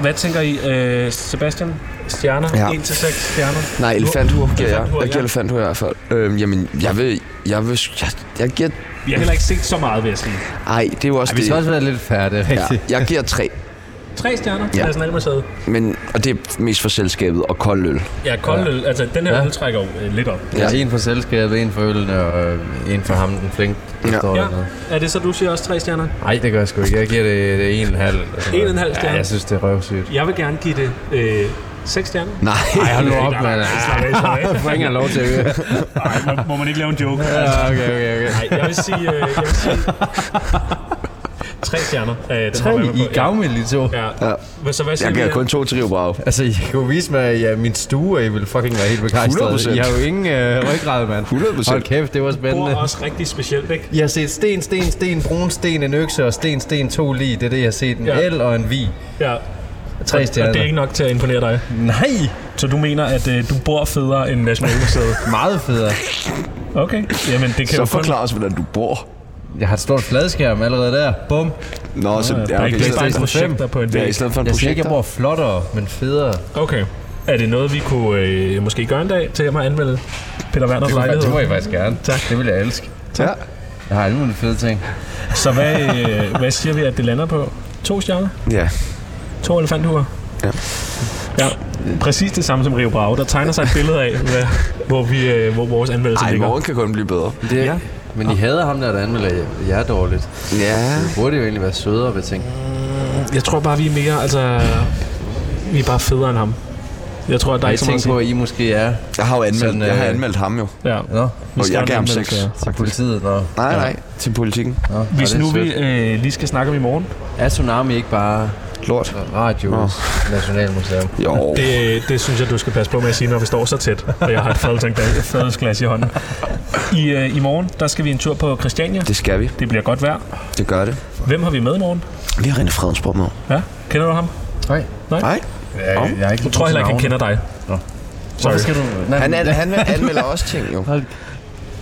[SPEAKER 2] Hvad tænker I, øh, Sebastian? Stjerner?
[SPEAKER 1] Ja.
[SPEAKER 2] 1-6 stjerner?
[SPEAKER 1] Nej,
[SPEAKER 2] Nu-
[SPEAKER 1] elefanthur giver jeg.
[SPEAKER 2] Elefanthur,
[SPEAKER 1] Jeg giver
[SPEAKER 2] ja.
[SPEAKER 1] elefanthur i hvert fald. Øhm, jamen, jeg vil... Jeg vil... Jeg, jeg giver...
[SPEAKER 2] Vi har heller ikke set så meget, vil jeg sige.
[SPEAKER 1] Ej, det er jo også
[SPEAKER 5] Vi
[SPEAKER 1] det.
[SPEAKER 5] skal også være lidt færdige,
[SPEAKER 1] Ja,
[SPEAKER 5] rigtigt.
[SPEAKER 1] jeg giver tre.
[SPEAKER 2] Tre stjerner til
[SPEAKER 1] Ja.
[SPEAKER 2] Nationalmuseet.
[SPEAKER 1] Men, og det er mest for selskabet og kold øl.
[SPEAKER 2] Ja, kold øl. Altså, den her øl trækker jo øh, lidt op.
[SPEAKER 5] Ja.
[SPEAKER 1] Ja.
[SPEAKER 5] En for selskabet, en for ølene, og øh, en for ham, den flink. Der
[SPEAKER 1] Ja.
[SPEAKER 5] ja. står
[SPEAKER 2] Ja.
[SPEAKER 5] dernede.
[SPEAKER 2] Er det så, du siger også tre stjerner?
[SPEAKER 5] Nej, det gør jeg sgu ikke. Jeg giver det, det en og en halv. eller sådan
[SPEAKER 2] En
[SPEAKER 5] noget.
[SPEAKER 2] og en halv
[SPEAKER 5] Ja,
[SPEAKER 2] stjerne.
[SPEAKER 5] jeg synes, det er røvsygt.
[SPEAKER 2] Jeg vil gerne give det øh, seks stjerner.
[SPEAKER 1] Nej.
[SPEAKER 5] Ej, hold nu op, mand.
[SPEAKER 2] Slap af, slap af.
[SPEAKER 5] Jeg får ikke engang lov til at høre.
[SPEAKER 2] Ej, må, må man ikke lave en joke?
[SPEAKER 5] Ja, okay, okay, okay.
[SPEAKER 2] Nej, jeg vil sige... Øh, jeg vil sige tre stjerner. Øh, den
[SPEAKER 5] Tre
[SPEAKER 2] hopper jeg med
[SPEAKER 5] i
[SPEAKER 2] på.
[SPEAKER 5] gavmild, I to.
[SPEAKER 2] Ja.
[SPEAKER 1] Ja.
[SPEAKER 2] ja. Så hvad siger
[SPEAKER 1] Jeg giver
[SPEAKER 2] vi?
[SPEAKER 1] kun to til Rio Bravo.
[SPEAKER 5] Altså, I kunne vise mig ja, min stue, og I ville fucking være helt begejstrede.
[SPEAKER 1] 100%.
[SPEAKER 5] I har jo ingen øh, ryggrad, mand.
[SPEAKER 1] 100%.
[SPEAKER 5] Hold kæft, det var
[SPEAKER 2] Bor
[SPEAKER 5] spændende.
[SPEAKER 2] også rigtig specielt, ikke?
[SPEAKER 5] Jeg har set sten, sten, sten, brun sten, en økse og sten, sten, to lige. Det er det, jeg har set. En
[SPEAKER 2] Ja.
[SPEAKER 5] ja. L og en vi.
[SPEAKER 2] Ja.
[SPEAKER 5] Tre
[SPEAKER 2] Og det er
[SPEAKER 5] stjerner.
[SPEAKER 2] ikke nok til at imponere dig.
[SPEAKER 5] Nej!
[SPEAKER 2] Så du mener, at øh, du bor federe end Nationalmuseet?
[SPEAKER 5] Meget federe.
[SPEAKER 2] Okay. Jamen, det kan
[SPEAKER 1] Så
[SPEAKER 2] jo kun...
[SPEAKER 1] forklar os, hvordan du bor.
[SPEAKER 5] Jeg har et stort fladskærm allerede der. Bum.
[SPEAKER 1] Nå, så...
[SPEAKER 2] Der
[SPEAKER 1] Ja,
[SPEAKER 2] er
[SPEAKER 1] okay.
[SPEAKER 2] ikke
[SPEAKER 1] i
[SPEAKER 2] det er bare
[SPEAKER 1] stedet
[SPEAKER 2] en
[SPEAKER 1] for-
[SPEAKER 2] projekter på en
[SPEAKER 1] Ja, i
[SPEAKER 2] væg.
[SPEAKER 1] stedet for en
[SPEAKER 5] Jeg siger ikke,
[SPEAKER 1] projekt.
[SPEAKER 5] jeg bor flottere, men federe.
[SPEAKER 2] Okay. Er det noget, vi kunne øh, måske gøre en dag til at anmelde Peter Werners
[SPEAKER 5] Det
[SPEAKER 2] lejlighed?
[SPEAKER 5] må jeg faktisk gerne. Tak. Det vil jeg elske.
[SPEAKER 1] Ja.
[SPEAKER 5] Jeg har alle mulige fede ting.
[SPEAKER 2] Så hvad, øh, hvad siger vi, at det lander på? To stjerner?
[SPEAKER 1] Ja.
[SPEAKER 2] To elefanthuer?
[SPEAKER 1] Ja.
[SPEAKER 2] Ja, præcis det samme som Rio Bravo. Der tegner sig et billede af, hvad, hvor, vi, øh, hvor vores anmeldelse
[SPEAKER 1] Ej,
[SPEAKER 2] ligger.
[SPEAKER 1] morgen kan kun blive bedre.
[SPEAKER 5] Det, ja. Men I hader ham der, der anmelder jer dårligt.
[SPEAKER 1] Ja.
[SPEAKER 5] Det burde jo egentlig være sødere, ved ting.
[SPEAKER 2] Jeg tror bare, vi er mere, altså... Vi er bare federe end ham. Jeg tror, at der er
[SPEAKER 5] Jeg
[SPEAKER 2] ikke så meget at
[SPEAKER 5] tænker på,
[SPEAKER 2] sige.
[SPEAKER 5] at I måske er
[SPEAKER 1] Jeg har jo anmeldt,
[SPEAKER 5] Sådan, øh,
[SPEAKER 1] jeg har anmeldt ham jo.
[SPEAKER 2] Ja.
[SPEAKER 5] Nå,
[SPEAKER 2] Vi
[SPEAKER 1] Og
[SPEAKER 2] skal
[SPEAKER 1] jeg
[SPEAKER 2] have
[SPEAKER 1] gav ham
[SPEAKER 2] en
[SPEAKER 1] seks.
[SPEAKER 2] anmeldelse, ja.
[SPEAKER 5] til politiet. Nå.
[SPEAKER 1] Nej, nej. Til politikken.
[SPEAKER 5] Nå.
[SPEAKER 2] Hvis
[SPEAKER 5] Nå, det
[SPEAKER 2] nu
[SPEAKER 5] er
[SPEAKER 2] vi
[SPEAKER 5] sødt.
[SPEAKER 2] øh, lige skal snakke om i morgen.
[SPEAKER 5] Er Tsunami ikke bare
[SPEAKER 1] Lort.
[SPEAKER 5] radio
[SPEAKER 1] Nå.
[SPEAKER 5] Nationalmuseum?
[SPEAKER 1] Jo.
[SPEAKER 2] Det, det synes jeg, du skal passe på med at sige, når vi står så tæt, og jeg har et fadelsglas- fadelsglas i hånden. I, øh, I morgen, der skal vi en tur på Christiania.
[SPEAKER 1] Det skal vi.
[SPEAKER 2] Det bliver godt vejr.
[SPEAKER 1] Det gør det.
[SPEAKER 2] Hvem har vi med i morgen?
[SPEAKER 1] Vi har René Fredensborg med.
[SPEAKER 2] Ja, kender du ham?
[SPEAKER 5] Nej.
[SPEAKER 1] Nej.
[SPEAKER 5] Jeg, jeg er ikke
[SPEAKER 2] Jeg tror heller ikke, han kender dig.
[SPEAKER 5] Hvorfor skal du... Nej,
[SPEAKER 1] Han, an, han anmelder også ting jo.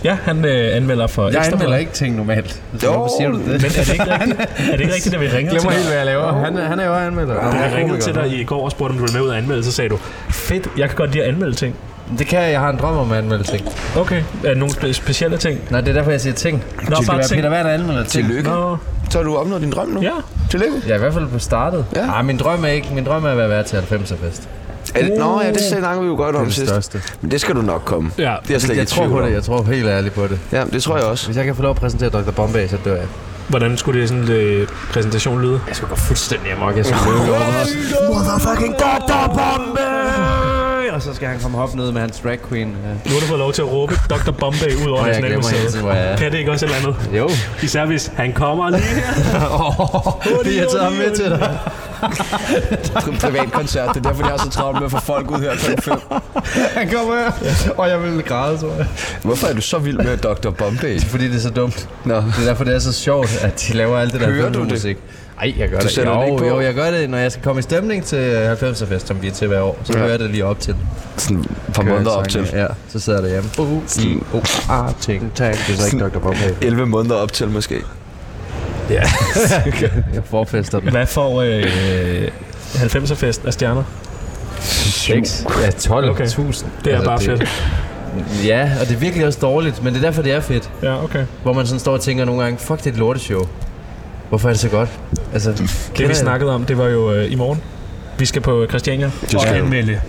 [SPEAKER 2] Ja, han øh, anmelder for
[SPEAKER 5] jeg
[SPEAKER 2] Ekstra
[SPEAKER 5] anmelder
[SPEAKER 2] Bladet.
[SPEAKER 5] ikke ting normalt.
[SPEAKER 1] Jo.
[SPEAKER 5] Hvorfor siger du det?
[SPEAKER 2] Men er det ikke rigtigt, er det ikke rigtigt at vi ringede til dig?
[SPEAKER 5] jeg laver. Han, han er jo anmelder.
[SPEAKER 2] Jeg ringede til dig i går og spurgte, om du ville med ud og anmelde, så sagde du, fedt, jeg kan godt lide at anmelde ting.
[SPEAKER 5] Det kan jeg. Jeg har en drøm om at anmelde ting.
[SPEAKER 2] Okay, er der nogle spe- specielle ting?
[SPEAKER 5] Nej, det er derfor, jeg siger ting. Nå, det skal
[SPEAKER 2] bare
[SPEAKER 5] være
[SPEAKER 2] ting.
[SPEAKER 5] Peter Werner anmelder ting.
[SPEAKER 1] Tillykke.
[SPEAKER 2] Nå,
[SPEAKER 1] Så har du opnået din drøm nu.
[SPEAKER 2] ja.
[SPEAKER 1] Tillykke.
[SPEAKER 5] Jeg er i hvert fald på startet.
[SPEAKER 1] Ja.
[SPEAKER 5] Nej, min drøm er ikke. Min drøm er at være vært til 90'er fest.
[SPEAKER 1] Er det- Nå ja, det snakker vi jo godt om sidst.
[SPEAKER 5] største.
[SPEAKER 1] Men det skal du nok komme.
[SPEAKER 2] Ja,
[SPEAKER 1] Det er jeg slet
[SPEAKER 5] Jeg
[SPEAKER 1] ikke i
[SPEAKER 5] tror
[SPEAKER 1] tvivl
[SPEAKER 5] på det.
[SPEAKER 1] om.
[SPEAKER 5] Jeg tror helt ærligt på det.
[SPEAKER 1] Ja, det tror jeg også.
[SPEAKER 5] Hvis jeg kan få lov at præsentere Dr. Bombay, så dør jeg.
[SPEAKER 2] Hvordan skulle det sådan øh, præsentation lyde?
[SPEAKER 5] Jeg skulle gå fuldstændig amok. Jeg skulle løbe over os. Motherfucking Dr. Bombay! Og så skal han komme hoppe ned med hans drag queen. øh.
[SPEAKER 2] Nu har du fået lov til at råbe Dr. Bombay ud over
[SPEAKER 5] Og jeg glemmer hele
[SPEAKER 2] Nationalmuseet.
[SPEAKER 5] tiden, hvor jeg er.
[SPEAKER 2] Kan det ikke også et eller andet?
[SPEAKER 5] Jo.
[SPEAKER 2] Især hvis han kommer lige her.
[SPEAKER 5] Det er jeg taget ham med til dig.
[SPEAKER 1] Pri- privat koncert. Det er derfor, jeg har så travlt med at få folk ud her klokken 5.
[SPEAKER 5] Han kommer her. Og jeg ville græde, tror jeg.
[SPEAKER 1] Hvorfor er du så vild med Dr. Bombay?
[SPEAKER 5] Fordi det er så dumt.
[SPEAKER 1] Nå.
[SPEAKER 5] Det er derfor, det er så sjovt, at de laver alt det der
[SPEAKER 1] Hører du det?
[SPEAKER 5] musik. Nej, jeg gør det.
[SPEAKER 1] sætter det ikke
[SPEAKER 5] Jo,
[SPEAKER 1] på?
[SPEAKER 5] jo, jeg gør det, når jeg skal komme i stemning til 90'er fest, som vi er til hver år. Så
[SPEAKER 1] Ja.
[SPEAKER 5] hører jeg det lige op til.
[SPEAKER 1] Sådan et par måneder op til.
[SPEAKER 5] Ja, så sidder jeg derhjemme. Uh, uh, uh, ah, ting, tang. Det er så ikke Dr. Bombay.
[SPEAKER 1] 11 måneder op til måske.
[SPEAKER 5] Jeg forfester den.
[SPEAKER 2] Hvad får øh, 90'er-fest af stjerner?
[SPEAKER 3] 6. Ja, 12.000. Okay.
[SPEAKER 2] Det
[SPEAKER 5] Altså,
[SPEAKER 2] er bare fedt.
[SPEAKER 3] Ja, og det er virkelig også dårligt, men det er derfor, det er fedt.
[SPEAKER 2] Ja, okay.
[SPEAKER 3] Hvor man sådan står og tænker nogle gange, fuck, det er et lorteshow. Hvorfor er det så godt? Altså,
[SPEAKER 2] Det vi snakkede om, det var jo øh, i morgen. Vi skal på Christiania og
[SPEAKER 11] skal du.
[SPEAKER 2] anmelde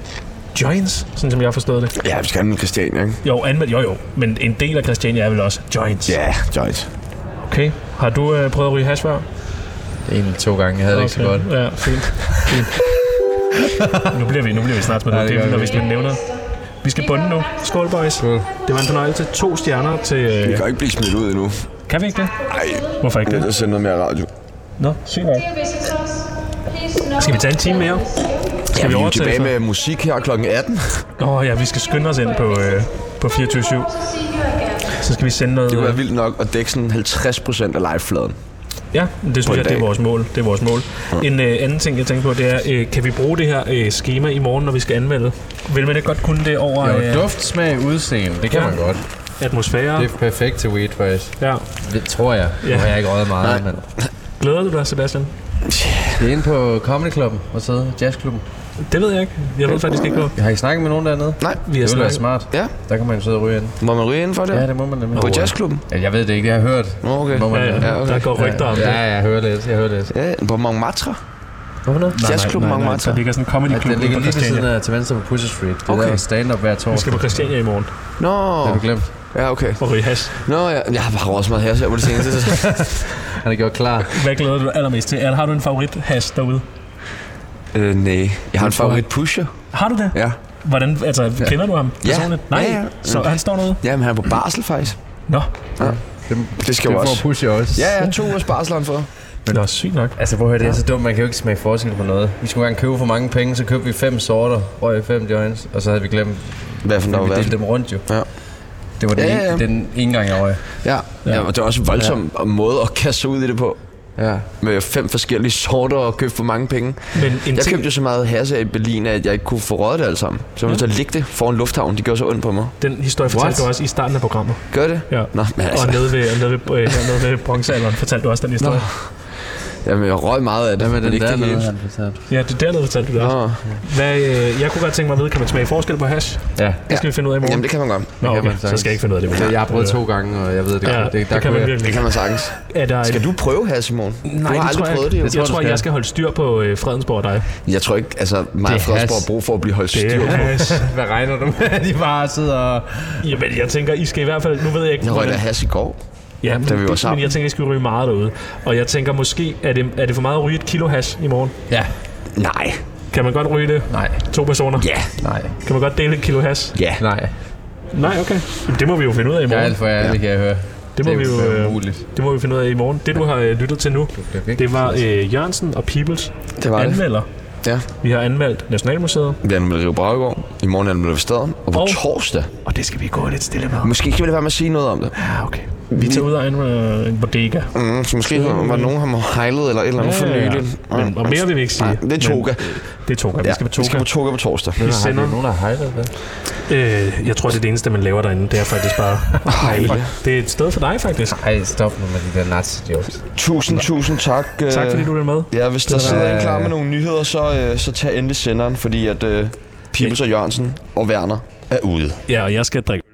[SPEAKER 2] joints, sådan som jeg har forstået det.
[SPEAKER 1] Ja, vi skal have en Christiania, ikke?
[SPEAKER 2] Jo, anmeld, jo jo, men en del af Christiania er vel også joints.
[SPEAKER 1] Ja, Joyce.
[SPEAKER 2] Okay, har du øh, prøvet at ryge hash før?
[SPEAKER 3] En eller to gange, jeg havde okay. det ikke så godt.
[SPEAKER 2] Ja, fint. fint. nu, bliver vi, nu bliver vi snart smidt ud af
[SPEAKER 3] det gør
[SPEAKER 2] det, når
[SPEAKER 3] vi.
[SPEAKER 2] vi Mm. skal nævne vi skal bunde nu. Skål, boys. Det var en fornøjelse. To stjerner til...
[SPEAKER 1] Vi
[SPEAKER 2] Øh,
[SPEAKER 1] kan jo ikke blive smidt ud endnu.
[SPEAKER 2] kan vi ikke det?
[SPEAKER 1] Nej,
[SPEAKER 2] Hvorfor ikke
[SPEAKER 1] det er
[SPEAKER 2] det?
[SPEAKER 1] der sende noget mere radio.
[SPEAKER 2] Nå, sygt nok. Skal vi tage en time mere?
[SPEAKER 1] Ja,
[SPEAKER 2] Skal
[SPEAKER 1] vi
[SPEAKER 2] vi
[SPEAKER 1] er jo
[SPEAKER 2] overtage
[SPEAKER 1] tilbage
[SPEAKER 2] så?
[SPEAKER 1] med musik her kl. 18.
[SPEAKER 2] Åh oh, ja, vi skal skynde os ind på, øh, på 24-7. Så skal vi sende noget...
[SPEAKER 1] Det kunne
[SPEAKER 2] øh,
[SPEAKER 1] være vildt nok at dække sådan 50% af livefladen.
[SPEAKER 2] Ja, det synes
[SPEAKER 1] en
[SPEAKER 2] jeg, det er
[SPEAKER 1] dag.
[SPEAKER 2] vores mål. Det er vores mål. En øh, anden ting, jeg tænker på, det er, øh, kan vi bruge det her øh, schema i morgen, når vi skal anmelde? Vil man ikke godt kunne det over
[SPEAKER 3] Jo,
[SPEAKER 2] øh,
[SPEAKER 3] duft, smag, udseende, det kan
[SPEAKER 2] Ja.
[SPEAKER 3] man godt.
[SPEAKER 2] atmosfære?
[SPEAKER 3] Det er perfekt til weed, faktisk.
[SPEAKER 2] Ja.
[SPEAKER 3] Det tror jeg. Nu
[SPEAKER 2] Ja.
[SPEAKER 3] har jeg ikke røget meget, men...
[SPEAKER 2] Glæder du dig, Sebastian?
[SPEAKER 3] Det er inde på Comedy Clubben, og så Jazzklubben.
[SPEAKER 2] Det ved jeg ikke. Jeg ved faktisk ikke, hvor
[SPEAKER 3] Jeg har ikke snakket med nogen dernede.
[SPEAKER 1] Nej,
[SPEAKER 2] vi har
[SPEAKER 3] Det ville være
[SPEAKER 2] snakket.
[SPEAKER 3] smart.
[SPEAKER 1] Ja.
[SPEAKER 3] Der kan man jo sidde og ryge ind.
[SPEAKER 1] må man ryge ind for det?
[SPEAKER 3] Ja, det må man nemlig.
[SPEAKER 1] På jazzklubben?
[SPEAKER 3] Ja, jeg ved det ikke, det har jeg hørt.
[SPEAKER 1] Nå, okay.
[SPEAKER 3] Må man,
[SPEAKER 2] Ja, ja.
[SPEAKER 1] Ja, okay.
[SPEAKER 2] Der går rygter om
[SPEAKER 3] ja,
[SPEAKER 2] det.
[SPEAKER 3] jeg hører lidt, jeg hører lidt.
[SPEAKER 1] Ja, på Montmartre.
[SPEAKER 3] Hvorfor noget?
[SPEAKER 1] Jazzklubben
[SPEAKER 2] Der
[SPEAKER 1] Montmartre.
[SPEAKER 2] ligger sådan en
[SPEAKER 3] Ja,
[SPEAKER 2] comedy-klub
[SPEAKER 3] den
[SPEAKER 2] ude
[SPEAKER 3] ligger
[SPEAKER 2] på
[SPEAKER 3] lige ved siden
[SPEAKER 2] Christiania.
[SPEAKER 3] af til venstre på Pusher Street. Det er
[SPEAKER 1] Okay.
[SPEAKER 3] der stand-up hver
[SPEAKER 2] Vi
[SPEAKER 3] torsdag.
[SPEAKER 2] skal på Christiania i morgen
[SPEAKER 1] Nå,
[SPEAKER 3] Det har du glemt.
[SPEAKER 1] ja, okay.
[SPEAKER 2] og ryge hash.
[SPEAKER 1] Nå, ja. jeg har bare også meget her, så jeg må det seneste.
[SPEAKER 3] Han er gjort klar.
[SPEAKER 2] Hvad glæder du dig allermest til? Eller har du en favorit hash derude?
[SPEAKER 1] øh, nej. Jeg har en favorit pusher.
[SPEAKER 2] Har du det?
[SPEAKER 1] Ja.
[SPEAKER 2] Hvordan, altså, kender du ham personligt? Nej,
[SPEAKER 1] Ja, ja.
[SPEAKER 2] så han står derude?
[SPEAKER 1] Ja, men han er på barsel faktisk.
[SPEAKER 2] Nå,
[SPEAKER 1] Det skal
[SPEAKER 3] Det
[SPEAKER 1] jo
[SPEAKER 3] får
[SPEAKER 1] også.
[SPEAKER 3] Pusher også.
[SPEAKER 1] Ja, ja, to ugers barsel har han fået.
[SPEAKER 2] det er sygt nok.
[SPEAKER 3] Altså, hvor det er så dumt, man kan jo ikke smage forskel på noget. Vi skulle engang købe for mange penge, så købte vi fem sorter, røg fem joints, og så havde vi glemt,
[SPEAKER 1] Hvad for en, der
[SPEAKER 3] at
[SPEAKER 1] var
[SPEAKER 3] vi
[SPEAKER 1] hvad?
[SPEAKER 3] delte dem rundt jo.
[SPEAKER 1] Ja.
[SPEAKER 3] Det var den,
[SPEAKER 1] Ja,
[SPEAKER 3] ja,
[SPEAKER 1] ja,
[SPEAKER 3] ja.
[SPEAKER 1] ja.
[SPEAKER 3] den ene gang, jeg røg.
[SPEAKER 1] Ja. ja, og det er også en voldsom ja. måde at kaste sig ud i det på.
[SPEAKER 3] Ja.
[SPEAKER 1] Med fem forskellige sorter og købe for mange penge.
[SPEAKER 2] Men en
[SPEAKER 1] Jeg
[SPEAKER 2] ting,
[SPEAKER 1] købte jo så meget hasse i Berlin, at jeg ikke kunne få røget det alt sammen. Så jeg måtte ja. ligge det foran lufthavnen. Det gjorde så ondt på mig.
[SPEAKER 2] den historie fortalte du også i starten af programmet.
[SPEAKER 1] Gør det?
[SPEAKER 2] Ja.
[SPEAKER 1] Nå, men
[SPEAKER 2] Og
[SPEAKER 1] altså,
[SPEAKER 2] nede ved, nede ved, øh, nede ved bronzealderen fortalte du også den historie. Nå.
[SPEAKER 1] jamen, jeg røg meget af det.
[SPEAKER 3] Hvad med
[SPEAKER 1] men
[SPEAKER 3] den
[SPEAKER 1] ikke
[SPEAKER 3] der
[SPEAKER 1] det
[SPEAKER 3] nede,
[SPEAKER 1] hele.
[SPEAKER 3] han fortalte?
[SPEAKER 2] Ja, det er dernede fortalte du det også.
[SPEAKER 1] Nå,
[SPEAKER 2] Hvad, øh, jeg kunne godt tænke mig at vide, kan man smage forskel på hash?
[SPEAKER 3] Ja.
[SPEAKER 2] Det skal vi finde ud af i morgen.
[SPEAKER 1] jamen det kan man Altså, godt.
[SPEAKER 2] Nå,
[SPEAKER 3] kan
[SPEAKER 2] okay.
[SPEAKER 3] man
[SPEAKER 2] så skal jeg ikke finde ud af det.
[SPEAKER 3] Så jeg har prøvet to gange, og jeg ved det
[SPEAKER 2] Ja,
[SPEAKER 3] godt.
[SPEAKER 2] det, det kan
[SPEAKER 3] kunne
[SPEAKER 2] man
[SPEAKER 3] jeg-
[SPEAKER 2] virkelig.
[SPEAKER 1] Altså, Det kan man sagtens.
[SPEAKER 2] Er der
[SPEAKER 1] Skal du prøve hash i morgen?
[SPEAKER 2] Nej,
[SPEAKER 1] du har
[SPEAKER 2] det
[SPEAKER 1] aldrig
[SPEAKER 2] tror jeg
[SPEAKER 1] prøvet
[SPEAKER 2] ikke.
[SPEAKER 1] det jo.
[SPEAKER 2] Jeg tror,
[SPEAKER 3] skal.
[SPEAKER 2] jeg skal holde styr på øh, Fredensborg og dig.
[SPEAKER 1] Jeg tror ikke, altså mig
[SPEAKER 3] Det
[SPEAKER 1] og
[SPEAKER 3] er
[SPEAKER 1] Fredensborg
[SPEAKER 3] hash.
[SPEAKER 1] har brug for at blive holdt styr på.
[SPEAKER 2] hash.
[SPEAKER 3] Hvad regner du med, at de bare sidder og...
[SPEAKER 2] Jamen, jeg tænker, I skal i hvert fald... Nu ved jeg ikke...
[SPEAKER 1] Jeg røg
[SPEAKER 2] hvordan-
[SPEAKER 1] da hash i går.
[SPEAKER 2] ja, men,
[SPEAKER 1] vi var
[SPEAKER 2] men
[SPEAKER 1] sammen.
[SPEAKER 2] jeg tænker, I skal ryge meget derude. Og jeg tænker måske, er det, er det for meget at ryge et kilo hash i morgen?
[SPEAKER 3] Ja.
[SPEAKER 1] Nej.
[SPEAKER 2] Kan man godt ryge det?
[SPEAKER 3] Nej.
[SPEAKER 2] To personer?
[SPEAKER 1] Ja.
[SPEAKER 3] Nej.
[SPEAKER 2] Kan man godt dele et kilo hash?
[SPEAKER 1] Ja.
[SPEAKER 3] Nej.
[SPEAKER 2] Nej, okay. Jamen, det må vi jo finde ud af i
[SPEAKER 3] Jeg er
[SPEAKER 2] morgen.
[SPEAKER 3] alt for ærlig, kan jeg høre.
[SPEAKER 2] Det må,
[SPEAKER 3] det er
[SPEAKER 2] vi jo,
[SPEAKER 3] jo
[SPEAKER 2] øh,
[SPEAKER 3] umuligt.
[SPEAKER 2] det må vi finde ud af i morgen. Det, du har øh, lyttet til nu,
[SPEAKER 3] perfekt.
[SPEAKER 2] det var øh, Jørgensen og Peoples
[SPEAKER 1] Det var det.
[SPEAKER 2] anmelder.
[SPEAKER 1] Ja.
[SPEAKER 2] Vi har anmeldt Nationalmuseet.
[SPEAKER 1] Vi anmeldte Rio Brau i går. I morgen anmelder vi staden. Og på
[SPEAKER 2] Og-
[SPEAKER 1] torsdag.
[SPEAKER 2] Og det skal vi gå lidt stille med.
[SPEAKER 1] Måske kan vi lade være med at sige noget om det.
[SPEAKER 2] Ja, okay. Vi tager ud og anmelder en bodega.
[SPEAKER 1] Mm, så måske var nogen, der har hejlet eller et eller andet for nyligt.
[SPEAKER 2] Men, og mere vil vi ikke sige.
[SPEAKER 1] Nej, det er toga.
[SPEAKER 2] Det er toga. Ja, vi skal på
[SPEAKER 1] vi skal
[SPEAKER 2] toga.
[SPEAKER 1] på toga på torsdag.
[SPEAKER 2] Vi sender,
[SPEAKER 3] Nogen har hejlet det.
[SPEAKER 2] øh, jeg tror, det er det eneste, man laver derinde. Det er faktisk bare hejle. Det er et sted for dig, faktisk.
[SPEAKER 3] Ej, stop nu med de der nazi-jokes.
[SPEAKER 1] Tusind, tusind tak. øh,
[SPEAKER 2] Tak, fordi du er med.
[SPEAKER 1] Ja, hvis der sidder en klar med nogle nyheder, så, øh, så tag endelig senderen, fordi at øh, Pibes og Jørgensen og Werner er ude.
[SPEAKER 2] Ja, og jeg skal drikke.